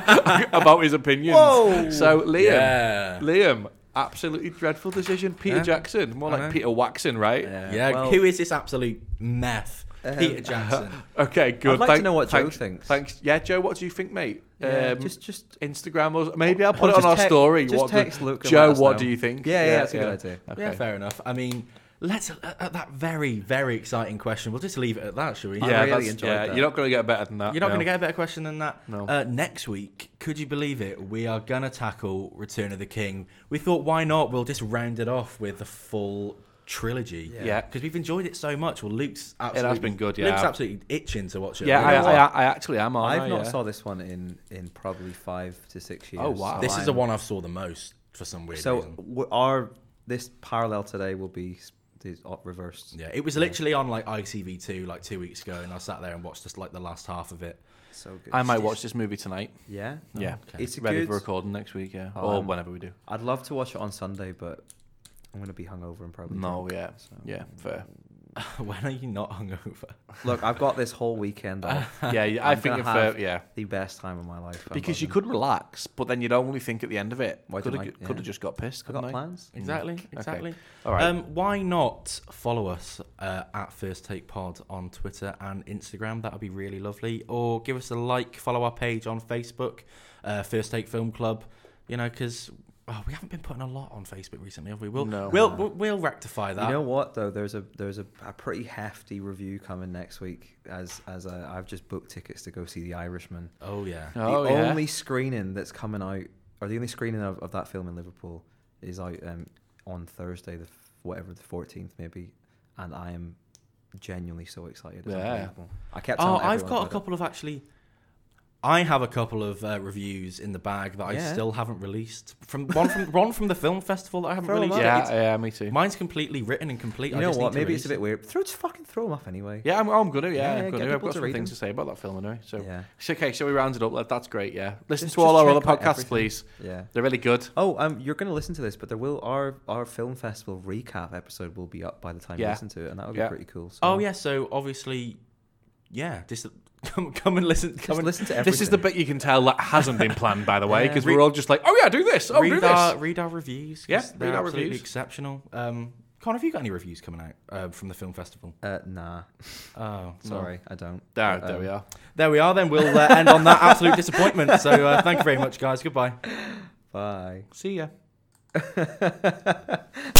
Speaker 3: about his opinions.
Speaker 2: Whoa!
Speaker 3: So Liam,
Speaker 1: Yeah.
Speaker 3: Liam, absolutely dreadful decision. Peter
Speaker 1: Yeah.
Speaker 3: Jackson, more
Speaker 1: I
Speaker 3: like
Speaker 1: know.
Speaker 3: Peter Waxon, right?
Speaker 1: yeah,
Speaker 2: well,
Speaker 1: who is this absolute meth?
Speaker 2: Um,
Speaker 3: Uh-huh.
Speaker 1: Peter Jackson.
Speaker 3: Okay, good.
Speaker 2: I'd like
Speaker 3: Thank-
Speaker 2: to know what Joe
Speaker 3: thanks-
Speaker 2: thinks.
Speaker 3: Thanks. Yeah, Joe, what do you think, mate?
Speaker 2: Yeah,
Speaker 3: um,
Speaker 2: just just
Speaker 3: Instagram or maybe I'll
Speaker 2: or
Speaker 3: put it on
Speaker 2: just
Speaker 3: our
Speaker 2: tec-
Speaker 3: story.
Speaker 2: just
Speaker 3: what do-
Speaker 2: text Luke and
Speaker 3: Joe,
Speaker 2: let us
Speaker 3: what
Speaker 2: know.
Speaker 3: do you think?
Speaker 2: Yeah, yeah, that's a good idea.
Speaker 3: [laughs] Okay.
Speaker 1: Yeah, fair enough. I mean, let's uh, at that very, very exciting question. We'll just leave it at that, shall we?
Speaker 2: I
Speaker 3: Yeah,
Speaker 2: really
Speaker 3: that's-
Speaker 2: enjoyed
Speaker 3: yeah,
Speaker 2: that.
Speaker 3: You're not going to get better than that.
Speaker 1: You're not
Speaker 3: no.
Speaker 1: going to get a better question than that.
Speaker 3: No.
Speaker 1: Uh, next week, could you believe it? We are going to tackle Return of the King. We thought, why not? We'll just round it off with the full trilogy.
Speaker 2: Yeah.
Speaker 3: Yeah.
Speaker 1: Because we've enjoyed it so much. Well, Luke's absolutely.
Speaker 3: been
Speaker 1: Luke's
Speaker 3: good, yeah.
Speaker 1: absolutely itching to watch it.
Speaker 3: Yeah, I,
Speaker 1: Really.
Speaker 3: I, I actually am. are
Speaker 2: I've not
Speaker 3: yeah.
Speaker 2: saw this one in in probably five to six years.
Speaker 3: Oh, wow.
Speaker 1: this is the
Speaker 2: I'm-
Speaker 1: one I've saw the most for some weird
Speaker 2: So
Speaker 1: reason.
Speaker 2: w- our this parallel today will be s- these uh, reversed.
Speaker 1: Yeah, it was literally on like ITV2 like two weeks ago, and I sat there and watched just like the last half of it.
Speaker 2: So good.
Speaker 3: I might watch this movie tonight.
Speaker 2: Yeah.
Speaker 3: Yeah,
Speaker 1: Okay.
Speaker 2: It's a
Speaker 3: ready for
Speaker 2: good.
Speaker 3: recording next week. Yeah,
Speaker 2: Oh,
Speaker 3: or
Speaker 2: um,
Speaker 3: whenever we do.
Speaker 2: I'd love to watch it on Sunday, but I'm gonna be hungover and probably.
Speaker 3: No,
Speaker 2: drunk,
Speaker 3: yeah,
Speaker 2: so.
Speaker 3: yeah,
Speaker 2: [laughs]
Speaker 3: fair.
Speaker 1: [laughs] when are you not hungover?
Speaker 2: Look, I've got this whole weekend
Speaker 3: [laughs]
Speaker 2: off.
Speaker 3: Yeah, yeah, I
Speaker 2: I'm
Speaker 3: think
Speaker 2: gonna
Speaker 3: if uh,
Speaker 2: have-
Speaker 3: yeah,
Speaker 2: the best time of my life. I'm
Speaker 3: because you
Speaker 2: buzzing.
Speaker 3: could relax, but then you'd only think at the end of it.
Speaker 2: Why
Speaker 3: could have
Speaker 2: didn't I-
Speaker 3: could
Speaker 2: yeah.
Speaker 3: have just got pissed.
Speaker 2: I
Speaker 3: Couldn't
Speaker 2: got
Speaker 3: I?
Speaker 2: plans.
Speaker 1: [laughs] Exactly,
Speaker 3: exactly.
Speaker 1: exactly.
Speaker 3: All right.
Speaker 1: Um, why not follow us uh, at First Take Pod on Twitter and Instagram? That would be really lovely. Or give us a like, follow our page on Facebook, uh, First Take Film Club. You know, because we haven't been putting a lot on Facebook recently, have we? We'll
Speaker 3: No.
Speaker 1: we'll, we'll we'll rectify that.
Speaker 2: You know what though? There's a there's a, a pretty hefty review coming next week. As as i I've just booked tickets to go see The Irishman.
Speaker 1: oh yeah.
Speaker 3: oh
Speaker 2: the
Speaker 3: yeah.
Speaker 2: only screening that's coming out, or the only screening of, of that film in Liverpool, is out um, on Thursday, the f- whatever the fourteenth maybe, and I am genuinely so excited. It's
Speaker 3: Yeah.
Speaker 2: unbelievable. I kept.
Speaker 1: Oh,
Speaker 2: telling
Speaker 1: I've
Speaker 2: everyone
Speaker 1: got a
Speaker 2: about it.
Speaker 1: couple of actually. I have a couple of uh, reviews in the bag that I
Speaker 2: Yeah.
Speaker 1: still haven't released. From one from one from the film festival that I haven't
Speaker 2: Throw 'em
Speaker 1: released.
Speaker 2: up.
Speaker 1: yet.
Speaker 3: yeah, yeah, me too.
Speaker 1: It's- mine's completely written and complete. I
Speaker 2: You know
Speaker 1: just
Speaker 2: what?
Speaker 1: Need to
Speaker 2: Maybe it's a
Speaker 1: release
Speaker 2: bit weird. Throw just fucking throw them off anyway.
Speaker 3: Yeah, I'm, I'm gonna. Yeah,
Speaker 2: Yeah,
Speaker 3: I'm
Speaker 2: yeah,
Speaker 3: gonna.
Speaker 2: get
Speaker 3: I've
Speaker 2: people
Speaker 3: got
Speaker 2: to
Speaker 3: some
Speaker 2: read
Speaker 3: things
Speaker 2: them.
Speaker 3: to say about that film anyway. So
Speaker 2: Yeah.
Speaker 3: It's okay, so we round it up. Like, that's great. Yeah, listen
Speaker 2: Just-
Speaker 3: to all
Speaker 2: just
Speaker 3: our other
Speaker 2: check out
Speaker 3: podcasts,
Speaker 2: everything.
Speaker 3: please.
Speaker 2: Yeah.
Speaker 3: They're really good.
Speaker 2: Oh, um, you're going to listen to this, but there will our our film festival recap episode will be up by the time
Speaker 3: Yeah.
Speaker 2: you listen to it, and that would be
Speaker 3: Yeah.
Speaker 2: pretty cool. So
Speaker 1: it. Oh yeah. So obviously, yeah. Just [laughs] come, come and listen. Come
Speaker 2: just
Speaker 1: and
Speaker 2: listen to everything.
Speaker 3: This is the bit you can tell that hasn't been planned, by the way,
Speaker 2: Yeah.
Speaker 3: because we're all just like, oh yeah, do this. Oh, do
Speaker 1: read
Speaker 3: this.
Speaker 1: our read our reviews. 'cause
Speaker 3: Yeah,
Speaker 1: they're
Speaker 3: read our
Speaker 1: absolutely
Speaker 3: reviews.
Speaker 1: exceptional. Um, Con, have you got any reviews coming out uh, from the film festival?
Speaker 2: Uh, nah,
Speaker 1: Oh,
Speaker 2: sorry, I don't.
Speaker 3: There,
Speaker 2: But,
Speaker 3: there
Speaker 2: um,
Speaker 3: we are.
Speaker 1: There we are. Then we'll uh, end on that [laughs] absolute disappointment.
Speaker 2: um,
Speaker 1: So uh, thank you very much, guys. Goodbye.
Speaker 2: [laughs] Bye. [laughs]
Speaker 3: See ya.